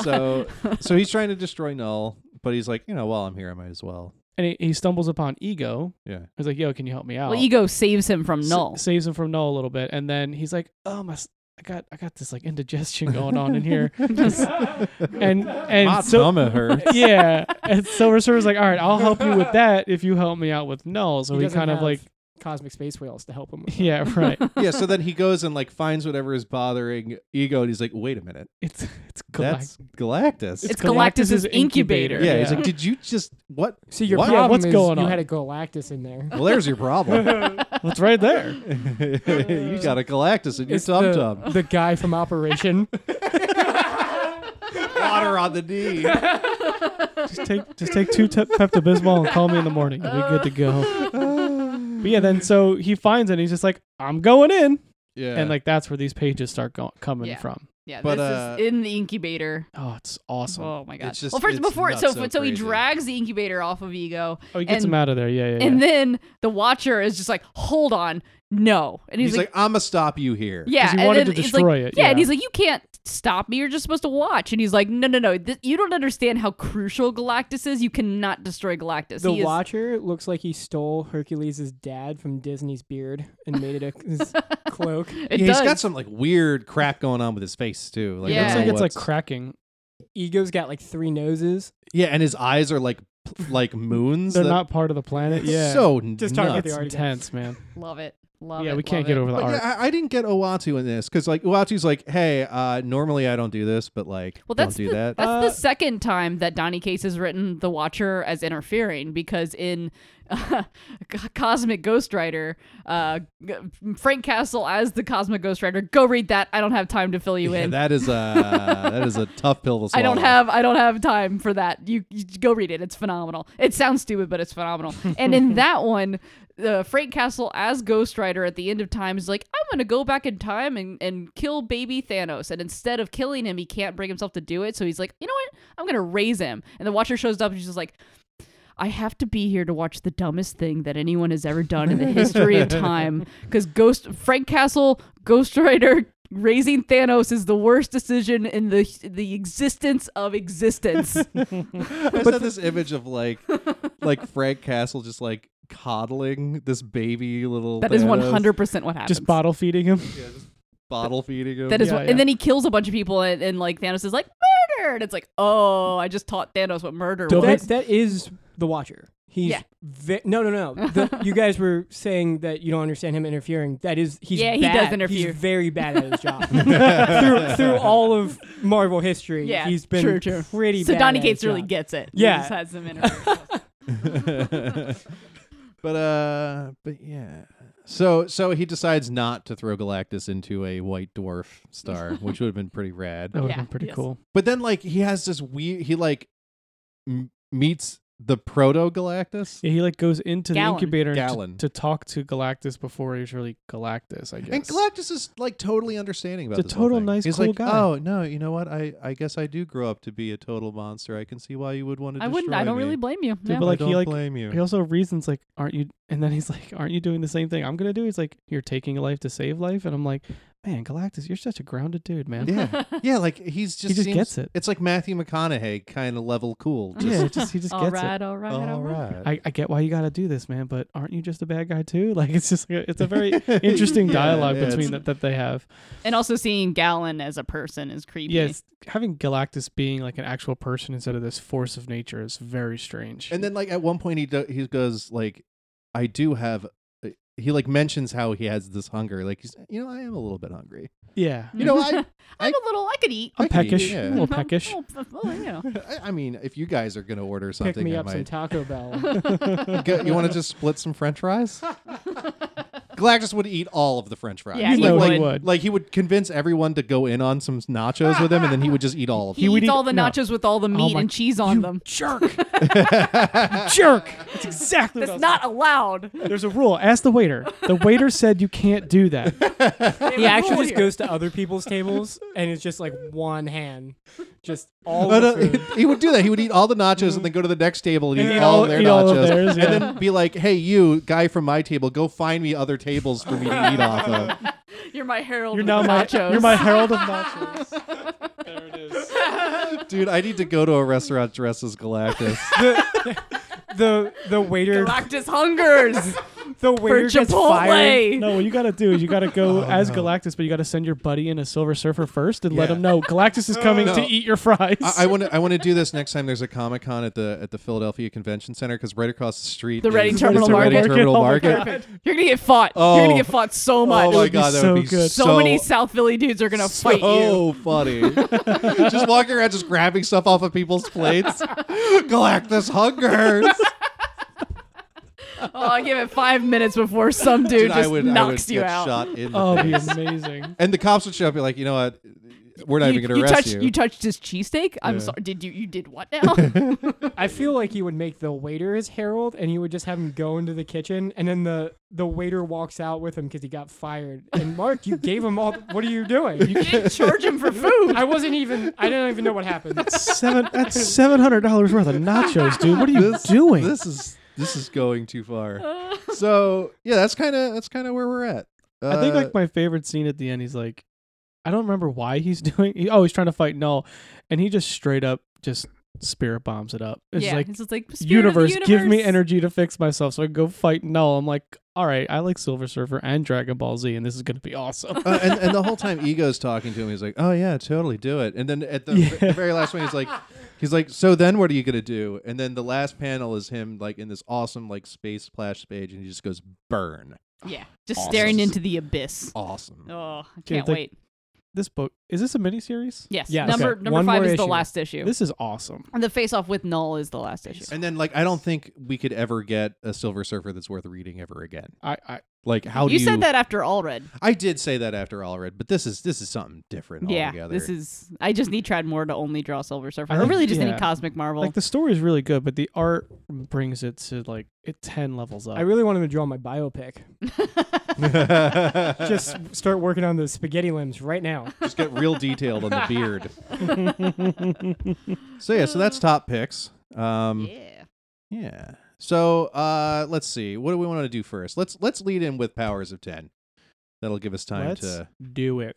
Speaker 2: So so he's trying to destroy Null, but he's like, you know, while I'm here, I might as well.
Speaker 3: And he, he stumbles upon Ego.
Speaker 2: Yeah.
Speaker 3: He's like, "Yo, can you help me out?"
Speaker 2: Oh.
Speaker 1: well, ego saves him from
Speaker 3: S-
Speaker 1: null.
Speaker 3: saves him from Null a little bit, and then he's like, "Oh my." s- I got I got this like indigestion going on in here, and and
Speaker 2: My
Speaker 3: so
Speaker 2: stomach hurts.
Speaker 3: yeah, and Silver Surfer's like, all right, I'll help you with that if you help me out with Null. So
Speaker 4: he
Speaker 3: he,
Speaker 4: doesn't
Speaker 3: kind of
Speaker 4: have
Speaker 3: like,
Speaker 4: cosmic space whales to help him. With that.
Speaker 3: yeah, right.
Speaker 2: yeah, so then he goes and like finds whatever is bothering Ego, and he's like, "Wait a minute,
Speaker 3: It's it's
Speaker 2: that's Galactus."
Speaker 1: It's Galactus's incubator.
Speaker 2: yeah, he's
Speaker 3: yeah.
Speaker 2: like, "Did you just what?"
Speaker 4: See, your
Speaker 2: What?
Speaker 4: problem
Speaker 3: Yeah, what's
Speaker 4: is
Speaker 3: going
Speaker 4: you
Speaker 3: on?
Speaker 4: had a Galactus in there.
Speaker 2: Well, there's your problem.
Speaker 3: What's right there?
Speaker 2: you got a Galactus in your
Speaker 4: It's
Speaker 2: tum
Speaker 4: the,
Speaker 2: tum.
Speaker 4: the guy from Operation.
Speaker 2: Water on the knee.
Speaker 3: Just take just take two te- Pepto Bismol and call me in the morning. You'll be good to go. But yeah, then so he finds it. and He's just like, I'm going in,
Speaker 2: Yeah,
Speaker 3: and like that's where these pages start go- coming
Speaker 1: Yeah.
Speaker 3: from.
Speaker 1: yeah,
Speaker 2: but,
Speaker 1: this
Speaker 2: uh,
Speaker 1: is in the incubator.
Speaker 3: Oh, it's awesome. Oh,
Speaker 1: Oh my god!
Speaker 2: It's just-
Speaker 1: well, first
Speaker 2: it's
Speaker 1: before
Speaker 2: nuts,
Speaker 1: so
Speaker 2: so
Speaker 1: so, he
Speaker 2: crazy.
Speaker 1: drags the incubator off of ego,
Speaker 3: Oh, he gets
Speaker 1: and-
Speaker 3: him out of there. Yeah, yeah. yeah.
Speaker 1: and then the Watcher is just like, "Hold on, no," and he's,
Speaker 2: he's like, "I'm gonna stop you here."
Speaker 1: Yeah,
Speaker 3: 'Cause he
Speaker 1: and
Speaker 3: wanted
Speaker 1: then
Speaker 3: to
Speaker 1: he's
Speaker 3: destroy
Speaker 1: like,
Speaker 3: it,
Speaker 1: and
Speaker 3: yeah.
Speaker 1: he's like, "You can't stop me. You're just supposed to watch." And he's like, "No, no, no. Th- you don't understand how crucial Galactus is. You cannot destroy Galactus.
Speaker 4: The
Speaker 1: he is-
Speaker 4: Watcher looks like he stole Hercules' dad from Disney's beard and made it a, his cloak.
Speaker 1: It
Speaker 2: Yeah,
Speaker 1: does.
Speaker 2: he's got some like weird crap going on with his face too. Like, I
Speaker 1: Yeah.
Speaker 2: don't
Speaker 3: Looks
Speaker 2: know
Speaker 3: like it's like
Speaker 2: what's-
Speaker 3: cracking.
Speaker 4: Ego's got like three noses.
Speaker 2: yeah, and his eyes are like p- like moons.
Speaker 3: They're
Speaker 2: that-
Speaker 3: not part of the planet. Yeah,
Speaker 2: so
Speaker 4: Just talking
Speaker 2: nuts.
Speaker 4: about the
Speaker 3: it's
Speaker 4: art again.
Speaker 3: intense, man.
Speaker 1: love it. Love it.
Speaker 3: yeah, we can't
Speaker 1: love
Speaker 3: get
Speaker 1: it.
Speaker 3: over the
Speaker 2: But
Speaker 3: art.
Speaker 2: yeah, I, I didn't get Owatu in this because like Owatu's like, hey, uh, normally I don't do this, but like,
Speaker 1: Well, that's
Speaker 2: don't do
Speaker 1: the,
Speaker 2: that.
Speaker 1: that's the
Speaker 3: Uh,
Speaker 1: second time that Donny Case has written The Watcher as interfering because in uh, Cosmic Ghost Rider, uh, g- Frank Castle as the Cosmic Ghost Rider. Go read that. I don't have time to fill you
Speaker 2: Yeah,
Speaker 1: in.
Speaker 2: that is a that is a tough pill to swallow.
Speaker 1: I don't have I don't have time for that. You, you go read it. It's phenomenal. It sounds stupid, but it's phenomenal. and in that one, uh, Frank Castle as Ghost Rider at the end of time is like, I'm gonna go back in time and and kill baby Thanos. And instead of killing him, he can't bring himself to do it. So he's like, you know what? I'm gonna raise him. And the Watcher shows up and she's just like. I have to be here to watch the dumbest thing that anyone has ever done in the history of time. Because Ghost Frank Castle, Ghost Rider, raising Thanos is the worst decision in the the existence of existence.
Speaker 2: I just had this image of like like Frank Castle just like coddling this baby little.
Speaker 1: that is
Speaker 2: Thanos,
Speaker 1: one hundred percent what happens.
Speaker 3: Just bottle feeding him.
Speaker 2: bottle feeding him.
Speaker 1: That is
Speaker 3: Yeah,
Speaker 1: what,
Speaker 3: yeah.
Speaker 1: and then he kills a bunch of people, and, and like Thanos is like murdered. It's like, oh, I just taught Thanos what murder
Speaker 3: Don't
Speaker 1: was.
Speaker 4: That, that is the Watcher. He's
Speaker 1: Yeah.
Speaker 4: ve- no, no, no. The- you guys were saying that you don't understand him interfering. That is, he's
Speaker 1: Yeah, he does
Speaker 4: bad.
Speaker 1: interfere.
Speaker 4: He's very bad at his job. through, through all of Marvel history,
Speaker 1: Yeah,
Speaker 4: he's been
Speaker 1: true, true.
Speaker 4: pretty.
Speaker 1: so
Speaker 4: bad
Speaker 1: Donny
Speaker 4: at
Speaker 1: Cates
Speaker 4: his
Speaker 1: really
Speaker 4: job.
Speaker 1: gets it. He
Speaker 4: Yeah.
Speaker 1: just has them in her-
Speaker 2: But uh, but yeah. So so he decides not to throw Galactus into a white dwarf star, which would have been pretty rad.
Speaker 3: That would
Speaker 1: Yeah,
Speaker 3: have been pretty
Speaker 1: yes.
Speaker 3: cool.
Speaker 2: But then like he has this weird. He like m- meets the proto Galactus.
Speaker 3: Yeah, he like goes into
Speaker 1: Gallon.
Speaker 3: the incubator and t-
Speaker 2: Gallon.
Speaker 3: to talk to Galactus before he's really Galactus, I guess.
Speaker 2: And Galactus is like totally understanding about
Speaker 3: He's a
Speaker 2: this whole
Speaker 3: total
Speaker 2: thing.
Speaker 3: nice,
Speaker 2: He's
Speaker 3: cool
Speaker 2: like,
Speaker 3: guy.
Speaker 2: oh no, you know what? I I guess I do grow up to be a total monster. I can see why you would want to.
Speaker 1: I wouldn't. I
Speaker 2: destroy
Speaker 1: don't really
Speaker 2: me.
Speaker 1: blame you.
Speaker 3: Dude,
Speaker 1: Yeah.
Speaker 3: but
Speaker 2: I
Speaker 3: like, he,
Speaker 2: don't
Speaker 3: like-
Speaker 2: blame you.
Speaker 3: he also reasons like, "Aren't you?" And then he's like, "Aren't you doing the same thing I'm gonna do?" He's like, "You're taking a life to save life," and I'm like, "Man, Galactus, you're such a grounded dude, man."
Speaker 2: yeah, yeah. Like he's just
Speaker 3: he just
Speaker 2: seems-
Speaker 3: gets it.
Speaker 2: It's like Matthew McConaughey kind of level cool. Just,
Speaker 3: Yeah, it just- he just
Speaker 1: all
Speaker 3: gets it.
Speaker 1: right, all right, all
Speaker 2: all
Speaker 1: right.
Speaker 2: right.
Speaker 3: I, I get why you got to do this, man, but aren't you just a bad guy too? Like it's just like a- it's a very interesting
Speaker 2: Yeah,
Speaker 3: dialogue
Speaker 2: yeah, it's-
Speaker 3: between that that they have.
Speaker 1: And also seeing Gallon as a person is creepy.
Speaker 3: Yes, having Galactus being like an actual person instead of this force of nature is very strange.
Speaker 2: And then like at one point he do, he goes like, I do have. uh, He like mentions how he has this hunger. Like he's you know I am a little bit hungry.
Speaker 3: yeah,
Speaker 2: You know, I- I-
Speaker 1: I'm a little. I could eat.
Speaker 3: I'm
Speaker 2: I could eat,
Speaker 3: peckish,
Speaker 2: yeah.
Speaker 3: I'm a little peckish.
Speaker 1: Well, p- well, you know.
Speaker 2: I, I mean, if you guys are gonna order something,
Speaker 4: Pick me
Speaker 2: I
Speaker 4: up some
Speaker 2: might.
Speaker 4: Taco Bell.
Speaker 2: Go- you want to just split some French fries? Galactus would eat all of the French fries.
Speaker 1: Yeah,
Speaker 3: You
Speaker 1: he
Speaker 3: know
Speaker 1: would.
Speaker 3: he
Speaker 2: like, like he would convince everyone to go in on some nachos with him, and then he would just eat Oh all of
Speaker 1: He,
Speaker 2: them.
Speaker 3: would
Speaker 1: eats
Speaker 3: eat-
Speaker 1: all the
Speaker 3: no.
Speaker 1: nachos with all the meat
Speaker 3: my-
Speaker 1: and cheese on them.
Speaker 3: jerk, jerk. That's exactly
Speaker 1: That's
Speaker 3: what I was-
Speaker 1: not allowed.
Speaker 3: There's a rule. Ask the waiter. The waiter said you can't do that.
Speaker 4: he actually just
Speaker 1: here.
Speaker 4: goes to other people's tables and it's just like one hand, just all
Speaker 2: Oh, no,
Speaker 4: the food.
Speaker 2: he would do that. He would eat all the nachos and then go to the next table and, eat, all, of their
Speaker 3: eat
Speaker 2: nachos,
Speaker 3: all of theirs, yeah.
Speaker 2: and then be like, "Hey, you guy from my table, go find me other tables for me to eat off of."
Speaker 1: You're my herald.
Speaker 3: You're
Speaker 1: of
Speaker 3: now
Speaker 1: the
Speaker 3: my
Speaker 1: nachos.
Speaker 3: you're my herald of nachos.
Speaker 2: Dude, I need to go to a restaurant dressed as Galactus.
Speaker 4: the the waiter
Speaker 1: Galactus hungers
Speaker 4: the
Speaker 1: for
Speaker 4: waiter gets fired.
Speaker 1: Chipotle.
Speaker 3: No, what you gotta do is you gotta go as
Speaker 2: Oh, no.
Speaker 3: Galactus, but you gotta send your buddy in a Silver Surfer first and let
Speaker 2: Yeah. Oh,
Speaker 3: him know Galactus is coming
Speaker 2: No.
Speaker 3: to eat your fries.
Speaker 2: I want to. I want to do this next time. There's a Comic Con at the at the Philadelphia Convention Center because right across the street,
Speaker 1: The
Speaker 2: is-
Speaker 1: Reading
Speaker 2: is
Speaker 1: Terminal
Speaker 2: the Reading
Speaker 1: Market.
Speaker 2: Terminal
Speaker 3: Oh my
Speaker 2: Market.
Speaker 3: God.
Speaker 1: You're gonna get fought. You're
Speaker 2: Oh.
Speaker 1: gonna get fought so much.
Speaker 2: Oh my
Speaker 3: would be
Speaker 2: god, that would be
Speaker 3: so good.
Speaker 1: so, many South Philly dudes are gonna
Speaker 2: so
Speaker 1: fight you.
Speaker 2: funny. just walking around, just grabbing stuff off of people's plates. Galactus hungers.
Speaker 1: Oh, I give it five minutes before some dude,
Speaker 2: Dude,
Speaker 1: just
Speaker 2: I would, I would
Speaker 1: knocks
Speaker 2: get
Speaker 1: you out.
Speaker 2: shot in the
Speaker 3: oh, it'd be
Speaker 2: face.
Speaker 3: amazing.
Speaker 2: And the cops would show up and be like, you know what? We're not
Speaker 1: you,
Speaker 2: even going
Speaker 1: you
Speaker 2: to arrest
Speaker 1: touched
Speaker 2: you.
Speaker 1: you touched his cheesesteak. I'm
Speaker 2: Yeah.
Speaker 1: sorry. Did you you did what now?
Speaker 4: I feel like he would make the waiter his herald and he would just have him go into the kitchen and then the the waiter walks out with him because he got fired. And Mark, you gave him all. The, what are you doing? You-
Speaker 1: you didn't charge him for food.
Speaker 4: I wasn't even. I didn't even know what happened.
Speaker 3: Seven that's seven hundred dollars worth of nachos, dude. What are you
Speaker 2: This-
Speaker 3: doing?
Speaker 2: This is this is going too far. so yeah, that's kind of that's kind of where we're at. Uh,
Speaker 3: I think like my favorite scene at the end, he's like, I don't remember why he's doing. He, oh, he's trying to fight Null, and he just straight up just spirit bombs it up. It's
Speaker 1: yeah,
Speaker 3: like
Speaker 1: it's just like "Spirit of the
Speaker 3: universe, give me
Speaker 1: universe."
Speaker 3: energy to fix myself so I can go fight Null. I'm like, all right, I like Silver Surfer and Dragon Ball Z, and this is gonna be awesome.
Speaker 2: Uh, and, and the whole time ego's talking to him he's like oh yeah totally do it and then at the,
Speaker 3: Yeah.
Speaker 2: the very last one he's like he's like so then what are you gonna do and then the last panel is him like in this awesome like space splash page and he just goes burn
Speaker 1: Yeah, just
Speaker 2: Awesome.
Speaker 1: staring into the abyss.
Speaker 2: awesome
Speaker 1: Oh, I can't
Speaker 3: the-
Speaker 1: wait.
Speaker 3: this book is this a miniseries?
Speaker 1: Yes,
Speaker 3: Yes.
Speaker 1: number
Speaker 3: Okay.
Speaker 1: number
Speaker 3: One
Speaker 1: five
Speaker 3: more
Speaker 1: is the
Speaker 3: issue.
Speaker 1: last issue.
Speaker 3: This is awesome.
Speaker 1: and the face off with Null is the last issue.
Speaker 2: and then like i don't think we could ever get a silver surfer that's worth reading ever again
Speaker 3: I, I
Speaker 2: like how
Speaker 1: you
Speaker 2: do
Speaker 1: said that after Allred.
Speaker 2: i did say that after all read but this is this is something different
Speaker 1: Yeah,
Speaker 2: altogether
Speaker 1: this is. I just need Tradmore to only draw Silver Surfer.
Speaker 3: I
Speaker 1: I,
Speaker 3: think-
Speaker 1: really just
Speaker 3: yeah.
Speaker 1: need Cosmic Marvel.
Speaker 3: like the story is really good, but the art brings it to like it ten levels up.
Speaker 4: I really wanted to draw my biopic. Just start working on those spaghetti limbs right now.
Speaker 2: just get real detailed on the beard so yeah so that's top picks um
Speaker 1: yeah.
Speaker 2: Yeah. So uh let's see. What do we want to do first? Let's let's lead in with powers of ten. That'll give us time
Speaker 3: Let's
Speaker 2: to
Speaker 3: do it.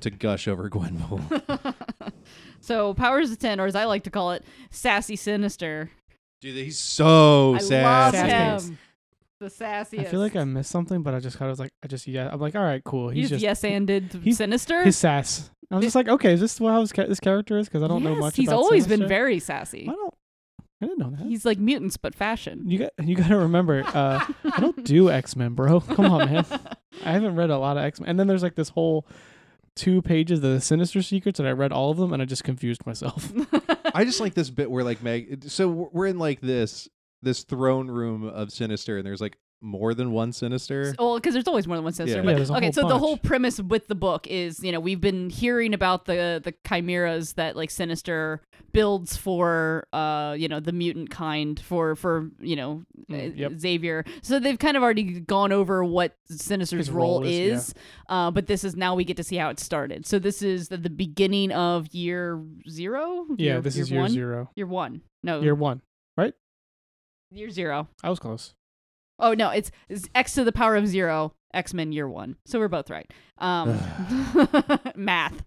Speaker 2: to gush over Gwenpool.
Speaker 1: so powers of ten, or as I like to call it, sassy sinister.
Speaker 2: Dude, he's so
Speaker 1: I
Speaker 2: sad.
Speaker 4: sassy.
Speaker 1: love him. The sassiest.
Speaker 3: I feel like I missed something, but I just kind of was like, I just yeah. I'm like, all right, cool.
Speaker 1: You
Speaker 3: He's
Speaker 1: just
Speaker 3: just
Speaker 1: yes anded
Speaker 3: he's-
Speaker 1: sinister.
Speaker 3: his sass. I was just like, okay, is this what his ca- this character is? Because I don't know
Speaker 1: Yes,
Speaker 3: much.
Speaker 1: He's
Speaker 3: about
Speaker 1: always
Speaker 3: Sinister.
Speaker 1: been very sassy.
Speaker 3: I don't. I didn't know that.
Speaker 1: He's like mutants but fashion.
Speaker 3: you got you got to remember. Uh, I don't do X Men, bro. Come on, man. I haven't read a lot of X Men, and then there's like this whole two pages of the Sinister Secrets, and I read all of them, and I just confused myself.
Speaker 2: I just like this bit where like Meg so we're in like this this throne room of Sinister, and there's like more than one Sinister.
Speaker 1: Well, because there's always more than one sinister.
Speaker 2: Yeah.
Speaker 1: But,
Speaker 3: Yeah, there's a
Speaker 1: okay,
Speaker 3: whole
Speaker 1: so the
Speaker 3: bunch.
Speaker 1: whole premise with the book is, you know, we've been hearing about the the chimeras that like Sinister builds for, uh, you know, the mutant kind for for you know
Speaker 3: Mm,
Speaker 1: uh,
Speaker 3: yep.
Speaker 1: Xavier. So they've kind of already gone over what Sinister's
Speaker 3: His role
Speaker 1: role
Speaker 3: is,
Speaker 1: is, uh, but this is now we get to see how it started. So this is the, the beginning of year zero.
Speaker 3: Yeah, this is year
Speaker 1: one? Oh.
Speaker 3: zero.
Speaker 1: Year one. No,
Speaker 3: Year one.
Speaker 1: year zero.
Speaker 3: I was close.
Speaker 1: Oh no, it's, it's X to the power of zero, X Men Year One. So we're both right. Um, math.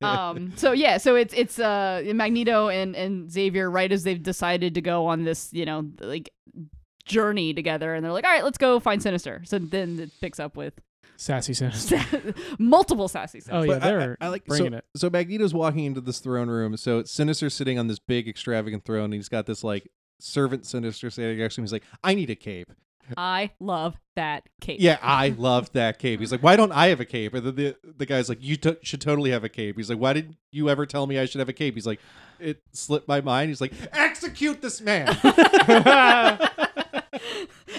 Speaker 1: um, so yeah, so it's it's uh, Magneto and and Xavier right as they've decided to go on this you know like journey together, and they're like, all right, let's go find Sinister. So then it picks up with
Speaker 3: Sassy Sinister.
Speaker 1: multiple sassy. Sinister.
Speaker 3: Oh yeah,
Speaker 2: But I-
Speaker 3: they're
Speaker 2: I- I like-
Speaker 3: bringing it.
Speaker 2: so Magneto's walking into this throne room. So it's Sinister's sitting on this big, extravagant throne, and he's got this like servant Sinister standing next to him. He's like, "I need a cape."
Speaker 1: I love that cape.
Speaker 2: Yeah, I love that cape. He's like, "Why don't I have a cape?" And then the the guy's like, "You to should totally have a cape." He's like, "Why did you ever tell me I should have a cape?" He's like, "It slipped my mind." He's like, "Execute this man."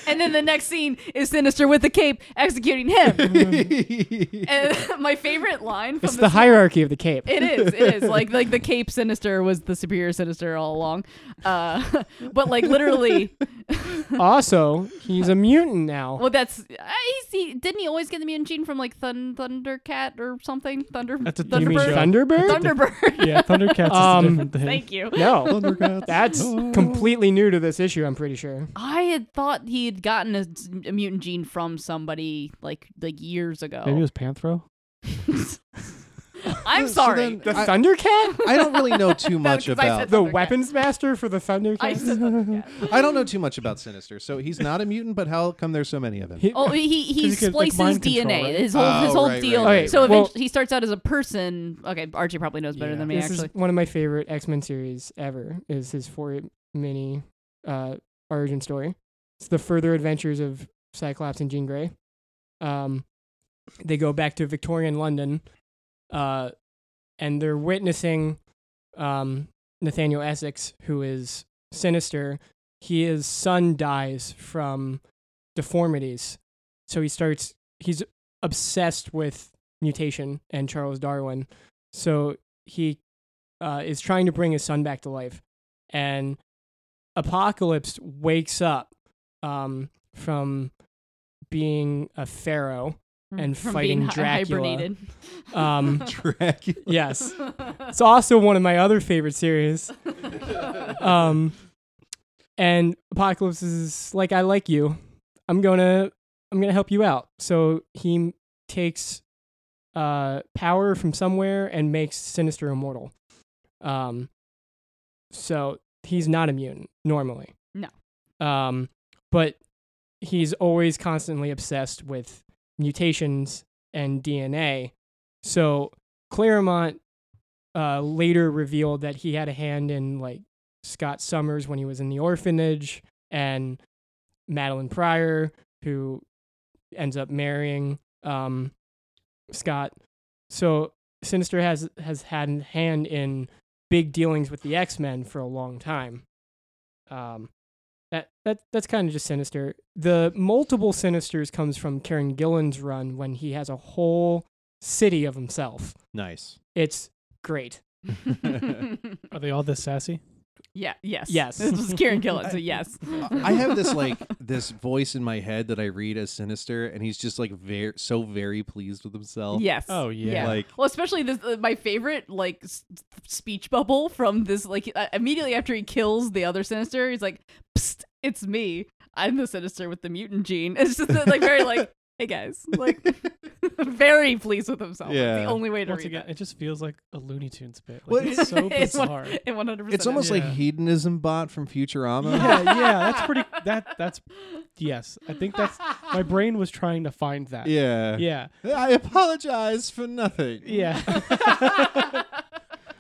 Speaker 1: And then the next scene is Sinister with the cape executing him. and my favorite line from
Speaker 4: It's
Speaker 1: this
Speaker 4: the hierarchy of the cape.
Speaker 1: It is. It is like like the Cape Sinister was the superior Sinister all along, uh, but like literally,
Speaker 4: also, he's a mutant now.
Speaker 1: well, that's uh, he's, he didn't he always get the mutant gene from like Thun Thundercat or something Thunder
Speaker 3: That's a
Speaker 4: you mean
Speaker 3: Thunderbird.
Speaker 4: Thunderbird?
Speaker 1: Thunderbird.
Speaker 3: Yeah, Thundercats
Speaker 4: Um,
Speaker 3: is a different thing.
Speaker 1: Thank you.
Speaker 4: no,
Speaker 2: Thundercats.
Speaker 4: that's completely new to this issue. I'm pretty sure.
Speaker 1: I had thought he had gotten a, a mutant gene from somebody like like years ago.
Speaker 3: Maybe it was Panthro.
Speaker 1: I'm
Speaker 2: So
Speaker 1: sorry.
Speaker 2: then-
Speaker 4: The
Speaker 2: I-
Speaker 4: Thundercat,
Speaker 2: I don't really know too much
Speaker 1: Because I
Speaker 2: about
Speaker 1: said
Speaker 4: the
Speaker 1: Thundercat.
Speaker 4: weapons master for the Thundercat.
Speaker 1: I said Thundercat.
Speaker 2: I don't know too much about Sinister. So he's not a mutant, but how come there's so many of him?
Speaker 4: He-
Speaker 1: Oh, he he, he
Speaker 3: Because you could, like,
Speaker 1: splices
Speaker 3: mind
Speaker 1: DNA.
Speaker 3: control, right?
Speaker 1: His whole his
Speaker 2: Oh,
Speaker 1: whole
Speaker 2: right, right,
Speaker 1: deal.
Speaker 2: right,
Speaker 1: so
Speaker 4: right.
Speaker 1: eventually
Speaker 4: Well-
Speaker 1: he starts out as a person. Okay, Archie probably knows better
Speaker 3: Yeah.
Speaker 1: than me
Speaker 4: this
Speaker 1: actually.
Speaker 4: is one of my favorite X Men series ever. Is his four mini uh, origin story. It's the further adventures of Cyclops and Jean Grey. Um, they go back to Victorian London, uh, and they're witnessing um, Nathaniel Essex, who is sinister. He his son dies from deformities, so he starts. He's obsessed with mutation and Charles Darwin. So he uh, is trying to bring his son back to life, and Apocalypse wakes up um, from being a pharaow. and
Speaker 1: Mm-hmm. from
Speaker 4: fighting
Speaker 1: being hi-
Speaker 4: Dracula.
Speaker 1: hibernated.
Speaker 4: Um,
Speaker 2: Dracula.
Speaker 4: yes, it's also one of my other favorite series. Um, and Apocalypse is like, "I like you. I'm gonna, I'm gonna help you out." So he m- takes uh, power from somewhere and makes Sinister immortal. Um, so he's not a mutant normally.
Speaker 1: No.
Speaker 4: Um, but he's always constantly obsessed with mutations and DNA. So Claremont uh, later revealed that he had a hand in like Scott Summers when he was in the orphanage and Madeline Pryor, who ends up marrying um, Scott. So Sinister has has had a hand in big dealings with the X Men for a long time. Um, that that that's kind of just Sinister. The multiple Sinisters comes from Karen Gillan's run when he has a whole city of himself.
Speaker 2: Nice.
Speaker 4: It's great.
Speaker 3: Are they all this sassy?
Speaker 1: yeah. Yes.
Speaker 4: Yes.
Speaker 1: This was Kieran Gillen. So yes.
Speaker 2: I have this like this voice in my head that I read as Sinister, and he's just like very so very pleased with himself.
Speaker 1: Yes.
Speaker 3: Oh, yeah.
Speaker 2: Like
Speaker 1: well, especially this, uh, my favorite like s- speech bubble from this. Like uh, immediately after he kills the other Sinister, he's like, "Psst, it's me. I'm the Sinister with the mutant gene." It's just uh, like very like, "Hey guys," like very pleased with himself. It's
Speaker 2: Yeah.
Speaker 1: the only way to
Speaker 3: Once
Speaker 1: read
Speaker 3: again, it just feels like a Looney Tunes bit. Like,
Speaker 2: Well,
Speaker 3: it's so
Speaker 1: It's one-
Speaker 3: bizarre.
Speaker 1: it. One hundred percent.
Speaker 2: it's almost like
Speaker 3: Yeah.
Speaker 2: hedonism bot from Futurama.
Speaker 3: yeah, yeah, that's pretty. That that's yes. I think that's my brain was trying to find that.
Speaker 2: Yeah.
Speaker 3: yeah,
Speaker 2: I apologize for nothing.
Speaker 3: yeah.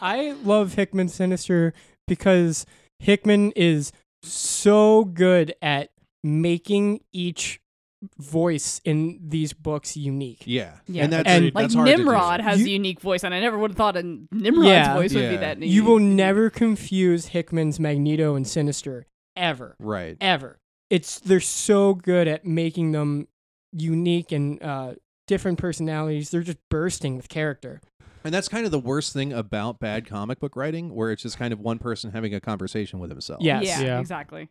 Speaker 4: I love Hickman Sinister because Hickman is so good at making each voice in these books unique.
Speaker 2: Yeah.
Speaker 1: Yeah.
Speaker 2: And that's,
Speaker 4: And-
Speaker 2: that's
Speaker 1: Like
Speaker 2: hard to do.
Speaker 1: Nimrod has
Speaker 4: You-
Speaker 1: a unique voice, and I never would have thought a Nimrod's
Speaker 4: Yeah.
Speaker 1: voice would
Speaker 2: Yeah.
Speaker 1: be that unique.
Speaker 4: You will never confuse Hickman's Magneto and Sinister ever,
Speaker 2: Right.
Speaker 4: ever. It's they're so good at making them unique and uh, different personalities. They're just bursting with character.
Speaker 2: And that's kind of the worst thing about bad comic book writing, where it's just kind of one person having a conversation with himself.
Speaker 4: Yeah. Yes.
Speaker 1: Yeah,
Speaker 3: Yeah.
Speaker 1: exactly.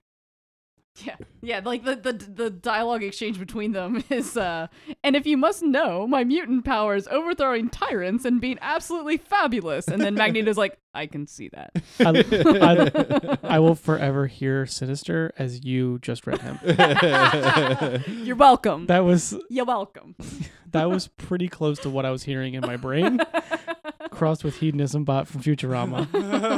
Speaker 1: Yeah, yeah. Like the, the the dialogue exchange between them is, uh and if you must know, my mutant powers overthrowing tyrants and being absolutely fabulous. And then Magneto's like, I can see that.
Speaker 3: I, I- I will forever hear Sinister as you just read him.
Speaker 1: You're welcome.
Speaker 3: That was
Speaker 1: You're welcome.
Speaker 3: that was pretty close to what I was hearing in my brain, crossed with hedonism bot from Futurama.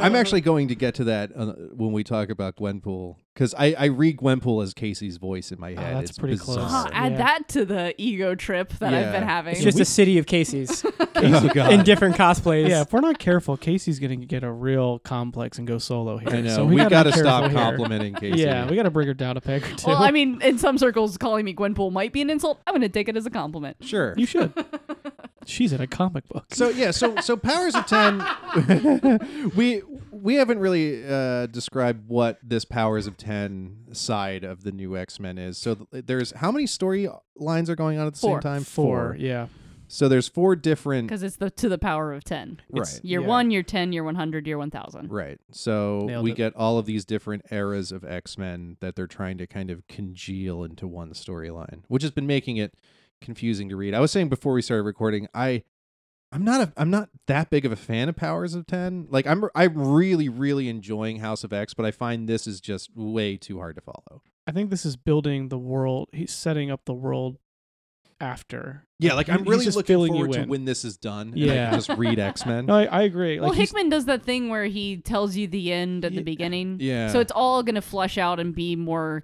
Speaker 2: I'm actually going to get to that uh, when we talk about Gwenpool, because I, I read Gwenpool as Casey's voice in my head.
Speaker 3: Oh, that's
Speaker 2: it's
Speaker 3: pretty close. Uh,
Speaker 2: bizarre.
Speaker 1: Huh, add
Speaker 3: Yeah.
Speaker 1: that to the ego trip that I've
Speaker 2: Yeah.
Speaker 1: been having.
Speaker 4: It's just
Speaker 2: we-
Speaker 4: a city of Casey's
Speaker 2: Oh, God.
Speaker 4: in different cosplays.
Speaker 3: Yeah, if we're not careful, Casey's going to get a real complex and go solo here.
Speaker 2: I know.
Speaker 3: So
Speaker 2: we,
Speaker 3: gotta be
Speaker 2: got to
Speaker 3: careful
Speaker 2: stop
Speaker 3: here.
Speaker 2: complimenting Casey.
Speaker 3: Yeah, we got to bring her down a peg or two.
Speaker 1: well, I mean, in some circles, calling me Gwenpool might be an insult. I'm gonna take it as a compliment.
Speaker 2: sure.
Speaker 3: you should. She's in a comic book.
Speaker 2: So yeah, so so powers of ten, we we haven't really uh, described what this powers of ten side of the new X Men is. So th- there's how many storylines are going on at the
Speaker 1: Four.
Speaker 2: same time?
Speaker 3: Four, yeah.
Speaker 2: So there's four different.
Speaker 1: Because it's the to the power of ten.
Speaker 2: Right.
Speaker 1: Year
Speaker 3: Yeah.
Speaker 1: one, year ten, year one hundred, year one thousand.
Speaker 2: Right. So
Speaker 3: Nailed
Speaker 2: we
Speaker 3: it.
Speaker 2: get all of these different eras of X Men that they're trying to kind of congeal into one storyline, which has been making it confusing to read. I was saying before we started recording, I I'm not a I'm not that big of a fan of Powers of Ten. Like I'm I'm really really enjoying House of X, but I find this is just way too hard to follow.
Speaker 3: I think this is building the world. He's setting up the world after.
Speaker 2: Yeah, like
Speaker 3: he-
Speaker 2: I'm
Speaker 3: he's
Speaker 2: really
Speaker 3: just
Speaker 2: looking
Speaker 3: filling you
Speaker 2: forward to
Speaker 3: in.
Speaker 2: when this is done. and I
Speaker 3: Yeah.
Speaker 2: can just read X Men.
Speaker 3: No, I, I agree.
Speaker 1: well,
Speaker 3: Like, he's-
Speaker 1: Hickman does that thing where he tells you the end at
Speaker 3: Ye-
Speaker 1: the beginning.
Speaker 2: yeah.
Speaker 1: So it's all going to flush out and be more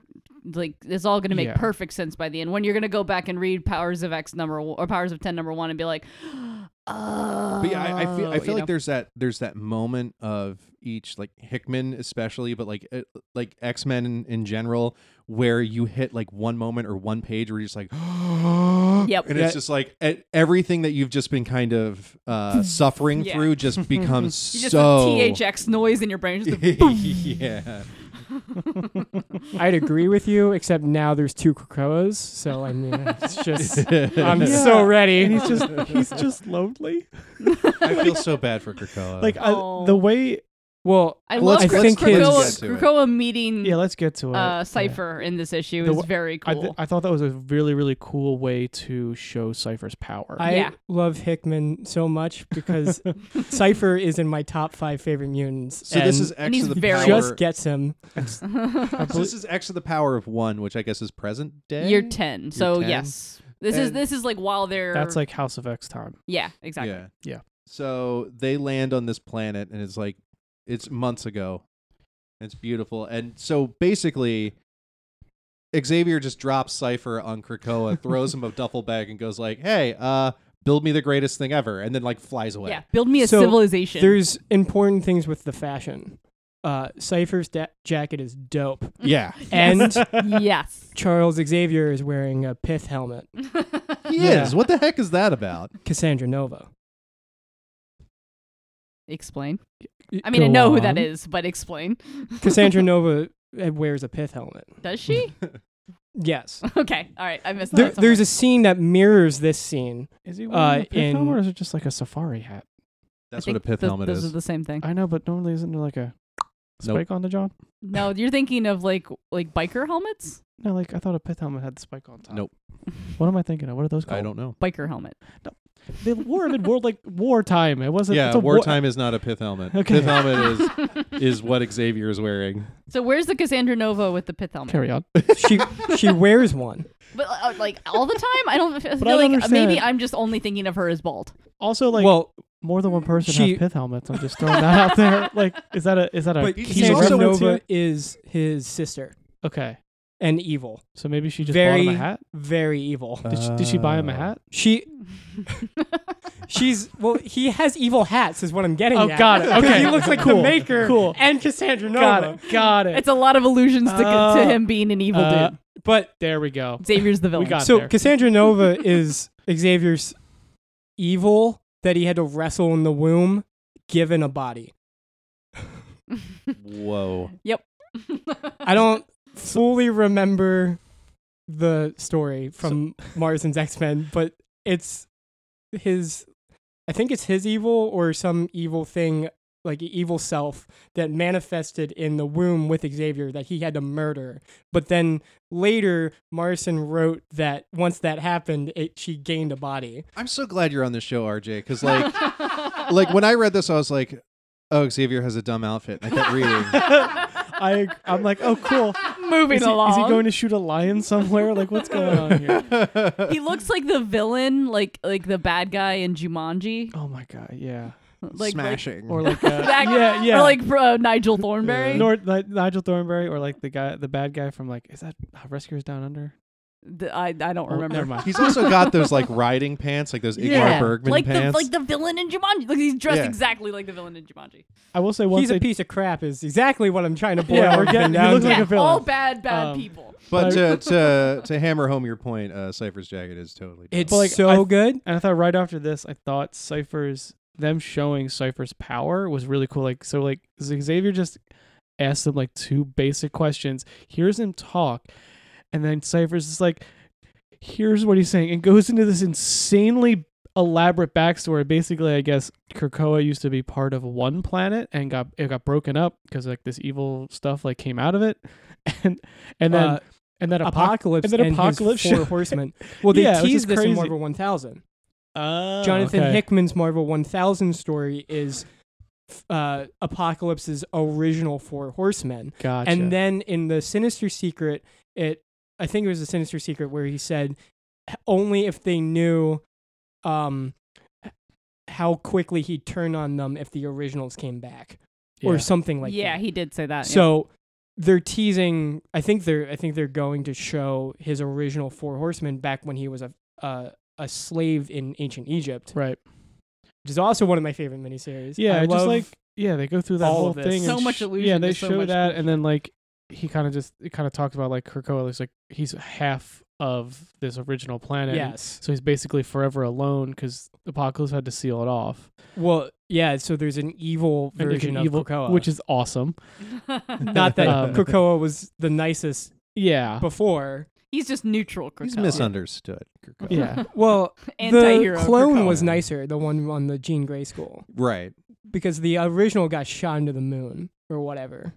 Speaker 1: like it's all going to make
Speaker 3: Yeah.
Speaker 1: perfect sense by the end. When you're going to go back and read Powers of X number or Powers of 10 number 1 and be like, "Oh."
Speaker 2: But yeah, I, I feel I
Speaker 1: you
Speaker 2: feel like
Speaker 1: know?
Speaker 2: there's that there's that moment of each like Hickman especially, but like uh, like X Men in, in general, where you hit like one moment or one page where you're just like,
Speaker 1: Yep.
Speaker 2: and
Speaker 3: Yeah.
Speaker 2: it's just like e- everything that you've just been kind of uh, suffering
Speaker 1: Yeah.
Speaker 2: through just becomes
Speaker 1: you just
Speaker 2: so
Speaker 1: have THX noise in your brain. Just the-
Speaker 2: yeah,
Speaker 4: I'd agree with you, except now there's two Krakoas, so I mean, it's just I'm so ready.
Speaker 3: and he's just he's just lonely.
Speaker 2: I feel so bad for Krakoa.
Speaker 3: Like I,
Speaker 1: Oh.
Speaker 3: the way.
Speaker 4: well,
Speaker 1: I
Speaker 2: Well,
Speaker 1: love
Speaker 4: let's-
Speaker 1: Kra-
Speaker 4: let's get
Speaker 1: Krakoa,
Speaker 2: to it.
Speaker 1: Krakoa meeting
Speaker 3: Yeah, let's get to it. Yeah.
Speaker 1: uh, Cypher in this issue
Speaker 3: The
Speaker 1: is
Speaker 3: w-
Speaker 1: very
Speaker 3: I,
Speaker 1: cool.
Speaker 3: th- I thought that was a really really cool way to show Cypher's power.
Speaker 4: I
Speaker 1: Yeah.
Speaker 4: love Hickman so much because Cypher is in my top five favorite mutants.
Speaker 2: so this
Speaker 4: and
Speaker 2: is X
Speaker 1: he's
Speaker 2: to the
Speaker 1: very-
Speaker 2: power.
Speaker 4: just gets him.
Speaker 3: I
Speaker 2: so
Speaker 3: believe-
Speaker 2: this is X to the power of one, which I guess is present day.
Speaker 1: year 10. so
Speaker 2: 10.
Speaker 1: yes. This is
Speaker 2: And-
Speaker 1: this is like while they're
Speaker 3: that's like House of X time.
Speaker 1: Yeah, exactly.
Speaker 2: Yeah.
Speaker 3: Yeah.
Speaker 2: So they land on this planet and it's like it's months ago. It's beautiful. And so basically Xavier just drops Cypher on Krakoa, throws him a duffel bag and goes like, "Hey, uh build me the greatest thing ever." And then like flies away.
Speaker 1: Yeah, build me a
Speaker 4: So,
Speaker 1: civilization.
Speaker 4: There's important things with the fashion. Uh, Cypher's da- jacket is dope,
Speaker 2: Yeah.
Speaker 4: and
Speaker 1: yes.
Speaker 4: Charles Xavier is wearing a pith helmet.
Speaker 2: He
Speaker 4: Yeah.
Speaker 2: is. What the heck is that about?
Speaker 4: Cassandra Nova.
Speaker 1: Explain. I mean, I know who that is, but explain.
Speaker 4: Cassandra Nova uh, wears a pith helmet.
Speaker 1: Does she?
Speaker 4: Yes.
Speaker 1: okay. All right. I missed
Speaker 4: There,
Speaker 1: that. somewhere.
Speaker 4: there's a scene that mirrors this scene.
Speaker 3: Is he
Speaker 4: Uh,
Speaker 3: wearing a pith
Speaker 4: in-
Speaker 3: helmet or is it just like a safari hat?
Speaker 2: That's
Speaker 1: I
Speaker 2: what a
Speaker 1: think
Speaker 2: pith
Speaker 1: th-
Speaker 2: helmet
Speaker 1: those
Speaker 2: is.
Speaker 1: are the same thing.
Speaker 3: I know, but normally isn't there like a
Speaker 2: Nope.
Speaker 3: spike on the John?
Speaker 1: No, you're thinking of like like biker helmets.
Speaker 3: No, like I thought a pith helmet had the spike on top.
Speaker 2: Nope.
Speaker 3: What am I thinking of? What are those called?
Speaker 2: I don't know.
Speaker 1: Biker helmet.
Speaker 3: They wore them in world like wartime. It wasn't.
Speaker 2: Yeah,
Speaker 3: it's a war-
Speaker 2: wartime is not a pith helmet.
Speaker 3: Okay.
Speaker 2: Pith helmet is is what Xavier is wearing.
Speaker 1: So where's the Cassandra Nova with the pith helmet?
Speaker 3: Carry on.
Speaker 4: She she wears one.
Speaker 1: But uh, like all the time, I don't I feel
Speaker 3: But I don't
Speaker 1: like uh,
Speaker 3: understand.
Speaker 1: maybe I'm just only thinking of her as bald.
Speaker 3: Also, like
Speaker 4: well,
Speaker 3: more than one person
Speaker 4: she-
Speaker 3: has pith helmets. I'm just throwing that out there. Like, is that a is that a
Speaker 2: But
Speaker 3: key
Speaker 2: he's
Speaker 4: Cassandra
Speaker 2: also-
Speaker 3: reference
Speaker 4: Nova
Speaker 3: here?
Speaker 4: is his sister
Speaker 3: Okay,
Speaker 4: and evil,
Speaker 3: so maybe she just
Speaker 4: Very-
Speaker 3: bought him a hat.
Speaker 4: very evil.
Speaker 3: Did she, did she buy him a
Speaker 2: Oh.
Speaker 3: hat?
Speaker 4: She she's well, he has evil hats is what I'm getting
Speaker 3: Oh,
Speaker 4: at.
Speaker 3: got it.
Speaker 4: uh, 'Cause
Speaker 3: Okay.
Speaker 4: he looks like
Speaker 3: Cool.
Speaker 4: the maker
Speaker 3: Cool.
Speaker 4: and Cassandra Nova.
Speaker 3: Got it. Got it.
Speaker 1: it's a lot of allusions to,
Speaker 3: Oh.
Speaker 1: to him being an evil
Speaker 3: Uh,
Speaker 1: dude.
Speaker 4: But
Speaker 3: There we go.
Speaker 1: Xavier's the villain.
Speaker 3: got- Not
Speaker 4: so
Speaker 3: there.
Speaker 4: Cassandra Nova is Xavier's evil that he had to wrestle in the womb, given a body.
Speaker 2: Whoa.
Speaker 4: I don't fully remember the story from Marston's X Men, but it's his. I think it's his evil or some evil thing, like evil self that manifested in the womb with Xavier that he had to murder. But then later, Morrison wrote that once that happened, it she gained a body.
Speaker 2: I'm so glad you're on this show, RJ, because like, like when I read this, I was like, oh, Xavier has a dumb outfit. And I kept reading.
Speaker 3: I I'm like, oh cool.
Speaker 1: Moving
Speaker 3: Is he,
Speaker 1: along.
Speaker 3: is he going to shoot a lion somewhere? Like what's going on here?
Speaker 1: He looks like the villain, like like the bad guy in Jumanji,
Speaker 3: Oh my god, yeah.
Speaker 1: like
Speaker 2: Smashing.
Speaker 3: Or like uh,
Speaker 1: That-
Speaker 3: yeah, yeah.
Speaker 1: or like uh, Nigel Thornberry.
Speaker 3: Nor, like, Nigel Thornberry or like the guy the bad guy from like is that uh, Rescuers Down Under?
Speaker 1: The- I I don't
Speaker 3: Oh,
Speaker 1: remember.
Speaker 3: Never mind.
Speaker 2: He's also got those like riding pants, like those Igor
Speaker 1: Yeah,
Speaker 2: Bergman
Speaker 1: like
Speaker 2: pants.
Speaker 1: the like the villain in Jumanji. Like he's dressed
Speaker 2: Yeah.
Speaker 1: exactly like the villain in Jumanji.
Speaker 3: I will say once
Speaker 4: He's
Speaker 3: they
Speaker 4: a piece of crap. Is exactly what I'm trying to boil
Speaker 3: Yeah, we're
Speaker 4: everything
Speaker 3: getting- he
Speaker 4: down
Speaker 3: looks
Speaker 4: to.
Speaker 3: like
Speaker 1: yeah,
Speaker 3: a villain.
Speaker 1: all bad bad
Speaker 3: Um,
Speaker 1: people.
Speaker 2: but to, to to hammer home your point, uh, Cypher's jacket is totally. Dumb.
Speaker 4: it's
Speaker 3: But, like,
Speaker 4: so
Speaker 3: I-
Speaker 4: good.
Speaker 3: And I thought right after this, I thought Cypher's them showing Cypher's power was really cool. Like so like Xavier just asked them like two basic questions. Hears him talk, and then Cypher's just like, here's what he's saying, and goes into this insanely elaborate backstory. Basically, I guess Krakoa used to be part of one planet and got it got broken up because like this evil stuff like came out of it. And and then
Speaker 4: Uh,
Speaker 3: and then Apoc-
Speaker 4: apocalypse
Speaker 3: and then
Speaker 4: his
Speaker 3: Apocalypse
Speaker 4: four
Speaker 3: showed-
Speaker 4: horsemen. Well, they
Speaker 3: Yeah, which is
Speaker 4: teased this
Speaker 3: crazy.
Speaker 4: in Marvel 1000.
Speaker 3: Oh,
Speaker 4: Jonathan
Speaker 3: okay.
Speaker 4: Hickman's Marvel 1000 story is f- uh, Apocalypse's original four horsemen,
Speaker 3: Gotcha.
Speaker 4: and then in the Sinister Secret, it I think it was the Sinister Secret where he said only if they knew, um, h- how quickly he turned on them if the originals came back or
Speaker 3: Yeah.
Speaker 4: something like that.
Speaker 1: yeah, he did say that. yeah.
Speaker 4: So they're teasing. I think they're. I think they're going to show his original four horsemen back when he was a uh, a slave in ancient Egypt,
Speaker 3: right.
Speaker 4: which is also one of my favorite miniseries.
Speaker 3: Yeah,
Speaker 4: I
Speaker 3: just
Speaker 4: love-
Speaker 3: like yeah, they go through that
Speaker 4: all
Speaker 3: whole
Speaker 4: of this.
Speaker 3: thing. and
Speaker 1: So much
Speaker 3: sh- Yeah,
Speaker 1: allusion
Speaker 3: they
Speaker 1: to so
Speaker 3: show
Speaker 1: much
Speaker 3: that,
Speaker 1: culture.
Speaker 3: and then like he kind of just kind of talks about like Krakoa looks like he's half of this original planet. and
Speaker 4: yes.
Speaker 3: So he's basically forever alone because Apocalypse had to seal it off.
Speaker 4: Well, yeah. So there's an evil
Speaker 3: And there's
Speaker 4: version
Speaker 3: an
Speaker 4: of
Speaker 3: evil-
Speaker 4: Krakoa,
Speaker 3: which is awesome.
Speaker 4: not that
Speaker 3: Um,
Speaker 4: Krakoa was the nicest
Speaker 3: Yeah,
Speaker 4: before.
Speaker 1: he's just neutral. Krakoa.
Speaker 2: he's misunderstood. Krakoa.
Speaker 3: yeah,
Speaker 4: Well, the
Speaker 1: Anti-hero
Speaker 4: clone
Speaker 1: Krakoa.
Speaker 4: was nicer, the one on the Jean Grey school,
Speaker 2: Right.
Speaker 4: because the original got shot into the moon or whatever.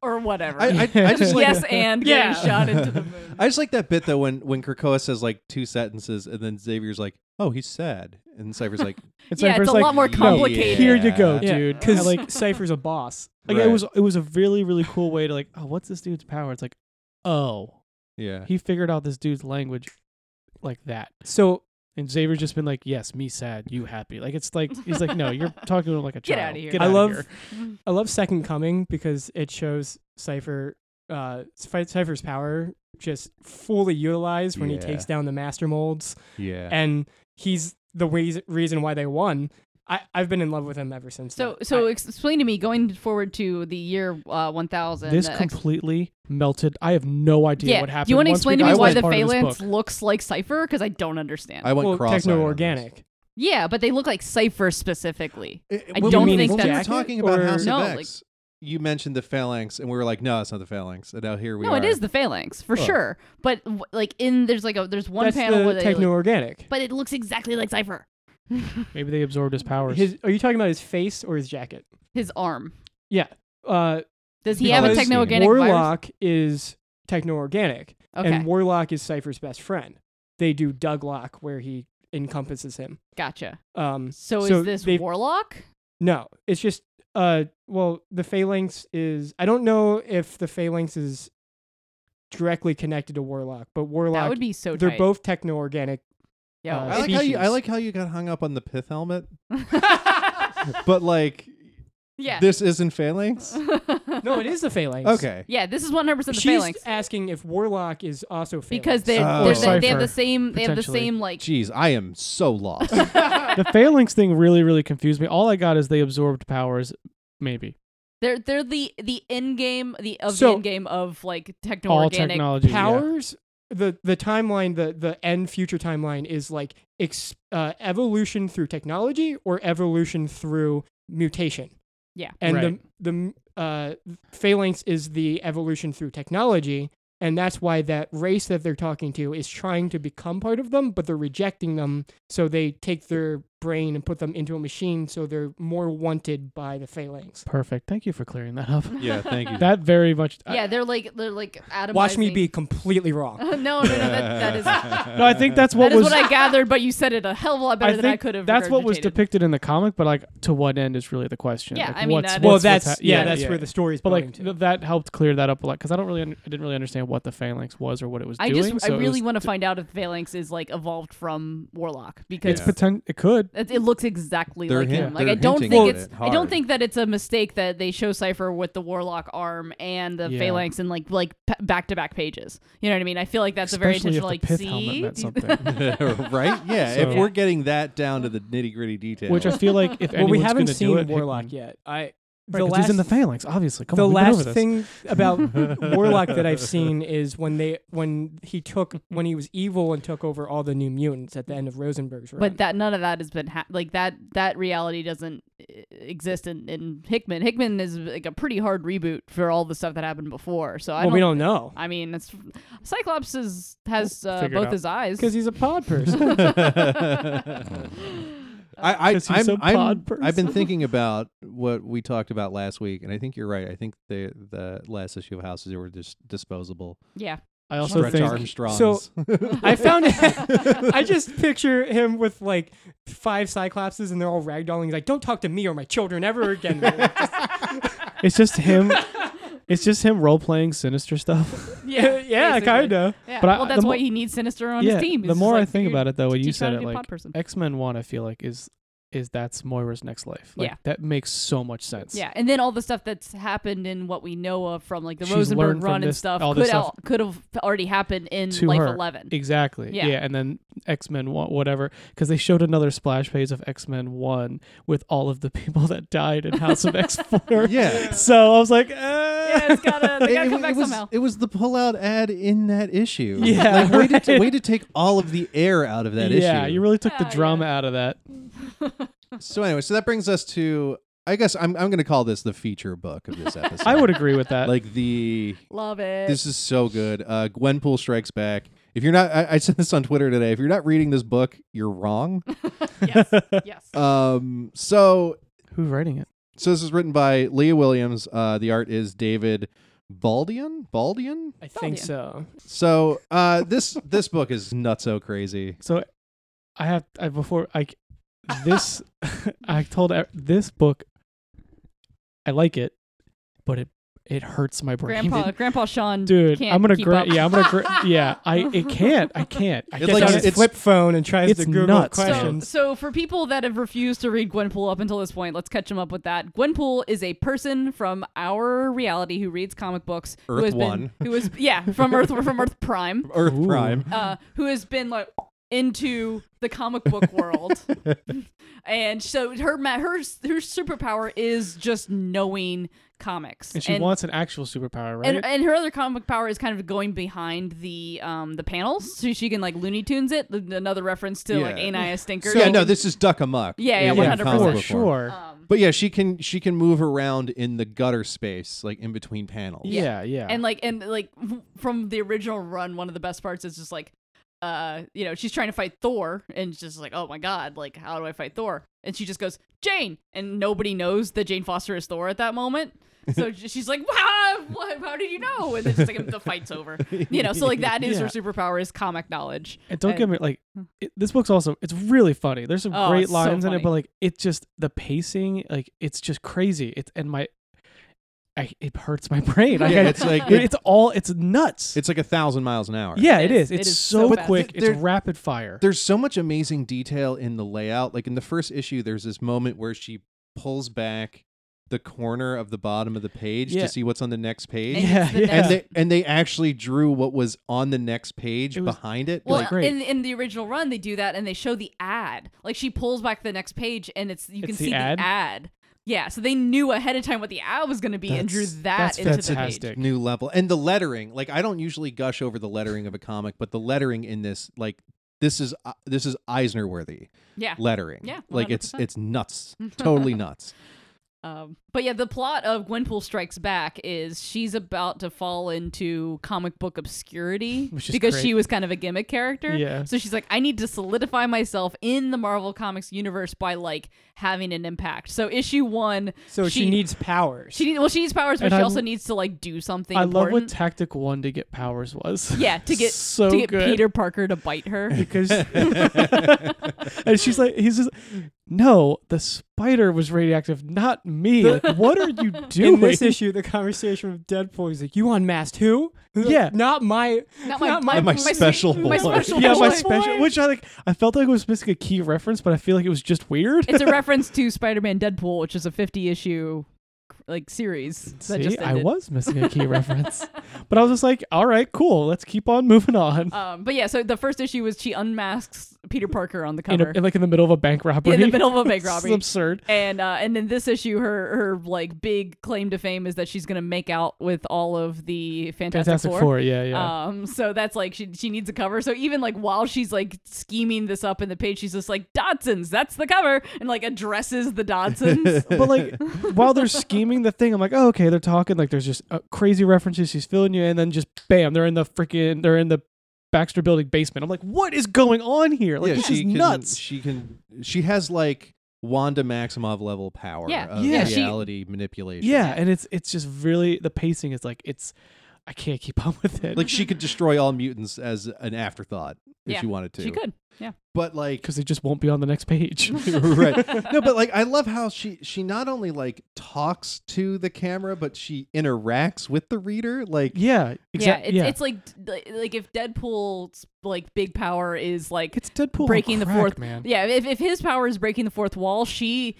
Speaker 1: or whatever.
Speaker 2: I, I, I just like
Speaker 1: yes, and
Speaker 4: Yeah.
Speaker 1: getting shot into the moon.
Speaker 2: I just like that bit though when when Krakoa says like two sentences and then Xavier's like, "Oh, he's sad," and Cypher's like,
Speaker 3: it's
Speaker 1: yeah, it's a lot more
Speaker 2: "No,
Speaker 1: complicated.
Speaker 3: Here you go,
Speaker 2: yeah."
Speaker 4: Yeah,
Speaker 3: dude. I
Speaker 4: Because
Speaker 3: like
Speaker 4: like Cypher's a boss.
Speaker 3: like
Speaker 2: Right.
Speaker 3: it was it was a really really cool way to like oh what's this dude's power? It's like oh
Speaker 2: Yeah.
Speaker 3: he figured out this dude's language like that.
Speaker 4: So
Speaker 3: And Xavier's just been like, "Yes, me sad, you happy." Like it's like he's like, "No, you're talking to him like a
Speaker 1: Get
Speaker 3: child."
Speaker 1: outta here.
Speaker 3: Get
Speaker 4: I
Speaker 3: outta
Speaker 4: love
Speaker 3: here."
Speaker 4: I love Second Coming because it shows Cipher uh Cy- Cipher's power just fully utilized when
Speaker 2: Yeah.
Speaker 4: he takes down the master molds
Speaker 2: Yeah.
Speaker 4: and he's the reas reason why they won. I I've been in love with him ever since.
Speaker 1: So,
Speaker 4: then.
Speaker 1: so
Speaker 4: I-
Speaker 1: ex- explain to me going forward to the year uh, 1000.
Speaker 3: This
Speaker 1: the ex-
Speaker 3: completely melted. I have no idea
Speaker 1: yeah.
Speaker 3: what happened.
Speaker 1: Do you
Speaker 3: want
Speaker 1: want to explain to me
Speaker 2: got
Speaker 1: why
Speaker 2: to
Speaker 1: the
Speaker 2: this
Speaker 1: phalanx looks like Cypher? Because I don't understand.
Speaker 2: I went
Speaker 4: well,
Speaker 2: cross.
Speaker 4: techno organic.
Speaker 1: yeah, but they look like Cypher specifically. I
Speaker 2: when
Speaker 1: don't
Speaker 2: we,
Speaker 1: think
Speaker 2: when we were
Speaker 1: that's-
Speaker 2: talking about
Speaker 4: or-
Speaker 2: House
Speaker 1: No,
Speaker 2: of
Speaker 1: like-
Speaker 2: X. you mentioned the phalanx, and we were like, "No, it's not the phalanx." And now here we
Speaker 1: no,
Speaker 2: are.
Speaker 1: it is the phalanx for
Speaker 2: Oh.
Speaker 1: sure. But w- like in there's like a there's one
Speaker 4: That's
Speaker 1: panel where
Speaker 4: the
Speaker 1: they
Speaker 4: techno
Speaker 1: like,
Speaker 4: organic.
Speaker 1: but it looks exactly like Cypher.
Speaker 3: Maybe they absorbed his powers.
Speaker 4: His are you talking about his face or his jacket?
Speaker 1: His arm.
Speaker 4: Yeah. Uh
Speaker 1: Does he have a
Speaker 4: Because
Speaker 1: techno organic virus?
Speaker 4: Warlock is techno organic
Speaker 1: Okay,
Speaker 4: and Warlock is Cipher's best friend. They do Douglock where he encompasses him.
Speaker 1: gotcha.
Speaker 4: Um
Speaker 1: So,
Speaker 4: So
Speaker 1: is this
Speaker 4: they've-
Speaker 1: Warlock?
Speaker 4: No, it's just uh well, the phalanx is I don't know if the phalanx is directly connected to warlock, but warlock
Speaker 1: That would be so.
Speaker 4: they're
Speaker 1: tight.
Speaker 4: both techno organic.
Speaker 1: Yo.
Speaker 4: uh,
Speaker 2: I like how you. I
Speaker 4: Species.
Speaker 2: like how you got hung up on the pith helmet, but like
Speaker 1: yeah.
Speaker 2: this isn't phalanx.
Speaker 4: No, it is the phalanx.
Speaker 2: Okay.
Speaker 1: Yeah, this is 100% the
Speaker 4: She's
Speaker 1: phalanx.
Speaker 4: asking if warlock is also phalanx.
Speaker 1: because they
Speaker 2: Oh.
Speaker 1: they're the, they have
Speaker 3: Cipher,
Speaker 1: the same they have the
Speaker 3: potentially.
Speaker 1: same like
Speaker 2: Jeez, I am so lost.
Speaker 3: the phalanx thing really, really confused me. All I got is they absorbed powers. Maybe
Speaker 1: They're they're the the end game the of
Speaker 4: So-
Speaker 1: the end game of like techno
Speaker 3: all
Speaker 1: organic.
Speaker 3: technology. yeah.
Speaker 4: powers the the timeline the the end future timeline is like ex, uh, evolution through technology or evolution through mutation
Speaker 1: Yeah.
Speaker 4: and
Speaker 3: Right.
Speaker 4: the the uh, phalanx is the evolution through technology and that's why that race that they're talking to is trying to become part of them but they're rejecting them so they take their brain and put them into a machine so they're more wanted by the phalanx
Speaker 3: Perfect. Thank you for clearing that up.
Speaker 2: Yeah, thank you.
Speaker 3: That very much. I-
Speaker 1: Yeah, they're like they're like atomizing.
Speaker 4: watch me be completely wrong
Speaker 1: no, no, no. That, that is that
Speaker 3: no, I think that's what
Speaker 1: is
Speaker 3: was.
Speaker 1: what I gathered. But you said it a hell of a lot better
Speaker 3: I
Speaker 1: than I
Speaker 3: think
Speaker 1: could have.
Speaker 3: That's what was
Speaker 1: regurgitated.
Speaker 3: depicted in the comic, but like to what end is really the question.
Speaker 1: Yeah,
Speaker 3: Like,
Speaker 1: I mean,
Speaker 3: what's-
Speaker 1: that is-
Speaker 4: well
Speaker 3: what's- what's
Speaker 4: that's
Speaker 3: hap-
Speaker 4: yeah, that's
Speaker 3: yeah.
Speaker 4: where the story's
Speaker 3: But
Speaker 4: going
Speaker 3: like
Speaker 4: to.
Speaker 3: th- that helped clear that up a lot because I don't really, un- I didn't really understand what the phalanx was or what it was
Speaker 1: I
Speaker 3: doing.
Speaker 1: just
Speaker 3: so
Speaker 1: I
Speaker 3: it
Speaker 1: really
Speaker 3: was-
Speaker 1: want to find out if Phalanx is like evolved from Warlock because
Speaker 3: It's poten- It could.
Speaker 1: It, it looks exactly
Speaker 2: They're
Speaker 1: like
Speaker 2: hint-
Speaker 1: him. Like
Speaker 2: they're
Speaker 1: I don't
Speaker 2: hinting
Speaker 1: think
Speaker 2: at
Speaker 1: it's.
Speaker 2: it
Speaker 1: I don't
Speaker 2: hard.
Speaker 1: think that it's a mistake that they show Cipher with the Warlock arm and the
Speaker 3: Yeah.
Speaker 1: phalanx in like like back to back pages. You know what I mean? I feel like that's a
Speaker 3: Especially
Speaker 1: very
Speaker 3: if
Speaker 1: intentional. Like,
Speaker 3: the pith helmet
Speaker 1: see,
Speaker 3: meant something,
Speaker 2: right? Yeah.
Speaker 3: So-
Speaker 2: If we're getting that down to the nitty gritty detail,
Speaker 3: which I feel like if
Speaker 4: well, we
Speaker 3: anyone's
Speaker 4: haven't
Speaker 3: gonna do
Speaker 4: seen
Speaker 3: it,
Speaker 4: Warlock
Speaker 3: Hickman-
Speaker 4: yet. I
Speaker 3: Right,
Speaker 4: the
Speaker 3: 'cause
Speaker 4: last
Speaker 3: he's in the phalanx, obviously. Come
Speaker 4: the
Speaker 3: on, we've been over
Speaker 4: last
Speaker 3: this.
Speaker 4: thing about Warlock that I've seen is when they when he took when he was evil and took over all the New Mutants at the end of Rosenberg's run.
Speaker 1: but that none of that has been ha- like that. That reality doesn't uh, exist in, in Hickman. Hickman is like a pretty hard reboot for all the stuff that happened before. So I
Speaker 4: well,
Speaker 1: don't,
Speaker 4: we don't know
Speaker 1: I mean, it's Cyclops is, has uh,
Speaker 3: Figure it
Speaker 1: both
Speaker 3: out.
Speaker 1: his eyes.
Speaker 4: because he's a pod person.
Speaker 2: I, I,
Speaker 3: 'Cause he's
Speaker 2: I'm,
Speaker 3: a
Speaker 2: I'm-
Speaker 3: pod person.
Speaker 2: I've been thinking about what we talked about last week, and I think you're right. I think the the last issue of Houses were just disposable.
Speaker 1: Yeah,
Speaker 3: I also
Speaker 2: Stretch
Speaker 3: think
Speaker 2: Armstrongs.
Speaker 4: So- I found I just picture him with like five Cyclopses and they're all ragdolling. He's like, "Don't talk to me or my children ever again."
Speaker 3: it's just him. It's just him role playing sinister stuff.
Speaker 4: yeah, yeah,
Speaker 1: basically.
Speaker 4: kind of.
Speaker 1: yeah.
Speaker 3: But I-
Speaker 1: well,
Speaker 3: the
Speaker 1: that's
Speaker 3: mo-
Speaker 1: why he needs Sinister on
Speaker 3: yeah.
Speaker 1: his team.
Speaker 3: The more I think about it, though, when you said it, like
Speaker 1: pod person.
Speaker 3: X Men One, I feel like is is that's Moira's next life. Like,
Speaker 1: Yeah.
Speaker 3: that makes so much sense.
Speaker 1: Yeah, and then all the stuff that's happened in what we know of from like the
Speaker 3: She's learned
Speaker 1: Rosenberg
Speaker 3: from
Speaker 1: run and
Speaker 3: this-
Speaker 1: stuff
Speaker 3: all
Speaker 1: could
Speaker 3: this stuff.
Speaker 1: al- could have already happened in
Speaker 3: To
Speaker 1: Life
Speaker 3: her.
Speaker 1: Eleven.
Speaker 3: Exactly. Yeah.
Speaker 1: Yeah.
Speaker 3: And then X Men One, whatever, because they showed another splash page of X Men One with all of the people that died in House of X Four.
Speaker 2: yeah.
Speaker 3: So I was like, eh.
Speaker 1: yeah, it's gotta they gotta
Speaker 2: it,
Speaker 1: come
Speaker 2: it
Speaker 1: back
Speaker 2: was,
Speaker 1: somehow.
Speaker 2: it was the pullout ad in that issue.
Speaker 3: Yeah,
Speaker 2: like, way, to,
Speaker 3: right.
Speaker 2: way to take all of the air out of that
Speaker 3: yeah,
Speaker 2: issue.
Speaker 3: you really took the
Speaker 1: Yeah,
Speaker 3: drama out of that.
Speaker 2: so anyway, so that brings us to, I guess I'm I'm going to call this the feature book of this episode.
Speaker 3: I would agree with that.
Speaker 2: like the
Speaker 1: Love it.
Speaker 2: This is so good. Uh, Gwenpool Strikes Back. If you're not, I, I said this on Twitter today. If you're not reading this book, you're wrong.
Speaker 1: yes, yes.
Speaker 2: Um, so,
Speaker 3: Who's writing it?
Speaker 2: so this is written by Leah Williams. Uh, the art is David Baldian. Baldian.
Speaker 4: I think
Speaker 1: yeah.
Speaker 4: so.
Speaker 2: So, uh, this this book is nuts so crazy.
Speaker 3: So I have I before I c- this I told e- this book I like it, but it it hurts my brain.
Speaker 1: Grandpa, Grandpa Sean,
Speaker 3: Dude,
Speaker 1: can't
Speaker 3: I'm gonna
Speaker 1: keep
Speaker 3: gra-
Speaker 1: up.
Speaker 3: yeah, I'm gonna gra- yeah, I it can't. I can't. I
Speaker 2: It's like
Speaker 3: can't.
Speaker 4: Like
Speaker 2: it's-
Speaker 4: on his
Speaker 2: it's-
Speaker 4: flip phone and tries
Speaker 3: it's
Speaker 4: to Google
Speaker 3: nuts, dude.
Speaker 1: So,
Speaker 4: questions.
Speaker 1: so for people that have refused to read Gwenpool up until this point, let's catch them up with that. Gwenpool is a person from our reality who reads comic books.
Speaker 2: Earth
Speaker 1: who has
Speaker 2: One.
Speaker 1: Been, who is yeah from Earth from Earth Prime.
Speaker 2: Earth
Speaker 3: Ooh.
Speaker 2: Prime.
Speaker 1: uh, who has been like into the comic book world, and so her ma- her her superpower is just knowing comics,
Speaker 3: and she wants an actual superpower, right?
Speaker 1: And, and her other comic power is kind of going behind the um the panels, so she can like Looney Tunes it. Another reference to like
Speaker 2: Yeah.
Speaker 1: Anaya Stinker.
Speaker 2: yeah,
Speaker 1: Like,
Speaker 2: no, this is Duck Amuck.
Speaker 1: Yeah, yeah,
Speaker 2: in- in
Speaker 1: 100%.
Speaker 2: comic
Speaker 3: for
Speaker 2: book form.
Speaker 3: sure.
Speaker 1: um,
Speaker 2: But yeah, she can she can move around in the gutter space, like in between panels.
Speaker 3: yeah, yeah.
Speaker 1: and like and like from the original run one of the best parts is just like uh you know she's trying to fight thor and it's just like oh my god like how do i fight thor and she just goes jane and nobody knows that jane foster is thor at that moment so j- she's like wow what, how did you know and then just like the fight's over you know so like that is her
Speaker 3: Yeah.
Speaker 1: superpower is comic knowledge
Speaker 3: And don't get me like it, this book's also it's really funny. There's some
Speaker 1: uh, hmm. Oh,
Speaker 3: great
Speaker 1: it's so
Speaker 3: lines in it,
Speaker 1: funny.
Speaker 3: but like it's just the pacing, like it's just crazy. It's and my I, it hurts my brain. Like,
Speaker 2: Yeah,
Speaker 3: I-
Speaker 2: it's like
Speaker 3: it- it's all it's nuts.
Speaker 2: it's like a thousand miles an hour.
Speaker 3: yeah,
Speaker 1: It
Speaker 3: it
Speaker 1: is.
Speaker 3: is.
Speaker 1: It
Speaker 3: It's
Speaker 1: is so
Speaker 3: so,
Speaker 1: fast.
Speaker 3: quick.
Speaker 2: But
Speaker 3: It's
Speaker 2: there-
Speaker 3: rapid fire.
Speaker 2: there's so much amazing detail in the layout. Like in the first issue, there's this moment where she pulls back the corner of the bottom of the page
Speaker 3: Yeah.
Speaker 2: to see what's on the next page.
Speaker 1: And-
Speaker 3: yeah,
Speaker 1: it's the
Speaker 3: yeah.
Speaker 2: And
Speaker 1: next-
Speaker 2: they and they actually drew what was on the next page
Speaker 3: It was-
Speaker 2: behind it.
Speaker 1: well
Speaker 3: like- great.
Speaker 1: in in the original run they do that and they show the ad like she pulls back the next page and it's you
Speaker 3: It's
Speaker 1: can
Speaker 3: the
Speaker 1: see
Speaker 3: ad?
Speaker 1: the ad Yeah, so they knew ahead of time what the ad was going to be and drew
Speaker 3: That's-
Speaker 1: that
Speaker 3: that's
Speaker 1: into the
Speaker 3: fantastic.
Speaker 1: page.
Speaker 2: new level and the lettering like i don't usually gush over the lettering of a comic but the lettering in this like this is uh, this is eisner worthy
Speaker 1: Yeah.
Speaker 2: lettering
Speaker 1: Yeah,
Speaker 2: like it's
Speaker 1: 100%.
Speaker 2: it's nuts totally nuts
Speaker 1: Um, but yeah, the plot of Gwenpool Strikes Back is she's about to fall into comic book obscurity
Speaker 3: Which is
Speaker 1: because
Speaker 3: great.
Speaker 1: she was kind of a gimmick character.
Speaker 3: Yeah.
Speaker 1: So she's like, I need to solidify myself in the Marvel Comics universe by like having an impact. So issue one,
Speaker 4: So she,
Speaker 1: She-
Speaker 4: needs powers.
Speaker 1: she needs well, she needs powers, but
Speaker 3: And
Speaker 1: she
Speaker 3: I-
Speaker 1: also needs to like do something.
Speaker 3: I love
Speaker 1: important.
Speaker 3: what tactic one to get powers was.
Speaker 1: yeah, to get
Speaker 3: so
Speaker 1: to get
Speaker 3: good.
Speaker 1: Peter Parker to bite her.
Speaker 3: because and she's like he's just no the spider was radioactive not me like, what are you doing
Speaker 4: in this issue, the conversation with Deadpool, he's like, "You unmasked who? He's like,
Speaker 3: Yeah.
Speaker 4: not my,
Speaker 1: Not my,
Speaker 4: Not
Speaker 1: my,
Speaker 4: my
Speaker 1: my,
Speaker 2: special
Speaker 1: my
Speaker 2: boy.
Speaker 1: special
Speaker 3: yeah my
Speaker 1: boy.
Speaker 3: special which i like i felt like it was missing a key reference but i feel like it was just weird
Speaker 1: it's a reference to Spider-Man Deadpool, which is a 50 issue like series that
Speaker 3: See,
Speaker 1: just
Speaker 3: I
Speaker 1: ended.
Speaker 3: was missing a key reference, but I was just like, "All right, cool. Let's keep on moving on."
Speaker 1: Um, but yeah, so the first issue was she unmasks Peter Parker on the
Speaker 3: in,
Speaker 1: cover
Speaker 3: a, in, like in the middle of a bank robbery.
Speaker 1: in the middle of a bank
Speaker 3: This is
Speaker 1: robbery.
Speaker 3: absurd.
Speaker 1: And uh, and then this issue, her her like big claim to fame is that she's gonna make out with all of the Fantastic,
Speaker 3: Fantastic
Speaker 1: Four.
Speaker 3: Four. Yeah, yeah.
Speaker 1: Um, so that's like she she needs a cover. So even like while she's like scheming this up in the page, she's just like Dodsons, that's the cover, and like addresses the Dodsons.
Speaker 3: but like while they're scheming the thing i'm like oh, okay they're talking like there's just uh, crazy references she's filling you and then just bam they're in the freaking they're in the baxter building basement i'm like what is going on here like
Speaker 2: yeah
Speaker 3: this
Speaker 2: she
Speaker 3: is
Speaker 2: can
Speaker 3: nuts
Speaker 2: she can she has like wanda maximov level power
Speaker 1: Yeah.
Speaker 2: of
Speaker 3: Yeah, she-
Speaker 2: reality manipulation
Speaker 3: yeah and it's it's just really the pacing is like it's i can't keep up with it
Speaker 2: like she could destroy all mutants as an afterthought if
Speaker 1: Yeah,
Speaker 2: she wanted to
Speaker 1: she could.
Speaker 2: but like
Speaker 3: because they just won't be on the next page
Speaker 2: right. No, but like I love how she she not only like talks to the camera, but she interacts with the reader. Like
Speaker 3: yeah exactly
Speaker 1: yeah, it's, it's like like if Deadpool's like big power is like
Speaker 3: it's deadpool on
Speaker 1: breaking the
Speaker 3: crack,
Speaker 1: fourth-
Speaker 3: man
Speaker 1: yeah, if if his power is breaking the fourth wall, she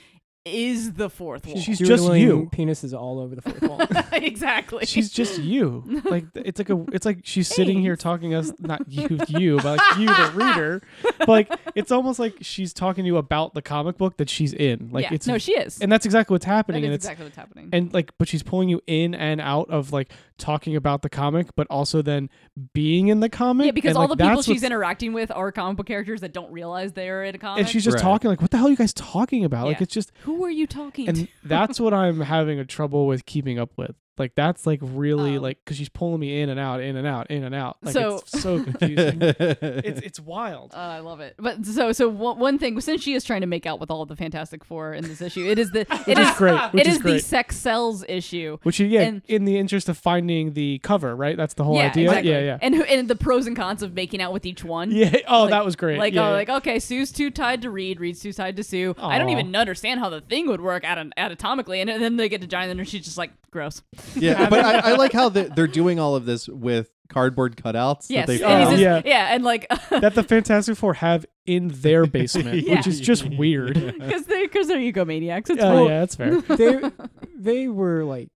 Speaker 1: is the fourth wall.
Speaker 3: she's just
Speaker 4: doodling
Speaker 3: you
Speaker 4: penises all over the fourth wall."
Speaker 1: exactly.
Speaker 3: She's just you. Like th- it's like a it's like she's sitting here talking to us not you you but like you the reader. But like it's almost like she's talking to you about the comic book that she's in. Like
Speaker 1: yeah.
Speaker 3: it's
Speaker 1: no, she is.
Speaker 3: and that's exactly what's
Speaker 1: That
Speaker 3: happening
Speaker 1: is
Speaker 3: and it's
Speaker 1: exactly what's happening.
Speaker 3: and like but she's pulling you in and out of like talking about the comic but also then being in the comic.
Speaker 1: yeah, because
Speaker 3: and,
Speaker 1: all
Speaker 3: like,
Speaker 1: the people
Speaker 3: that's
Speaker 1: she's
Speaker 3: what's-
Speaker 1: interacting with are comic book characters that don't realize they're in a comic.
Speaker 3: and she's just
Speaker 2: Right.
Speaker 3: talking like what the hell are you guys talking about? Like
Speaker 1: Yeah.
Speaker 3: it's just
Speaker 1: Who are you talking to?
Speaker 3: and that's what I'm having a trouble with keeping up with. Like that's like really
Speaker 1: Um,
Speaker 3: like because she's pulling me in and out, in and out, in and out. Like
Speaker 1: So-
Speaker 3: it's so confusing. it's it's wild.
Speaker 1: Uh, I love it. But so so one one thing since she is trying to make out with all the Fantastic Four in this issue, it is the it
Speaker 3: is
Speaker 1: is
Speaker 3: great, which
Speaker 1: it
Speaker 3: is
Speaker 1: is, the
Speaker 3: great.
Speaker 1: sex sells issue.
Speaker 3: Which yeah,
Speaker 1: and-
Speaker 3: in the interest of finding the cover, right? That's the whole
Speaker 1: yeah,
Speaker 3: idea.
Speaker 1: exactly.
Speaker 3: Yeah, yeah,
Speaker 1: And who, and the pros and cons of making out with each one.
Speaker 3: yeah. Oh,
Speaker 1: Like-
Speaker 3: that was great.
Speaker 1: Like,
Speaker 3: yeah,
Speaker 1: oh,
Speaker 3: yeah.
Speaker 1: like okay, Sue's too tied to Reed. Reed's too tied to Sue. I don't
Speaker 3: Aw.
Speaker 1: even understand how the thing would work atom- anatomically. And then they get to Giant, and she's just like, gross.
Speaker 2: yeah, but I, I like how they, they're doing all of this with cardboard cutouts.
Speaker 1: Yes,
Speaker 2: that they
Speaker 1: and he's
Speaker 2: found.
Speaker 1: just,
Speaker 3: Yeah.
Speaker 1: yeah. and like
Speaker 3: that the Fantastic Four have in their basement,
Speaker 1: Yeah.
Speaker 3: which is just weird. Oh
Speaker 1: because they because they're egomaniacs. It's
Speaker 3: yeah,
Speaker 1: cool.
Speaker 3: that's fair. Uh,
Speaker 4: they they were like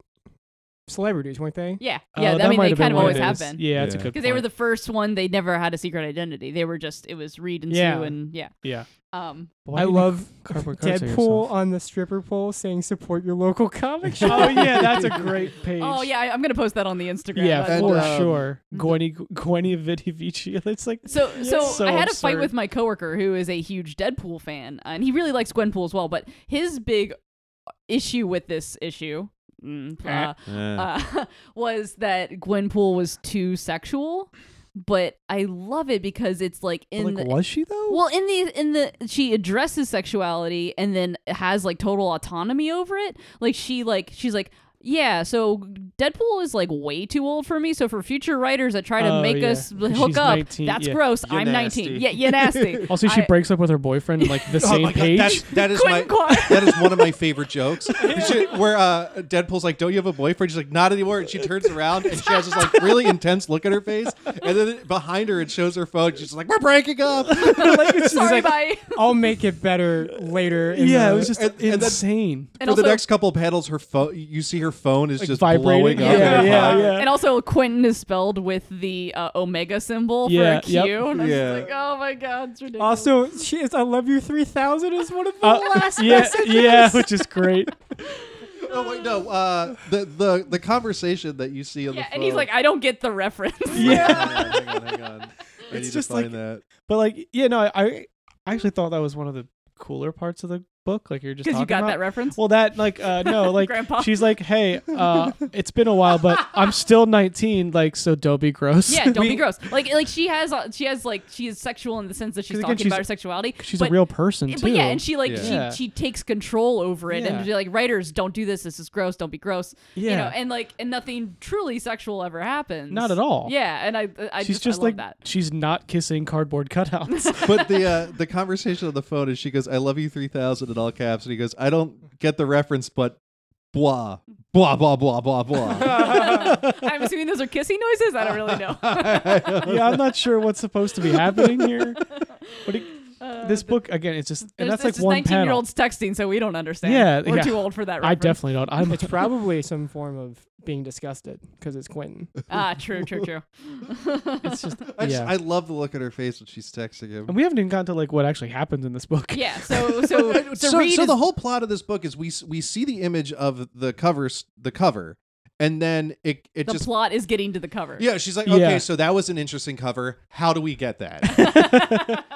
Speaker 4: celebrities, weren't they?
Speaker 1: yeah,
Speaker 3: Oh,
Speaker 1: yeah.
Speaker 3: that
Speaker 1: I mean,
Speaker 3: might
Speaker 1: they
Speaker 3: have been
Speaker 1: kind of
Speaker 3: what
Speaker 1: always
Speaker 3: it
Speaker 1: have
Speaker 3: is.
Speaker 1: been
Speaker 3: Yeah, that's a
Speaker 2: Yeah.
Speaker 3: good.
Speaker 1: because they were
Speaker 3: point.
Speaker 1: the first one. They never had a secret identity. They were just it was Reed and
Speaker 3: Yeah.
Speaker 1: Sue and yeah.
Speaker 3: yeah.
Speaker 1: Um,
Speaker 3: Why
Speaker 4: I
Speaker 3: do you
Speaker 4: love
Speaker 3: need cardboard cutout
Speaker 4: Deadpool
Speaker 3: yourself?
Speaker 4: on the stripper pole saying support your local comic shop.
Speaker 3: oh yeah, that's a great page.
Speaker 1: oh yeah, I, I'm gonna post that on the Instagram. Mm-hmm.
Speaker 3: Yeah,
Speaker 1: but-
Speaker 2: And,
Speaker 3: for
Speaker 2: um,
Speaker 3: sure. Gwenny Gwenny Vidivici. It's like
Speaker 1: So, so,
Speaker 3: so
Speaker 1: I had a fight
Speaker 3: absurd.
Speaker 1: with my coworker who is a huge Deadpool fan, and he really likes Gwenpool as well. But his big issue with this issue mm,
Speaker 3: Eh.
Speaker 1: uh, uh, was that Gwenpool was too sexual. But I love it because it's like in
Speaker 3: like
Speaker 1: the
Speaker 3: was she though?
Speaker 1: well in the in the she addresses sexuality and then has like total autonomy over it like she like she's like yeah so deadpool is like way too old for me so for future writers that try to
Speaker 3: Oh,
Speaker 1: make
Speaker 3: yeah.
Speaker 1: us
Speaker 3: She's
Speaker 1: hook up
Speaker 3: 19,
Speaker 1: that's
Speaker 3: yeah.
Speaker 1: gross
Speaker 2: You're
Speaker 1: i'm
Speaker 2: nasty.
Speaker 1: 19 yeah you're nasty
Speaker 3: also, she
Speaker 1: I-
Speaker 3: breaks up with her boyfriend in like the
Speaker 2: Oh
Speaker 3: same
Speaker 2: my God,
Speaker 3: page.
Speaker 2: that's- that is my
Speaker 1: Quinn
Speaker 2: that is one of my favorite jokes. Where uh, Deadpool's like, "Don't you have a boyfriend?" She's like, "Not anymore." And she turns around and she has this like really intense look at her face, and then behind her it shows her phone. She's like, "We're breaking up."
Speaker 4: like, it's just
Speaker 1: sorry
Speaker 4: like,
Speaker 1: bye
Speaker 4: I'll make it better later. in
Speaker 3: yeah,
Speaker 4: the-
Speaker 3: it was just
Speaker 2: And- and that's-
Speaker 3: insane.
Speaker 1: and
Speaker 2: For
Speaker 1: also
Speaker 2: the next couple panels, her phone you see her phone is
Speaker 3: Like
Speaker 2: just
Speaker 3: vibrating.
Speaker 2: blowing up.
Speaker 3: Yeah,
Speaker 2: in her
Speaker 3: yeah,
Speaker 2: pocket.
Speaker 3: yeah.
Speaker 1: And also, Quentin is spelled with the uh, omega symbol for
Speaker 3: Yeah,
Speaker 1: a Q.
Speaker 3: yep.
Speaker 1: And I'm
Speaker 2: Yeah.
Speaker 1: just like, oh my god, it's ridiculous.
Speaker 4: Also, she is I Love You 3000 is one of the
Speaker 3: Uh,
Speaker 4: last
Speaker 3: yeah,
Speaker 4: messages.
Speaker 3: yeah, which is great.
Speaker 2: Oh wait, no. Uh, the the the conversation that you see on
Speaker 1: yeah,
Speaker 2: the phone.
Speaker 1: and he's like, "Ah." I don't get the reference.
Speaker 2: yeah. hang on, hang on. I
Speaker 3: It's
Speaker 2: need
Speaker 3: just
Speaker 2: to find
Speaker 3: like-
Speaker 2: that.
Speaker 3: But like, yeah, no, I, I actually thought that was one of the cooler parts of the book. Like you're just
Speaker 1: Because you
Speaker 3: talking
Speaker 1: got
Speaker 3: about.
Speaker 1: that reference.
Speaker 3: Well, that like uh, no, like
Speaker 1: Grandpa.
Speaker 3: she's like, hey, uh, it's been a while, but I'm still 19. Like, so don't be gross.
Speaker 1: yeah, don't be
Speaker 3: We-
Speaker 1: gross. Like, like she has, uh, she has, like, she is sexual in the sense that she's
Speaker 3: 'Cause again,
Speaker 1: talking
Speaker 3: she's-
Speaker 1: about her sexuality.
Speaker 3: She's
Speaker 1: but
Speaker 3: a real person
Speaker 1: Yeah,
Speaker 3: too.
Speaker 1: But yeah, and she like
Speaker 2: Yeah.
Speaker 1: she
Speaker 3: Yeah.
Speaker 1: she takes control over it
Speaker 3: Yeah.
Speaker 1: and she's like writers don't do this. This is gross. Don't be gross. You
Speaker 3: Yeah.
Speaker 1: know, and like and nothing truly sexual ever happens.
Speaker 3: Not at all.
Speaker 1: Yeah, and I I
Speaker 3: she's
Speaker 1: I
Speaker 3: just
Speaker 1: love
Speaker 3: like
Speaker 1: that.
Speaker 3: she's not kissing cardboard cutouts.
Speaker 2: But the uh, the conversation on the phone is she goes, "I love you 3000 in all caps," and he goes, "I don't get the reference, but blah blah blah blah blah blah."
Speaker 1: I'm assuming those are kissing noises. I don't really know.
Speaker 3: yeah, I'm not sure what's supposed to be happening here. But it, this book again, it's just and
Speaker 1: Uh, There's- it's
Speaker 3: that's like
Speaker 1: just
Speaker 3: one
Speaker 1: 19 year
Speaker 3: panel.
Speaker 1: olds texting, so we don't understand.
Speaker 3: Yeah,
Speaker 1: we're
Speaker 3: yeah.
Speaker 1: too old for that.
Speaker 3: I
Speaker 1: Reference.
Speaker 3: definitely don't. I'm
Speaker 4: It's probably some form of being disgusted because it's Quentin.
Speaker 1: ah true true true.
Speaker 3: it's just
Speaker 2: I, just,
Speaker 3: yeah.
Speaker 2: I love the look on her face when she's texting him.
Speaker 3: and we haven't even gotten to like what actually happens in this book.
Speaker 1: Yeah, so so to
Speaker 2: so,
Speaker 1: read
Speaker 2: so
Speaker 1: is-
Speaker 2: the whole plot of this book is we s- we see the image of the cover s- the cover and then it it
Speaker 1: the
Speaker 2: just
Speaker 1: plot is getting to the cover.
Speaker 2: yeah she's like okay
Speaker 3: Yeah.
Speaker 2: so that was an interesting cover how do we get that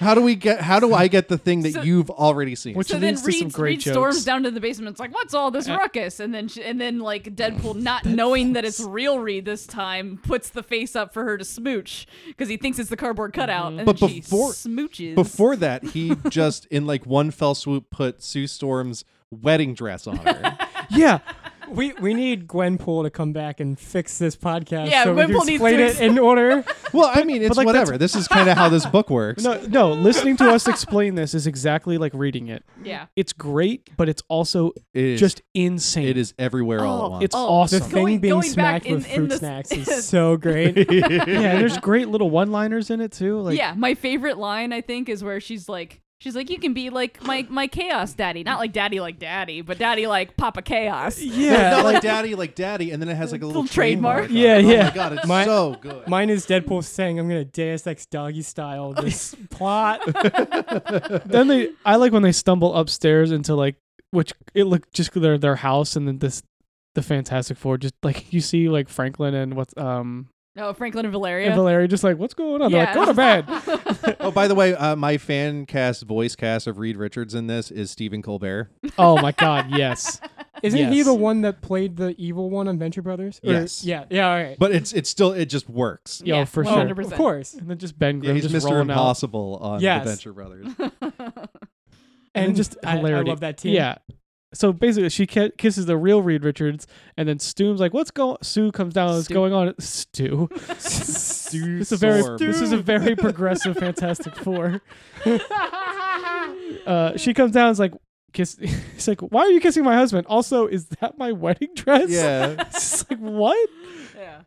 Speaker 2: how do we get how do I get the thing that
Speaker 1: So-
Speaker 2: you've already seen
Speaker 3: Which-
Speaker 1: So then
Speaker 3: leads to some
Speaker 1: Reed,
Speaker 3: great
Speaker 1: Reed storms
Speaker 3: jokes.
Speaker 1: down to the basement. It's like, what's all this ruckus? And then, she, and then like Deadpool, not knowing that it's real Reed this time, puts the face up for her to smooch because he thinks it's the cardboard cutout.
Speaker 3: Mm-hmm.
Speaker 1: And
Speaker 2: But
Speaker 1: then she
Speaker 2: before-
Speaker 1: smooches.
Speaker 2: before that he just in like one fell swoop put Sue Storm's wedding dress on her
Speaker 3: yeah.
Speaker 4: We we need Gwenpool to come back and fix this podcast.
Speaker 1: Yeah,
Speaker 4: so we can
Speaker 1: Gwenpool needs
Speaker 4: explain
Speaker 1: to
Speaker 4: it in order.
Speaker 2: well I mean it's
Speaker 3: like, that's-
Speaker 2: whatever this is kind of how this book works
Speaker 3: No, Uh, no. Listening to us explain this is exactly like reading it.
Speaker 1: yeah,
Speaker 3: It's great, but it's also
Speaker 2: it is,
Speaker 3: just insane.
Speaker 2: it is everywhere all at
Speaker 1: Oh,
Speaker 2: once
Speaker 3: It's
Speaker 1: Oh,
Speaker 3: awesome.
Speaker 4: Thing
Speaker 1: Going-
Speaker 4: being
Speaker 1: going back
Speaker 4: smacked with
Speaker 1: in- in
Speaker 4: fruit
Speaker 1: the-
Speaker 4: snacks is so great.
Speaker 3: yeah, and there's great little one-liners in it too. Like,
Speaker 1: yeah. My favorite line I think is where she's like. She's like, you can be like my my chaos daddy, not like daddy like daddy, but daddy like Papa Chaos.
Speaker 3: yeah,
Speaker 2: No, not
Speaker 3: like-
Speaker 2: like daddy, like daddy, and then it has like a little,
Speaker 1: Little trademark.
Speaker 2: on it.
Speaker 3: Yeah,
Speaker 2: oh
Speaker 3: yeah.
Speaker 2: my god, it's
Speaker 4: My-
Speaker 2: so good.
Speaker 4: Mine is Deadpool saying, "I'm gonna Deus Ex doggy style this plot."
Speaker 3: then they I like when they stumble upstairs into like which it looked just their their house and then this the Fantastic Four just like you see like Franklin and what's um
Speaker 1: No, Oh, Franklin and
Speaker 3: and
Speaker 1: Valeria.
Speaker 3: Valeria just like what's going on? They're
Speaker 1: Yeah.
Speaker 3: like, go to bed.
Speaker 2: oh, by the way, uh, my fan cast voice cast of Reed Richards in this is Stephen Colbert.
Speaker 3: oh my god, yes.
Speaker 4: Isn't he
Speaker 3: Yes.
Speaker 4: the one that played the evil one on Venture Brothers? Or-
Speaker 2: Yes.
Speaker 4: Yeah. Yeah. All right.
Speaker 2: But it's it's still it just works.
Speaker 3: Yeah, for
Speaker 4: Oh,
Speaker 3: sure.
Speaker 1: 100%.
Speaker 4: Of course.
Speaker 3: And then just Ben
Speaker 2: Yeah,
Speaker 3: Grimm
Speaker 2: he's
Speaker 3: just
Speaker 2: Mr.
Speaker 3: rolling out.
Speaker 2: Impossible on
Speaker 4: Yes.
Speaker 2: the Venture Brothers.
Speaker 3: And,
Speaker 4: And
Speaker 3: just
Speaker 4: I- I
Speaker 3: hilarity.
Speaker 4: love that team.
Speaker 3: Yeah. So basically, she ki- kisses the real Reed Richards, and then Stu's like, "What's going?" Sue comes down. What's
Speaker 1: Stu.
Speaker 3: going on? Stu.
Speaker 2: Stu
Speaker 3: It's a very.
Speaker 2: Sorb.
Speaker 3: This is a very progressive Fantastic Four. uh, she comes down. Is like, kiss. He's like, "Why are you kissing my husband?" Also, is that my wedding dress?
Speaker 2: yeah.
Speaker 3: it's like what?
Speaker 1: Yeah.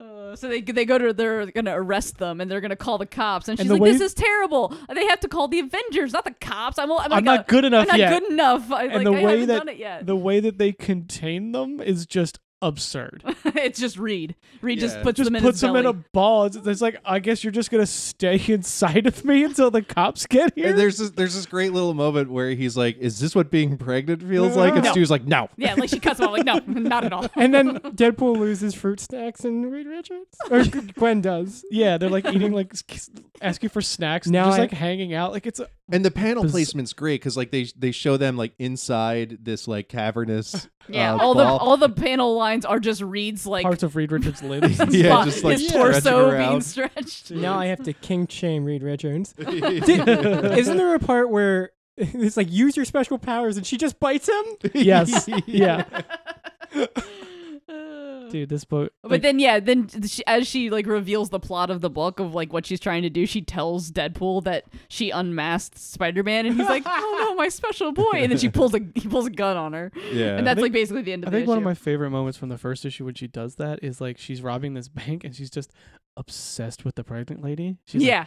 Speaker 1: Uh, so they they go to they're gonna arrest them and they're gonna call the cops and she's
Speaker 3: the
Speaker 1: like
Speaker 3: way-
Speaker 1: this is terrible they have to call the Avengers not the cops I'm, I'm, like
Speaker 3: I'm not
Speaker 1: a-
Speaker 3: good enough
Speaker 1: I'm not
Speaker 3: yet.
Speaker 1: good enough I,
Speaker 3: And
Speaker 1: like,
Speaker 3: the
Speaker 1: I
Speaker 3: way
Speaker 1: haven't
Speaker 3: that-
Speaker 1: done it yet
Speaker 3: The way that they contain them is just absurd.
Speaker 1: it's just Reed Reed just
Speaker 2: Yeah.
Speaker 1: puts
Speaker 3: just
Speaker 1: them in
Speaker 3: puts
Speaker 1: his
Speaker 3: them in
Speaker 1: belly.
Speaker 3: a ball. It's, it's like I guess you're just gonna stay inside of me until the cops get here.
Speaker 2: And there's this, there's this great little moment where he's like, "Is this what being pregnant feels like?" And
Speaker 1: No.
Speaker 2: Stu's like, "No."
Speaker 1: yeah like she cuts him off like no not at all
Speaker 4: And then Deadpool loses fruit snacks and Reed Richards, or Gwen does.
Speaker 3: yeah, they're like eating like s- asking for snacks. Now
Speaker 4: Now
Speaker 3: just
Speaker 4: I-
Speaker 3: like hanging out. Like it's a,
Speaker 2: And the panel
Speaker 3: Biz-
Speaker 2: placement's great because like they they show them like inside this like cavernous
Speaker 1: yeah
Speaker 2: uh,
Speaker 1: all the
Speaker 2: ball.
Speaker 1: all the panel lines are just Reed's like
Speaker 3: parts of Reed Richards' limbs.
Speaker 2: Yeah,
Speaker 1: spot-
Speaker 2: just, like,
Speaker 1: his
Speaker 2: stretching
Speaker 1: torso being
Speaker 2: around.
Speaker 1: stretched
Speaker 4: Now I have to king shame Reed Richards. Isn't there a part where it's like use your special powers and she just bites him?
Speaker 3: yes. Yeah.
Speaker 1: Uh,
Speaker 3: Dude, this book.
Speaker 1: But then, yeah, then she, as she like reveals the plot of the book of like what she's trying to do, she tells Deadpool that she unmasked Spider Man, and he's like, "Oh no, my special boy!" And then she pulls a he pulls a gun on her,
Speaker 2: yeah.
Speaker 1: and that's like basically the end
Speaker 3: I
Speaker 1: of
Speaker 3: think
Speaker 1: the
Speaker 3: one of
Speaker 1: issue.
Speaker 3: my favorite moments from the first issue when she does that is like she's robbing this bank and she's just obsessed with the pregnant lady. like,
Speaker 1: yeah,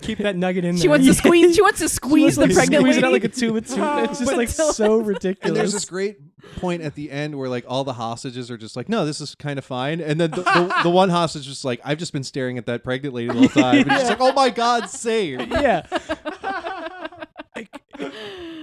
Speaker 4: Keep that nugget in there.
Speaker 1: she wants to
Speaker 3: Yeah.
Speaker 1: squeeze. She wants to squeeze
Speaker 3: She's
Speaker 1: the
Speaker 3: like
Speaker 1: pregnant
Speaker 3: squeezing
Speaker 1: lady.
Speaker 3: out like a tube of tooth. It's just
Speaker 1: But
Speaker 3: like
Speaker 1: still-
Speaker 3: so
Speaker 2: And
Speaker 3: ridiculous.
Speaker 2: there's this great point at the end where like all the hostages are just like, no, this is kind of fine. And then the, the, the one hostage is like, I've just been staring at that pregnant lady the whole time. And she's like, oh my God, save.
Speaker 3: yeah,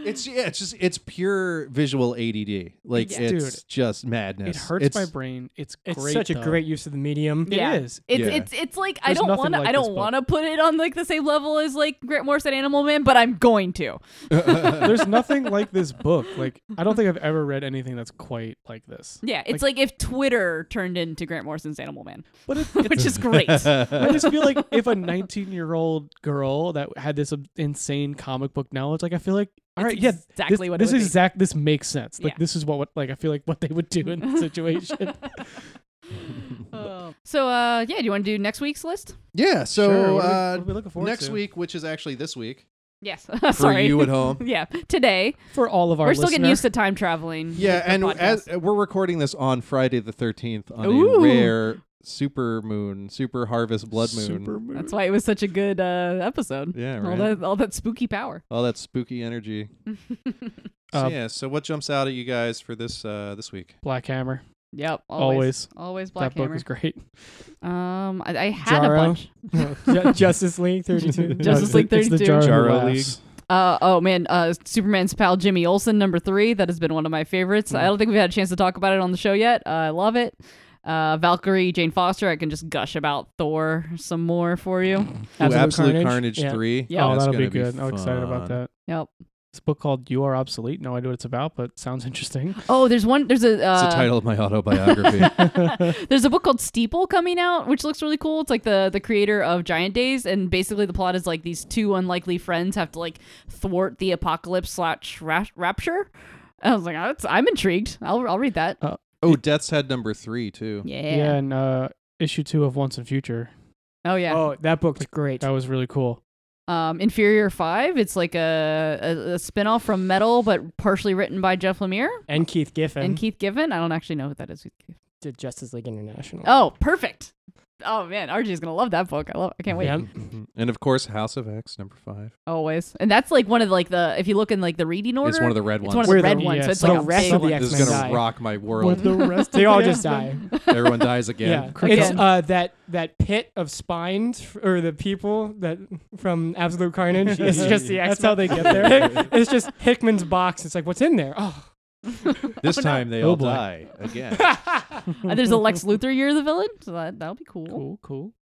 Speaker 2: It's yeah, it's just it's pure visual ADD. Like
Speaker 1: Yeah.
Speaker 2: it's just madness.
Speaker 3: it hurts
Speaker 2: It's-
Speaker 3: my brain. It's
Speaker 4: It's
Speaker 3: great.
Speaker 4: such a
Speaker 3: though.
Speaker 4: great use of the medium.
Speaker 3: It
Speaker 1: Yeah.
Speaker 3: is.
Speaker 1: It's,
Speaker 2: Yeah.
Speaker 1: it's it's like I
Speaker 3: There's
Speaker 1: don't
Speaker 3: nothing
Speaker 1: want to
Speaker 3: like
Speaker 1: I
Speaker 3: this
Speaker 1: don't
Speaker 3: book.
Speaker 1: want to put it on like the same level as like Grant Morrison Animal Man, but I'm going to.
Speaker 3: There's nothing like this book. Like I don't think I've ever read anything that's quite like this.
Speaker 1: Yeah, it's like, if Twitter turned into Grant Morrison's Animal Man,
Speaker 3: But it,
Speaker 1: which is great. yeah,
Speaker 3: I just feel like if a 19 year old girl that had this um, insane comic book knowledge, like I feel like all right, yeah, this-
Speaker 1: exactly what it
Speaker 3: this
Speaker 1: would be.
Speaker 3: exact this makes sense. Like
Speaker 1: Yeah.
Speaker 3: this is what, what like I feel like what they would do in that situation.
Speaker 2: Oh.
Speaker 1: So uh, yeah, do you want to do next week's list?
Speaker 2: Yeah, so
Speaker 3: Sure, what are
Speaker 2: uh,
Speaker 3: we- what are we looking forward
Speaker 2: next
Speaker 3: to?
Speaker 2: week, which is actually this week
Speaker 1: Yes.
Speaker 2: for
Speaker 1: Sorry.
Speaker 2: you at home.
Speaker 1: yeah, today
Speaker 3: for all of our
Speaker 1: we're still getting
Speaker 3: listener-
Speaker 1: used to time traveling.
Speaker 2: Yeah,
Speaker 1: with the
Speaker 2: and
Speaker 1: podcast.
Speaker 2: as, uh, we're recording this on Friday the 13th on a
Speaker 1: Ooh.
Speaker 2: rare super moon, super harvest blood moon.
Speaker 3: Super moon.
Speaker 1: that's why it was such a good uh, episode.
Speaker 2: Yeah,
Speaker 1: All
Speaker 2: right. All that,
Speaker 1: that all that spooky power.
Speaker 2: spooky energy.
Speaker 3: Uh,
Speaker 2: so, yeah, so what jumps out at you guys for this uh, this week?
Speaker 3: Black Hammer.
Speaker 1: Yep. Always.
Speaker 3: Always.
Speaker 1: Always Black
Speaker 3: that book
Speaker 1: Hammer.
Speaker 3: is great.
Speaker 1: Um, I, I had
Speaker 4: Jaro.
Speaker 1: a bunch.
Speaker 4: Ju- Justice League 32.
Speaker 3: No,
Speaker 1: Justice
Speaker 3: it's the-
Speaker 1: League
Speaker 3: it's the
Speaker 1: 32.
Speaker 3: Jarro
Speaker 2: Jarro
Speaker 3: laughs.
Speaker 1: Uh, oh man, uh, Superman's pal Jimmy Olsen, number three. That has been one of my favorites.
Speaker 3: Hmm.
Speaker 1: I don't think we've had a chance to talk about it on the show yet. Uh, I love it. Uh, Valkyrie, Jane Foster. I can just gush about Thor some more for you.
Speaker 2: Ooh,
Speaker 4: Absolute
Speaker 2: Absolute Carnage,
Speaker 4: Carnage?
Speaker 2: 3.
Speaker 1: Yeah.
Speaker 3: oh,
Speaker 2: That's
Speaker 3: that'll be
Speaker 2: gonna
Speaker 3: good. I'm excited
Speaker 2: fun.
Speaker 3: about that.
Speaker 1: Yep.
Speaker 3: It's a book called You Are Obsolete. No idea what it's about, but sounds interesting.
Speaker 1: Oh, there's one. There's a.
Speaker 2: It's
Speaker 1: Uh,
Speaker 2: the title of my autobiography.
Speaker 1: There's a book called Steeple coming out, which looks really cool. It's like the the creator of Giant Days, and basically the plot is like these two unlikely friends have to like thwart the apocalypse slash ra- rapture. I was like, "Oh, that's, I'm intrigued. I'll I'll read that.
Speaker 2: oh, Death's Head number 3, too.
Speaker 1: Yeah.
Speaker 3: Yeah, and uh issue two of Once and Future.
Speaker 1: Oh yeah.
Speaker 4: Oh, that book's great.
Speaker 3: That was really cool.
Speaker 1: um, Inferior Five. It's like a, a, a spin off from Metal, but partially written by Jeff Lemire
Speaker 4: And Keith Giffen
Speaker 1: and Keith Giffen. I don't actually know who that is.
Speaker 4: did Justice League International.
Speaker 1: Oh, perfect. Oh man, RJ's gonna love that book. I love. I can't wait.
Speaker 4: Yeah.
Speaker 2: and of course, House of X number 5.
Speaker 1: Always. And that's like one of like the if you look in like the reading order.
Speaker 2: It's one of the red
Speaker 1: it's
Speaker 2: ones.
Speaker 1: one of
Speaker 4: Where
Speaker 1: the
Speaker 4: the-
Speaker 1: red ones.
Speaker 3: yeah,
Speaker 1: so it's
Speaker 3: so
Speaker 1: like a
Speaker 4: the rest
Speaker 1: big
Speaker 4: of
Speaker 1: one.
Speaker 4: the
Speaker 2: this
Speaker 4: X-Men
Speaker 2: is going
Speaker 4: die.
Speaker 2: to rock my world.
Speaker 3: the rest
Speaker 4: They all just die.
Speaker 2: Everyone dies
Speaker 4: Yeah,
Speaker 2: again.
Speaker 3: Cricket.
Speaker 4: it's uh, that that pit of spines f- or the people that from Absolute Carnage. It's just the
Speaker 3: That's
Speaker 4: X.
Speaker 3: how they get there.
Speaker 4: it's just Hickman's box. It's like, what's in there? Oh,
Speaker 2: This time they
Speaker 3: Oh,
Speaker 2: all
Speaker 3: boy.
Speaker 2: die again.
Speaker 1: Uh, There's a Lex Luthor year of the villain, so that that'll be cool.
Speaker 3: cool, cool.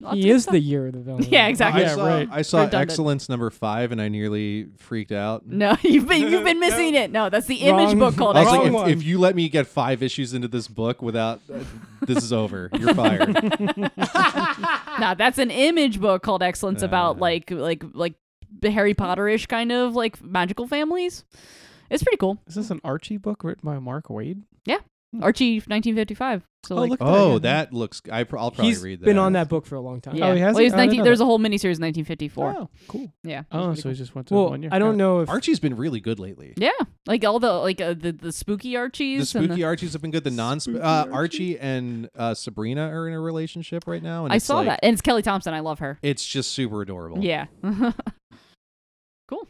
Speaker 1: Lots
Speaker 4: he
Speaker 1: of
Speaker 4: is
Speaker 1: stuff.
Speaker 4: the year of the villain.
Speaker 1: Yeah, exactly.
Speaker 2: I
Speaker 3: Yeah,
Speaker 2: saw,
Speaker 3: right.
Speaker 2: I saw
Speaker 1: Redundant.
Speaker 2: Excellence number five, and I nearly freaked out.
Speaker 1: No, you've been you've been missing it. No, that's the image
Speaker 4: Wrong-
Speaker 1: book called
Speaker 2: I was
Speaker 4: Wrong
Speaker 1: Excellence.
Speaker 2: like,
Speaker 4: one.
Speaker 2: if, if you let me get five issues into this book without, uh, this is over. You're fired.
Speaker 1: Nah, that's an image book called Excellence about
Speaker 2: Uh.
Speaker 1: like like like Harry Potter-ish kind of like magical families. It's pretty cool.
Speaker 3: Is this an Archie book written by Mark Wade?
Speaker 1: Archie 1955. So
Speaker 3: Oh,
Speaker 1: like
Speaker 3: look at
Speaker 2: oh,
Speaker 3: yeah.
Speaker 2: that looks. I pr- I'll probably
Speaker 4: He's
Speaker 2: read that.
Speaker 4: been on that book for a long time.
Speaker 1: yeah.
Speaker 3: Oh, he has
Speaker 1: well,
Speaker 3: it?
Speaker 1: was
Speaker 3: I didn't
Speaker 1: 19
Speaker 3: know
Speaker 1: there's
Speaker 3: that.
Speaker 1: a whole miniseries in 1954.
Speaker 3: Oh, cool.
Speaker 1: Yeah.
Speaker 3: Oh,
Speaker 1: That's
Speaker 3: so he just went to
Speaker 4: Well,
Speaker 3: one year.
Speaker 4: I don't know if
Speaker 2: Archie's been really good lately.
Speaker 1: Yeah. Like all the like uh, the the spooky Archies
Speaker 2: The
Speaker 1: and
Speaker 2: spooky
Speaker 1: the-
Speaker 2: Archies have been good. The non
Speaker 3: Spooky
Speaker 2: uh,
Speaker 3: Archie?
Speaker 2: Archie and uh, Sabrina are in a relationship right now. And
Speaker 1: I
Speaker 2: it's
Speaker 1: saw
Speaker 2: like-
Speaker 1: that. And it's Kelly Thompson. I love her.
Speaker 2: It's just super adorable.
Speaker 1: Yeah. cool.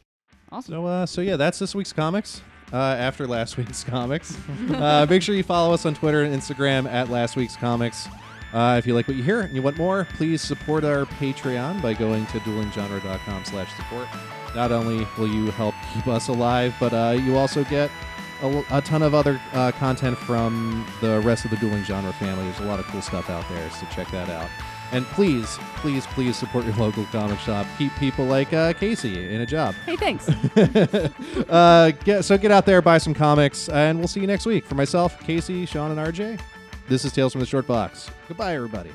Speaker 1: Awesome.
Speaker 2: So, uh, so yeah, that's this week's comics. Uh, after last week's comics, uh, make sure you follow us on Twitter and Instagram at Last Week's Comics. Uh, if you like what you hear and you want more, please support our Patreon by going to duelinggenre.com slash support. Not only will you help keep us alive, but uh, you also get a, a ton of other uh, content from the rest of the Dueling Genre family. There's a lot of cool stuff out there, so check that out. And please, please, please support your local comic shop. Keep people like uh, Casey in a job
Speaker 1: Hey, thanks.
Speaker 2: uh, get, so get out there, buy some comics, and we'll see you next week. For myself, Casey, Sean, and RJ, this is Tales from the Short Box. Goodbye, everybody.